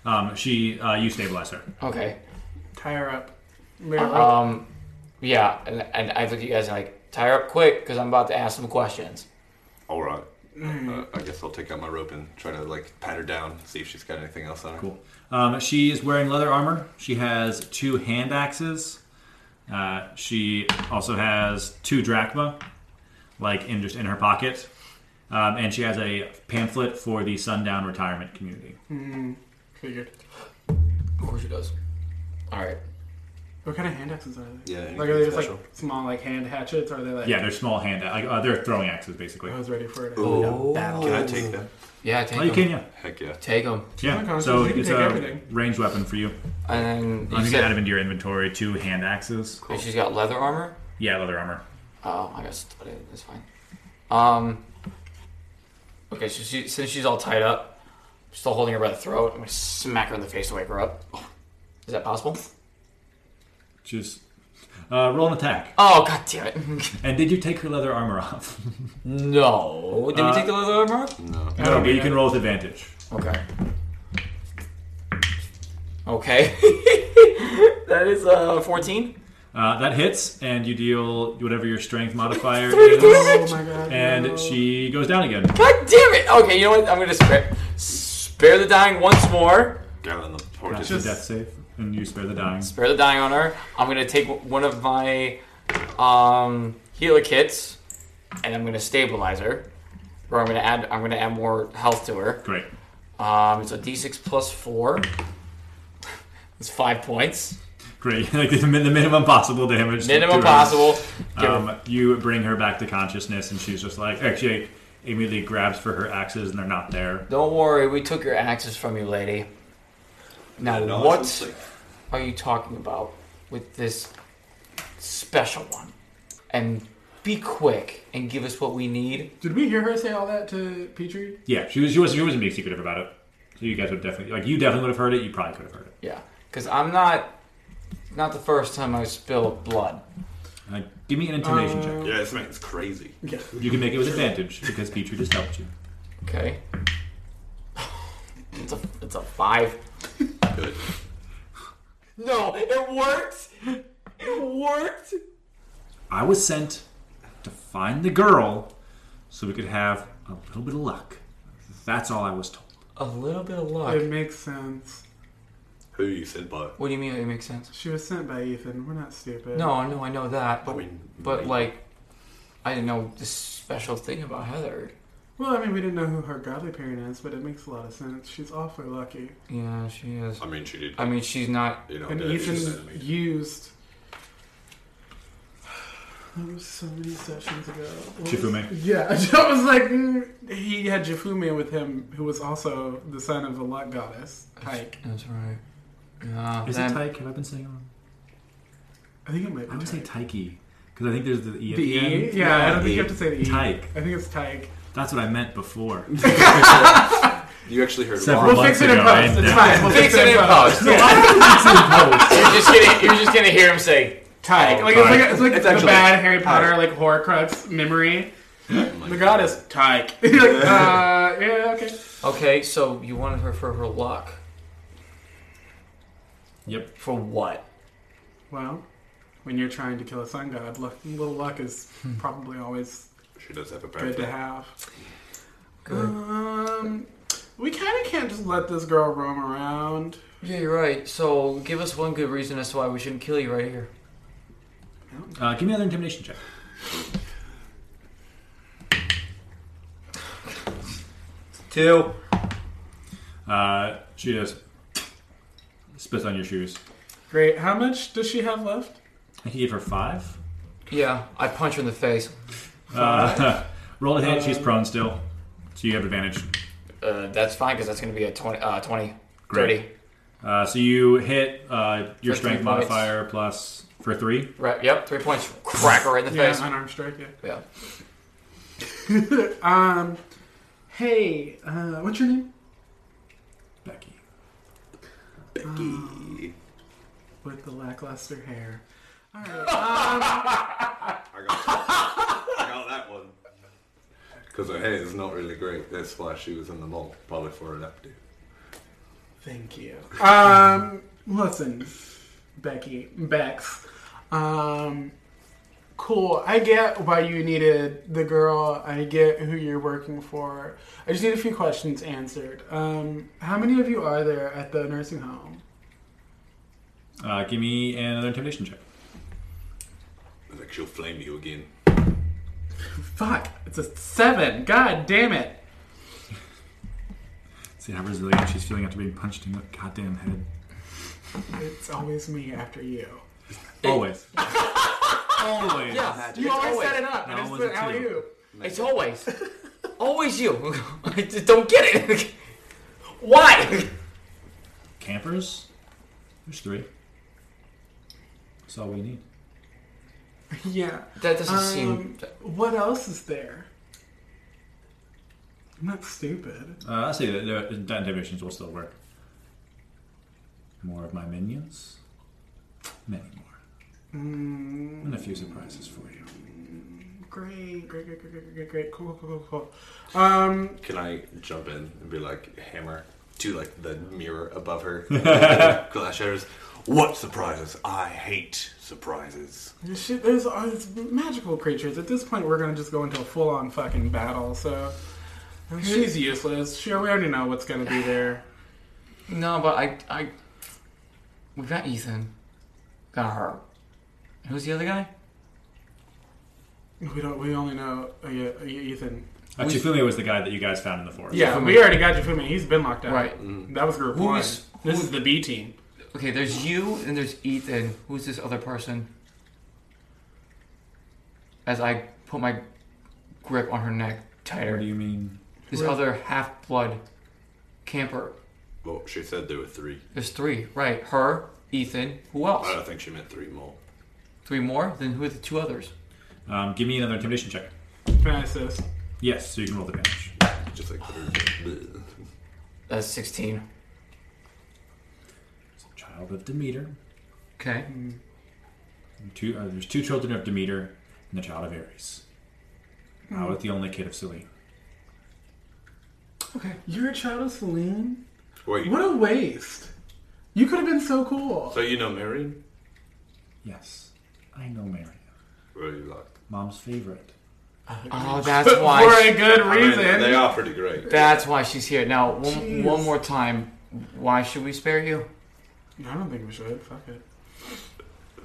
Speaker 7: Um, she, uh, you stabilize her.
Speaker 2: Okay.
Speaker 8: Tie her up. Mirror up.
Speaker 2: Um, yeah, and, and I look at you guys and like, tie her up quick because I'm about to ask some questions.
Speaker 11: All right. Uh, I guess I'll take out my rope and try to like pat her down, see if she's got anything else on her.
Speaker 7: Cool. Um, she is wearing leather armor. She has two hand axes. Uh, she also has two drachma, like in just in her pocket, um, and she has a pamphlet for the Sundown Retirement Community.
Speaker 8: Hmm. Figured.
Speaker 2: Of course she does. All right.
Speaker 8: What kind of hand axes are they?
Speaker 11: Yeah, anything
Speaker 8: Like are they just like
Speaker 11: special?
Speaker 8: small like hand hatchets? Or are they like?
Speaker 7: Yeah, they're small hand. Like, uh, they're throwing axes basically.
Speaker 8: I was ready for it.
Speaker 2: Oh.
Speaker 11: Can I take that?
Speaker 2: Yeah, take
Speaker 7: Oh,
Speaker 2: them.
Speaker 7: you can yeah.
Speaker 11: Heck yeah.
Speaker 2: Take them.
Speaker 8: my
Speaker 7: Yeah.
Speaker 8: gosh,
Speaker 7: So
Speaker 8: you can
Speaker 7: it's
Speaker 8: take
Speaker 7: a
Speaker 8: everything.
Speaker 7: ranged weapon for you.
Speaker 2: And
Speaker 7: Um,
Speaker 2: then you
Speaker 7: you can add
Speaker 2: said
Speaker 7: them into your inventory. Two hand axes.
Speaker 2: and she's got leather armor.
Speaker 7: Yeah, leather armor.
Speaker 2: Oh, I guess but it- it's fine. Um. Okay, so she, since she's all tied up, still holding her by the throat, I'm gonna smack her in the face to wake her up. Is that possible?
Speaker 7: Just uh, roll an attack.
Speaker 2: Oh god damn it!
Speaker 7: And did you take her leather armor off?
Speaker 2: no. Did we take the leather armor?
Speaker 7: no, but you can roll with advantage.
Speaker 2: Okay. Okay. that is uh 14.
Speaker 7: Uh, that hits, and you deal whatever your strength modifier
Speaker 2: Three
Speaker 7: is,
Speaker 2: damage.
Speaker 8: my god.
Speaker 7: and she goes down again.
Speaker 2: God damn it! Okay, you know what? I'm gonna spare spare the dying once more.
Speaker 11: Got on the porch.
Speaker 7: That's a death save, and you spare the dying.
Speaker 2: Spare the dying on her. I'm gonna take one of my um healer kits, and I'm gonna stabilize her. Or I'm gonna add I'm gonna add more health to her.
Speaker 7: Great.
Speaker 2: Um, it's a D6 plus four. It's five points.
Speaker 7: Great. like the min- the minimum possible damage. to-
Speaker 2: Minimum
Speaker 7: to her.
Speaker 2: possible. Give her-
Speaker 7: Um, you bring her back to consciousness, and she's just like, actually, immediately grabs for her axes, and they're not there.
Speaker 2: Don't worry, we took your axes from you, lady. Now,
Speaker 11: No,
Speaker 2: what
Speaker 11: it's like-
Speaker 2: are you talking about with this special one? And be quick and give us what we need.
Speaker 8: Did we hear her say all that to Petrie?
Speaker 7: Yeah, she was she was she wasn't being secretive about it. So you guys would definitely like you definitely would have heard it. You probably could have heard it.
Speaker 2: Yeah, because I'm not. Not the first time I spill blood.
Speaker 7: Uh, give me an intimidation
Speaker 2: Um,
Speaker 7: check.
Speaker 11: Yeah, this man's crazy.
Speaker 7: You can make it with advantage because Petrie just helped you.
Speaker 2: Okay. It's a, it's a five.
Speaker 11: Good.
Speaker 2: No, it worked! It worked!
Speaker 7: I was sent to find the girl so we could have a little bit of luck. That's all I was told.
Speaker 2: A little bit of
Speaker 8: It
Speaker 2: luck.
Speaker 8: makes sense.
Speaker 11: Who you said by?
Speaker 2: What do you mean it makes sense?
Speaker 8: She was sent by Ethan. We're not stupid.
Speaker 2: No, no, I know that.
Speaker 11: I
Speaker 2: But
Speaker 11: mean,
Speaker 2: But
Speaker 11: me.
Speaker 2: like, I didn't know this special thing about Heather.
Speaker 8: Well, I mean, we didn't know who her godly parent is, but it makes a lot of sense. She's awfully lucky.
Speaker 2: Yeah, she is.
Speaker 11: I mean, she did.
Speaker 2: I mean, she's not.
Speaker 11: You know,
Speaker 8: and
Speaker 11: dead. She's
Speaker 8: Ethan
Speaker 11: dead.
Speaker 8: used. That was so many sessions ago. What was-
Speaker 7: Chifume.
Speaker 8: Yeah, I was like, mm, he had Jifume with him, who was also the son of the luck goddess. Tyke.
Speaker 2: That's right. Yeah,
Speaker 7: Is
Speaker 2: that-
Speaker 7: it Tyke? Have I been saying it wrong?
Speaker 8: I think it might
Speaker 7: I
Speaker 8: be
Speaker 7: would say
Speaker 8: Tyke.
Speaker 7: Tyke because I think there's the E. at
Speaker 8: The
Speaker 7: the
Speaker 8: E?
Speaker 7: end.
Speaker 8: Yeah, I don't think you have to say the E.
Speaker 7: Tyke.
Speaker 8: I think it's Tyke.
Speaker 7: That's what I meant before.
Speaker 11: You actually heard
Speaker 7: Several
Speaker 11: Lon-
Speaker 8: We'll
Speaker 7: months
Speaker 8: fix it in
Speaker 7: ago, I
Speaker 8: post. It's
Speaker 7: am-
Speaker 8: fine. We'll
Speaker 2: Fix it in post.
Speaker 8: Yeah.
Speaker 2: You're just gonna. You're just gonna hear him say
Speaker 8: Tyke.
Speaker 2: Tyke.
Speaker 8: Like, it's like, it's like
Speaker 11: It's
Speaker 8: the
Speaker 11: actually-
Speaker 8: bad Harry Potter, like, Horcrux memory. The goddess, Tyke. You're like, uh, yeah, okay.
Speaker 2: Okay, so you wanted her for her luck.
Speaker 7: Yep.
Speaker 2: For what?
Speaker 8: Well, when you're trying to kill a sun god, luck, little luck is probably always
Speaker 11: She does have a
Speaker 8: good to
Speaker 11: paraphernalia.
Speaker 8: have.
Speaker 2: Good.
Speaker 8: Um, we kind of can't just let this girl roam around.
Speaker 2: Yeah, you're right. So give us one good reason as to why we shouldn't kill you right here.
Speaker 7: Uh, give me another intimidation check.
Speaker 2: Two.
Speaker 7: Uh, she just spits on your shoes.
Speaker 8: Great. How much does she have left?
Speaker 7: I can give her five.
Speaker 2: Yeah, I punch her in the face.
Speaker 7: Uh, roll a hit. She's prone still, so you have advantage.
Speaker 2: Uh, that's fine because that's gonna be a 20, uh, 20
Speaker 7: Great.
Speaker 2: 30.
Speaker 7: Uh, so you hit uh, your
Speaker 2: For
Speaker 7: strength
Speaker 2: three points.
Speaker 7: modifier plus for three.
Speaker 2: Right. Yep. Three points. Crack her right in the
Speaker 8: Yeah,
Speaker 2: face.
Speaker 8: unarmed strike. Yeah.
Speaker 2: Yeah.
Speaker 8: Um, hey, uh, what's your name?
Speaker 7: Becky.
Speaker 8: Uh, With the lackluster hair.
Speaker 11: I got, I got that one. Because her hair is not really great. That's why she was in the mall, probably for an updo.
Speaker 8: Thank you. Um, listen, Becky, Bex. Um, cool. I get why you needed the girl. I get who you're working for. I just need a few questions answered. Um, how many of you are there at the nursing home?
Speaker 7: Uh, give me another intimidation check.
Speaker 11: Like she'll flame you again.
Speaker 8: Fuck, it's a seven. God damn it.
Speaker 7: See how resilient she's feeling after being punched in the goddamn head.
Speaker 8: It's always me after you.
Speaker 7: Always.
Speaker 2: Always. Yeah,
Speaker 8: You
Speaker 2: it's
Speaker 8: always, set it up.
Speaker 7: No,
Speaker 8: and it's
Speaker 7: was
Speaker 8: been,
Speaker 7: it
Speaker 8: how are
Speaker 7: two?
Speaker 8: you?
Speaker 2: It's always, always you. I just don't get it. Why?
Speaker 7: Campers? There's three. That's all we need.
Speaker 8: Yeah.
Speaker 2: That doesn't
Speaker 8: Um,
Speaker 2: seem.
Speaker 8: What else is there? I'm not stupid.
Speaker 7: Uh, I see that the the intimations will still work. More of my minions? Many more. And a few surprises for you.
Speaker 8: Great, great, great, great, great, great, great. Cool, cool, cool, cool. Um,
Speaker 11: Can I jump in and be like hammer to like the mirror above her? Glass shatters. What surprises? I hate surprises.
Speaker 8: this shit, there's, uh, it's magical creatures. At this point, we're gonna just go into a full-on fucking battle. So she's useless. Sure, we already know what's gonna be there.
Speaker 2: Um, No, but I, I. We got Ethan. Got her. Who's the other guy?
Speaker 8: We don't. We only know uh, yeah, uh, Ethan.
Speaker 7: Actually, Fumi was the guy that you guys found in the forest.
Speaker 8: Yeah, we already got Jafumi. He's been locked out.
Speaker 2: Right.
Speaker 11: Mm.
Speaker 8: That was group
Speaker 2: Who
Speaker 8: one.
Speaker 2: is-
Speaker 8: this is the B team.
Speaker 2: Okay, there's you and there's Ethan. Who's this other person? As I put my grip on her neck
Speaker 7: What do
Speaker 2: tighter,
Speaker 7: you mean?
Speaker 2: this other half blood camper.
Speaker 11: Well, she said there were three.
Speaker 2: There's three, right? Her, Ethan. Who else?
Speaker 9: Uh.
Speaker 11: I don't think she meant three more.
Speaker 2: Three more? Then who are the two others?
Speaker 7: Um, give me another intimidation check.
Speaker 8: Can I assist?
Speaker 7: Yes, so you can roll the damage.
Speaker 11: Just like bleh.
Speaker 2: That's 16.
Speaker 7: Child of Demeter.
Speaker 2: Okay.
Speaker 7: Two, uh, there's two children of Demeter and the child of Ares. I was the only kid of Selene.
Speaker 8: You're a child of Selene.
Speaker 11: Wait.
Speaker 8: What a waste. You could have been so cool.
Speaker 11: So you know Marion?
Speaker 7: Yes, I know Marion.
Speaker 11: Really like.
Speaker 7: Mom's favorite.
Speaker 2: Oh, that's
Speaker 8: For a
Speaker 2: why.
Speaker 8: good
Speaker 11: I mean,
Speaker 8: reason.
Speaker 11: they are pretty great.
Speaker 2: That's why she's here. Now, one,
Speaker 8: Jeez.
Speaker 2: one more time. Why should we spare you?
Speaker 8: I don't think we should. Fuck it.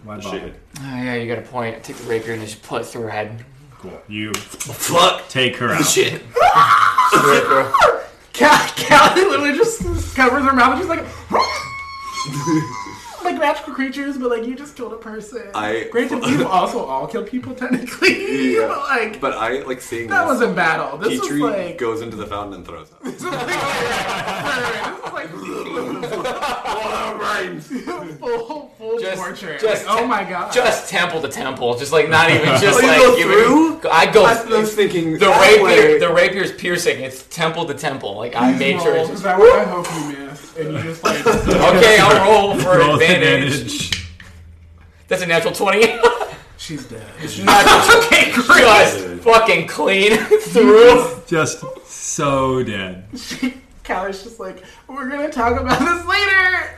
Speaker 7: Why bother?
Speaker 11: Shit.
Speaker 2: Oh, yeah, you got a point. Take the rapier and just put it through her head.
Speaker 7: Cool. You
Speaker 11: Fuck.
Speaker 7: take her out.
Speaker 2: Shit. Rapier.
Speaker 8: Cal- Callie literally just covers her mouth and she's like, like magical creatures, but like you just killed a person.
Speaker 11: I-
Speaker 8: Granted, we've also all killed people technically.
Speaker 11: Yeah.
Speaker 8: but like
Speaker 11: But I like seeing
Speaker 8: that
Speaker 11: this.
Speaker 8: was a battle. This
Speaker 11: Petrie
Speaker 8: was like.
Speaker 11: goes into the fountain and throws up.
Speaker 8: this was like full, full
Speaker 2: Just-
Speaker 8: torture.
Speaker 2: just-
Speaker 8: like, oh my god.
Speaker 2: Just temple to temple. Just like not even just
Speaker 6: Oh, you
Speaker 2: like
Speaker 6: go
Speaker 2: give
Speaker 6: through?
Speaker 2: It, I go.
Speaker 6: I was thinking
Speaker 2: the
Speaker 6: that
Speaker 2: rapier.
Speaker 6: way.
Speaker 2: The rapier's piercing. It's temple to temple. Like I made sure.
Speaker 8: Rolls,
Speaker 2: It's
Speaker 8: is that
Speaker 2: just,
Speaker 8: what I hope you missed? And you just like
Speaker 2: okay, I'll roll for
Speaker 7: Roll
Speaker 2: advantage.
Speaker 7: advantage.
Speaker 2: That's a natural twenty.
Speaker 8: she's dead.
Speaker 2: okay, just fucking clean through.
Speaker 7: Just so dead.
Speaker 8: Callie's just like, we're gonna talk about this later.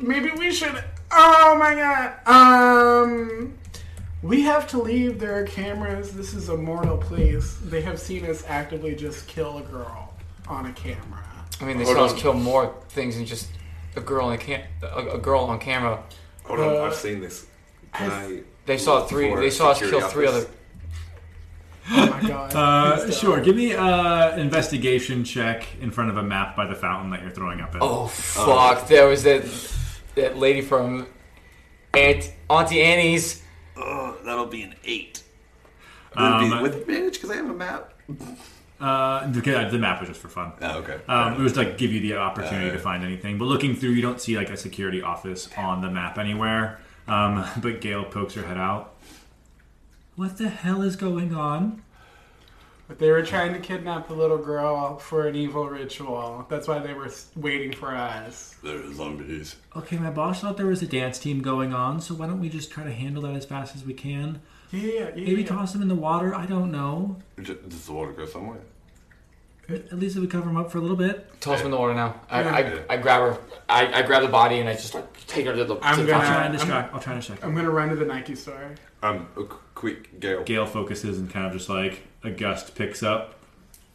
Speaker 8: Maybe we should. Oh my god. Um, we have to leave. There are cameras. This is a mortal place. They have seen us actively just kill a girl on a camera.
Speaker 2: I mean, they saw us kill more things than just a girl in a, cam- a, a girl on camera.
Speaker 11: Hold on, I've seen this. Can I?
Speaker 2: They saw three.
Speaker 11: For
Speaker 2: They saw us
Speaker 11: security
Speaker 2: kill three
Speaker 11: office.
Speaker 2: other.
Speaker 8: Oh my god.
Speaker 7: Uh,
Speaker 8: Please don't.
Speaker 7: sure. Give me uh investigation check in front of a map by the fountain that you're throwing up at.
Speaker 6: Uh,
Speaker 2: Oh fuck! there was that that lady from Aunt Auntie Annie's.
Speaker 11: Oh, that'll be an eight.
Speaker 7: Um,
Speaker 11: with advantage because I have a map.
Speaker 7: uh, the, the map was just for fun.
Speaker 11: Oh, okay.
Speaker 7: Um, it was to like, give you the opportunity to find anything. But looking through, you don't see like a security office on the map anywhere. Um, but Gail pokes her head out. What the hell is going on?
Speaker 8: But they were trying to kidnap the little girl for an evil ritual. That's why they were s- waiting for us.
Speaker 11: there are zombies.
Speaker 7: Okay, my boss thought there was a dance team going on, so why don't we just try to handle that as fast as we can?
Speaker 8: Yeah, yeah.
Speaker 7: Maybe
Speaker 8: yeah.
Speaker 7: toss them in the water. I don't know.
Speaker 11: J- Does the water go somewhere?
Speaker 7: At least it would cover him up for a little bit.
Speaker 2: Toss him in the water now. I, I, I grab her. I, I grab the body and I just like take her to the.
Speaker 8: I'm
Speaker 2: to the
Speaker 8: gonna-
Speaker 7: I'll try and
Speaker 8: I'm-
Speaker 7: distract. I'll try and distract.
Speaker 8: I'm gonna run to the Nike store.
Speaker 9: Um, a qu- quick Gale.
Speaker 7: Gale focuses and kind of just like a gust picks up,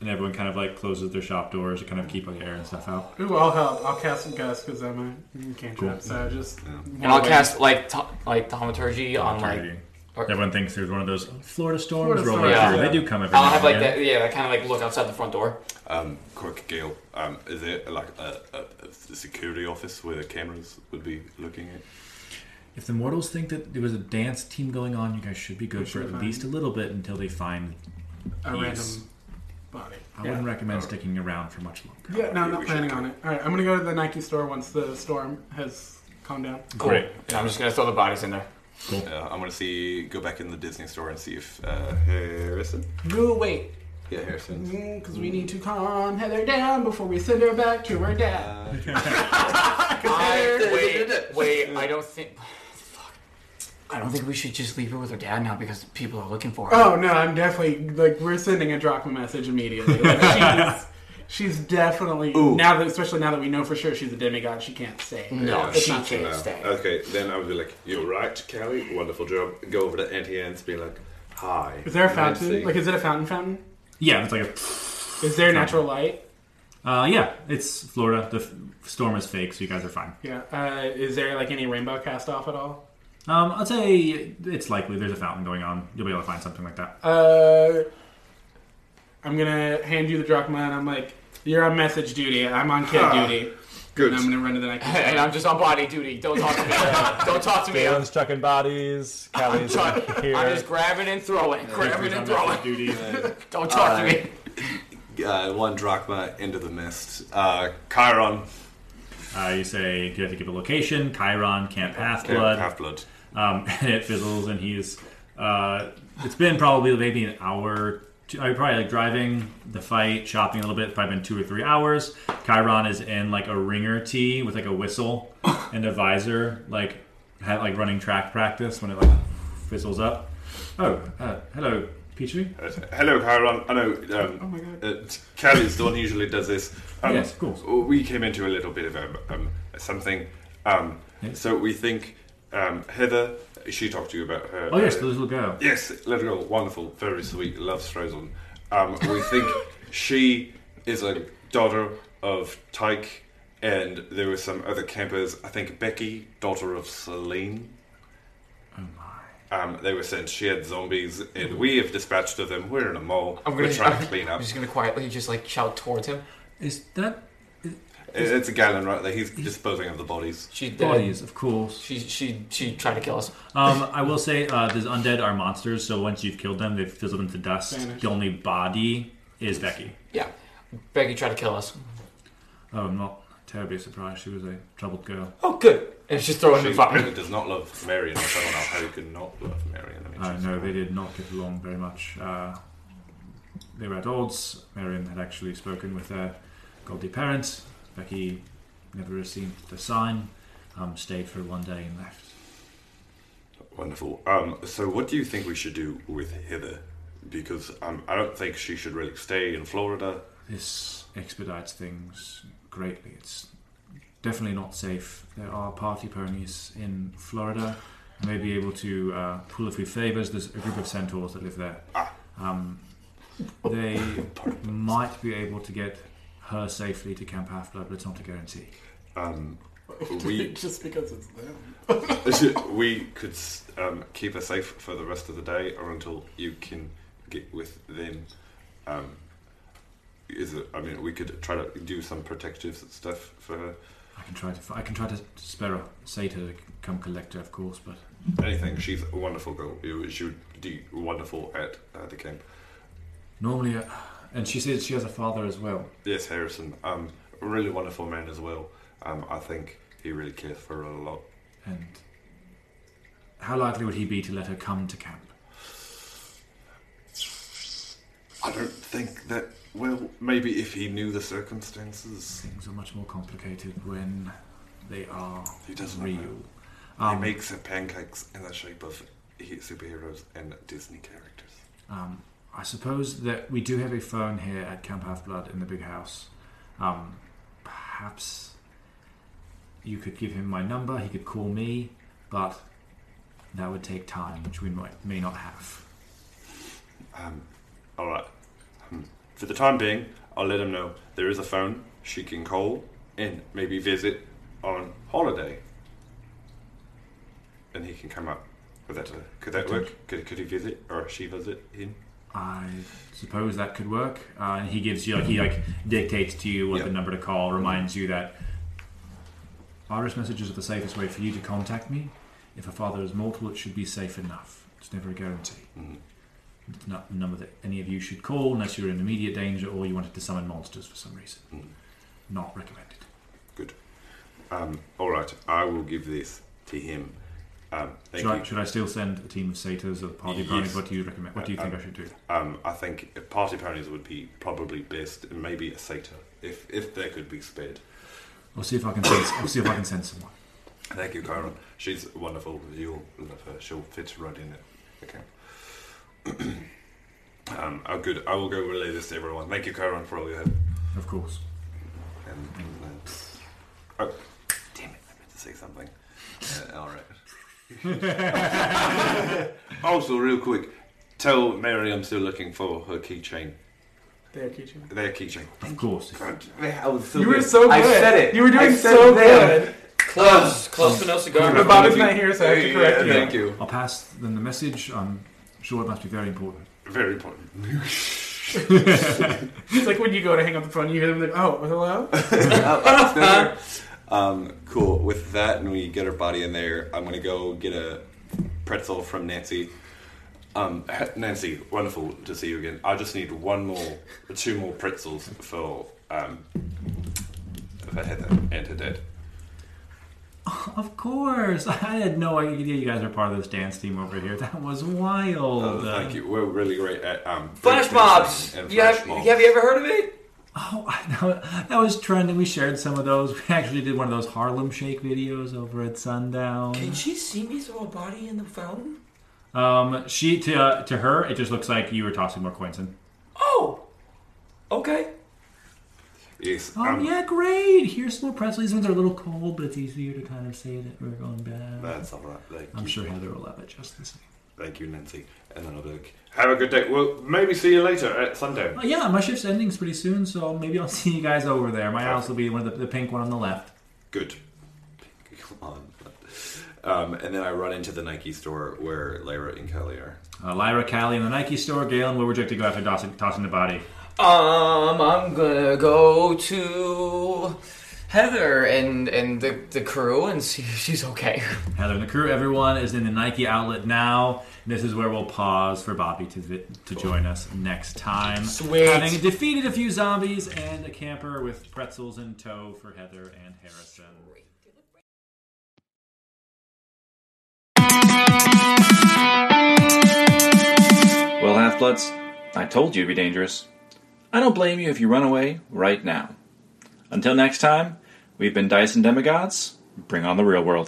Speaker 7: and everyone kind of like closes their shop doors to kind of keep like air and stuff out.
Speaker 8: Ooh, I'll help. I'll cast some Gus because I'm a mm, cantrip,
Speaker 7: Cool.
Speaker 8: so just.
Speaker 2: And I'll cast like to, like thaumaturgy on like.
Speaker 7: Charity. Everyone thinks there's one of those Florida storms
Speaker 8: Florida
Speaker 7: rolling
Speaker 8: storms,
Speaker 7: through.
Speaker 2: yeah.
Speaker 7: They do come every
Speaker 2: I'll
Speaker 7: now and
Speaker 2: have like
Speaker 7: again.
Speaker 2: that. Yeah, I kind of like look outside the front door.
Speaker 9: Um, quick Gale. Um, is there like a, a, a security office where the cameras would be looking at?
Speaker 7: If the mortals think that there was a dance team going on, you guys should be good for
Speaker 8: should
Speaker 7: at
Speaker 8: find-
Speaker 7: least a little bit until they find
Speaker 8: a
Speaker 7: ease.
Speaker 8: random body.
Speaker 7: I wouldn't recommend sticking around for much longer.
Speaker 8: Yeah, no, I'm
Speaker 9: Yeah,
Speaker 8: not
Speaker 9: we
Speaker 8: planning
Speaker 9: should.
Speaker 8: on it. All right, I'm gonna go to the Nike store once the storm has calmed down.
Speaker 2: Cool.
Speaker 7: Great.
Speaker 2: And I'm just gonna throw the bodies in there.
Speaker 9: Uh, I'm gonna see. Go back in the Disney store and see if uh, Harrison.
Speaker 8: Go wait,
Speaker 9: Yeah, Harrison.
Speaker 8: because we need to calm Heather down before we send her back to her dad.
Speaker 2: I, wait, wait. I don't think. Fuck. I don't think we should just leave her with her dad now because people are looking for her.
Speaker 8: Oh no, I'm definitely like we're sending a Drachma message immediately. Like, she's, she's definitely now that especially now that we know for sure she's a demigod, she can't stay.
Speaker 2: no,
Speaker 8: It's
Speaker 2: she
Speaker 8: not
Speaker 2: can't
Speaker 8: safe.
Speaker 2: stay.
Speaker 9: Okay, then I would be like, "You're right, Callie. Wonderful job." Go over to Auntie Anne's, be like, "Hi."
Speaker 8: Is there a
Speaker 9: Nancy."
Speaker 8: fountain? Like, is it a fountain fountain?
Speaker 7: Yeah, it's like
Speaker 8: Is there natural light?
Speaker 7: a. Uh, yeah, it's Florida. The f- storm is fake, so you guys are fine.
Speaker 8: Yeah. Uh, is there like any rainbow cast off at all?
Speaker 7: Um, I'd say it's likely there's a fountain going on. You'll be able to find something like that.
Speaker 8: Uh, I'm gonna hand you the drachma, and I'm like, "You're on message duty. I'm on kid duty."
Speaker 9: Good.
Speaker 8: And I'm gonna run to the Nike.
Speaker 2: And I'm just on body duty. Don't talk to me. Don't talk to me. I'm,
Speaker 13: Galen's chucking bodies. Callie's
Speaker 2: trying-
Speaker 13: here.
Speaker 2: I'm just grabbing and throwing. Grabbing and throwing.
Speaker 7: Duty.
Speaker 2: Don't talk to me.
Speaker 9: Uh, one drachma into the mist. Uh, Chiron.
Speaker 7: Uh, you say you have to give a location. Chiron can't pass blood.
Speaker 9: Half blood.
Speaker 7: Um, and it fizzles, and he's. Uh, it's been probably maybe an hour. Two, I probably like driving the fight, shopping a little bit. Probably been two or three hours. Chiron is in like a ringer tee with like a whistle and a visor, like had like running track practice when it like fizzles up. Oh, uh, hello, Petrie.
Speaker 9: Uh, Hello, Chiron. I know. Um, oh my god. Uh, Callie's the one who usually does this. Um,
Speaker 7: Yes, of course.
Speaker 9: We came into a little bit of um, um, something. Um, So we think um, Heather. She talked to you about her.
Speaker 7: Oh yes,
Speaker 9: uh,
Speaker 7: the little girl.
Speaker 9: Yes, little girl, wonderful, very sweet, loves Frozone. Um, we think she is a daughter of Tyke, and there were some other campers. I think Becky, daughter of Celine. Oh my. Um, they were sent. She had zombies, and we have dispatched of them. We're in a mall.
Speaker 2: I'm
Speaker 9: we're
Speaker 2: gonna
Speaker 9: trying to clean up.
Speaker 2: I'm just gonna quietly just like shout towards him.
Speaker 7: Is that
Speaker 9: It's a Galen right there. He's disposing of the bodies.
Speaker 2: She's dead.
Speaker 7: bodies? Of course.
Speaker 2: She she she tried to kill us.
Speaker 7: Um, I will say uh, these undead are monsters, so once you've killed them, they've fizzled into dust. The only body is Becky.
Speaker 2: Yeah, Becky tried to kill us.
Speaker 7: Oh, I'm not terribly surprised. She was a troubled girl.
Speaker 2: Oh, good. And she's throwing
Speaker 9: She
Speaker 2: the fire.
Speaker 9: does not love Marion. I don't know how you could not love Marion. I mean,
Speaker 7: Uh,
Speaker 9: she's-
Speaker 7: no, they did not get along very much. Uh, they were at odds. Marion had actually spoken with her godly parents. Becky never received a sign, um, stayed for one day and left.
Speaker 9: Wonderful. Um, so, what do you think we should do with Heather? Because um, I don't think she should really stay in Florida.
Speaker 7: This expedites things greatly. It's definitely not safe. There are party ponies in Florida. I may be able to uh, pull a few favors. There's a group of centaurs that live there. Um, they might be able to get her safely to Camp Half Blood, but it's not a guarantee.
Speaker 9: Um, we
Speaker 8: Just because it's them.
Speaker 9: we could um, keep her safe for the rest of the day, or until you can get with them. Um, is it, I mean, we could try to do some protective stuff for her.
Speaker 7: I can try to fi- I can try to spare her, say to come collect her, of course, but
Speaker 9: Anything. She's a wonderful girl. She would do wonderful at uh, the camp.
Speaker 7: normally, uh, and she says she has a father as well.
Speaker 9: Yes, Harrison. Um, really wonderful man as well. Um, I think he really cares for her a lot.
Speaker 7: And how likely would he be to let her come to camp?
Speaker 9: I don't think that. Well, maybe if he knew the circumstances,
Speaker 7: Things are much more complicated when they are
Speaker 9: He doesn't
Speaker 7: real.
Speaker 9: know. he
Speaker 7: Um,
Speaker 9: makes her pancakes in the shape of he- superheroes and Disney characters.
Speaker 7: um, I suppose that we do have a phone here at Camp Half Blood in the big house. Um, perhaps you could give him my number. He could call me, but that would take time, which we might, may not have.
Speaker 11: Um, all right. Um, for the time being, I'll let him know there is a phone she can call and maybe visit on holiday, and he can come up. Would that could that work? Could, could he visit or she visit him?
Speaker 7: I suppose that could work. Uh, and he gives you like he like dictates to you what the number to call, reminds you that iris messages are the safest way for you to contact me. If a father is mortal, it should be safe enough. It's never a guarantee.
Speaker 11: Mm-hmm.
Speaker 7: It's not a number that any of you should call unless you're in immediate danger or you wanted to summon monsters for some reason.
Speaker 11: Mm-hmm.
Speaker 7: Not recommended.
Speaker 11: Good. Um, all right, I will give this to him. Um, thank
Speaker 7: Should I,
Speaker 11: you.
Speaker 7: should I still send a team of satyrs or party ponies?
Speaker 11: Yes.
Speaker 7: What do you recommend? What do you think
Speaker 11: Um,
Speaker 7: I should do?
Speaker 11: Um, I think party ponies would be probably best, and maybe a satyr if if they could be spared.
Speaker 7: I'll see if I can send. I'll see if I can send someone.
Speaker 11: Thank you, Chiron. She's wonderful. You'll love her. She'll fit right in it. Okay. um, oh, good. I will go relay this to everyone. Thank you, Chiron, for all your help.
Speaker 7: Of course.
Speaker 11: And, that's- oh, damn it! I meant to say something. Uh, all right. also, real quick, tell Mary I'm still looking for her keychain.
Speaker 8: Their kitchen.
Speaker 11: Their keychain.
Speaker 7: Of course.
Speaker 11: I was so
Speaker 8: You were
Speaker 11: good.
Speaker 8: so good.
Speaker 11: I said it.
Speaker 8: You were doing
Speaker 11: I said
Speaker 8: so
Speaker 11: it then.
Speaker 8: good.
Speaker 2: Close, close, but no cigar.
Speaker 8: But Bob is not here, so I have to correct you.
Speaker 11: Thank you.
Speaker 7: I'll pass them the message. I'm sure it must be very important.
Speaker 11: Very important.
Speaker 8: It's like when you go to hang up the phone, you hear them like, "Oh, hello."
Speaker 11: um, cool. With that, and we get her body in there. I'm gonna go get a pretzel from Nancy. Um, Nancy, wonderful to see you again. I just need one more, two more pretzels for um, for Heather and her dad.
Speaker 7: Of course. I had no idea you guys are part of this dance team over here. That was wild.
Speaker 11: Oh, thank you. We're really great at um,
Speaker 2: Flash
Speaker 11: breakdancing
Speaker 2: mobs.
Speaker 11: and
Speaker 2: You have,
Speaker 11: flash mobs.
Speaker 2: have you ever heard of it?
Speaker 7: Oh, That was trending. We shared some of those. We actually did one of those Harlem Shake videos over at sundown.
Speaker 2: Can she see me throw a body in the fountain?
Speaker 7: Um, she to uh, to her, it just looks like you were tossing more coins
Speaker 11: Um,
Speaker 7: in.
Speaker 2: Oh, okay.
Speaker 11: Yes.
Speaker 7: Oh
Speaker 11: um,
Speaker 7: yeah, great. Here's more pretzels. These ones are a little cold, but it's easier to kind of say that we're going back.
Speaker 11: That's all right. Thank
Speaker 7: I'm
Speaker 11: you.
Speaker 7: sure Heather will love it just the same.
Speaker 11: Thank you, Nancy. And then I'll be like, have a good day. Well, maybe see you later at sundown.
Speaker 7: Oh, yeah, my shift's ending's pretty soon, so maybe I'll see you guys over there. My house will be one of the, the pink one on the left.
Speaker 11: Good. Come on. Um, and then I run into the Nike store where Lyra and Kelly are.
Speaker 7: Uh, Lyra, Callie, in the Nike store. Galen will reject to go after tossing, tossing the body.
Speaker 2: Um, I'm gonna go to Heather and and the, the crew and see if she's okay.
Speaker 7: Heather and the crew, everyone is in the Nike outlet now. This is where we'll pause for Bobby to vi- to join us next time.
Speaker 2: Sweet.
Speaker 7: Having defeated a few zombies and a camper with pretzels in tow for Heather and Harrison.
Speaker 1: Well, half bloods, I told you to be dangerous. I don't blame you if you run away right now. Until next time, we've been Dyson Demigods. Bring on the real world.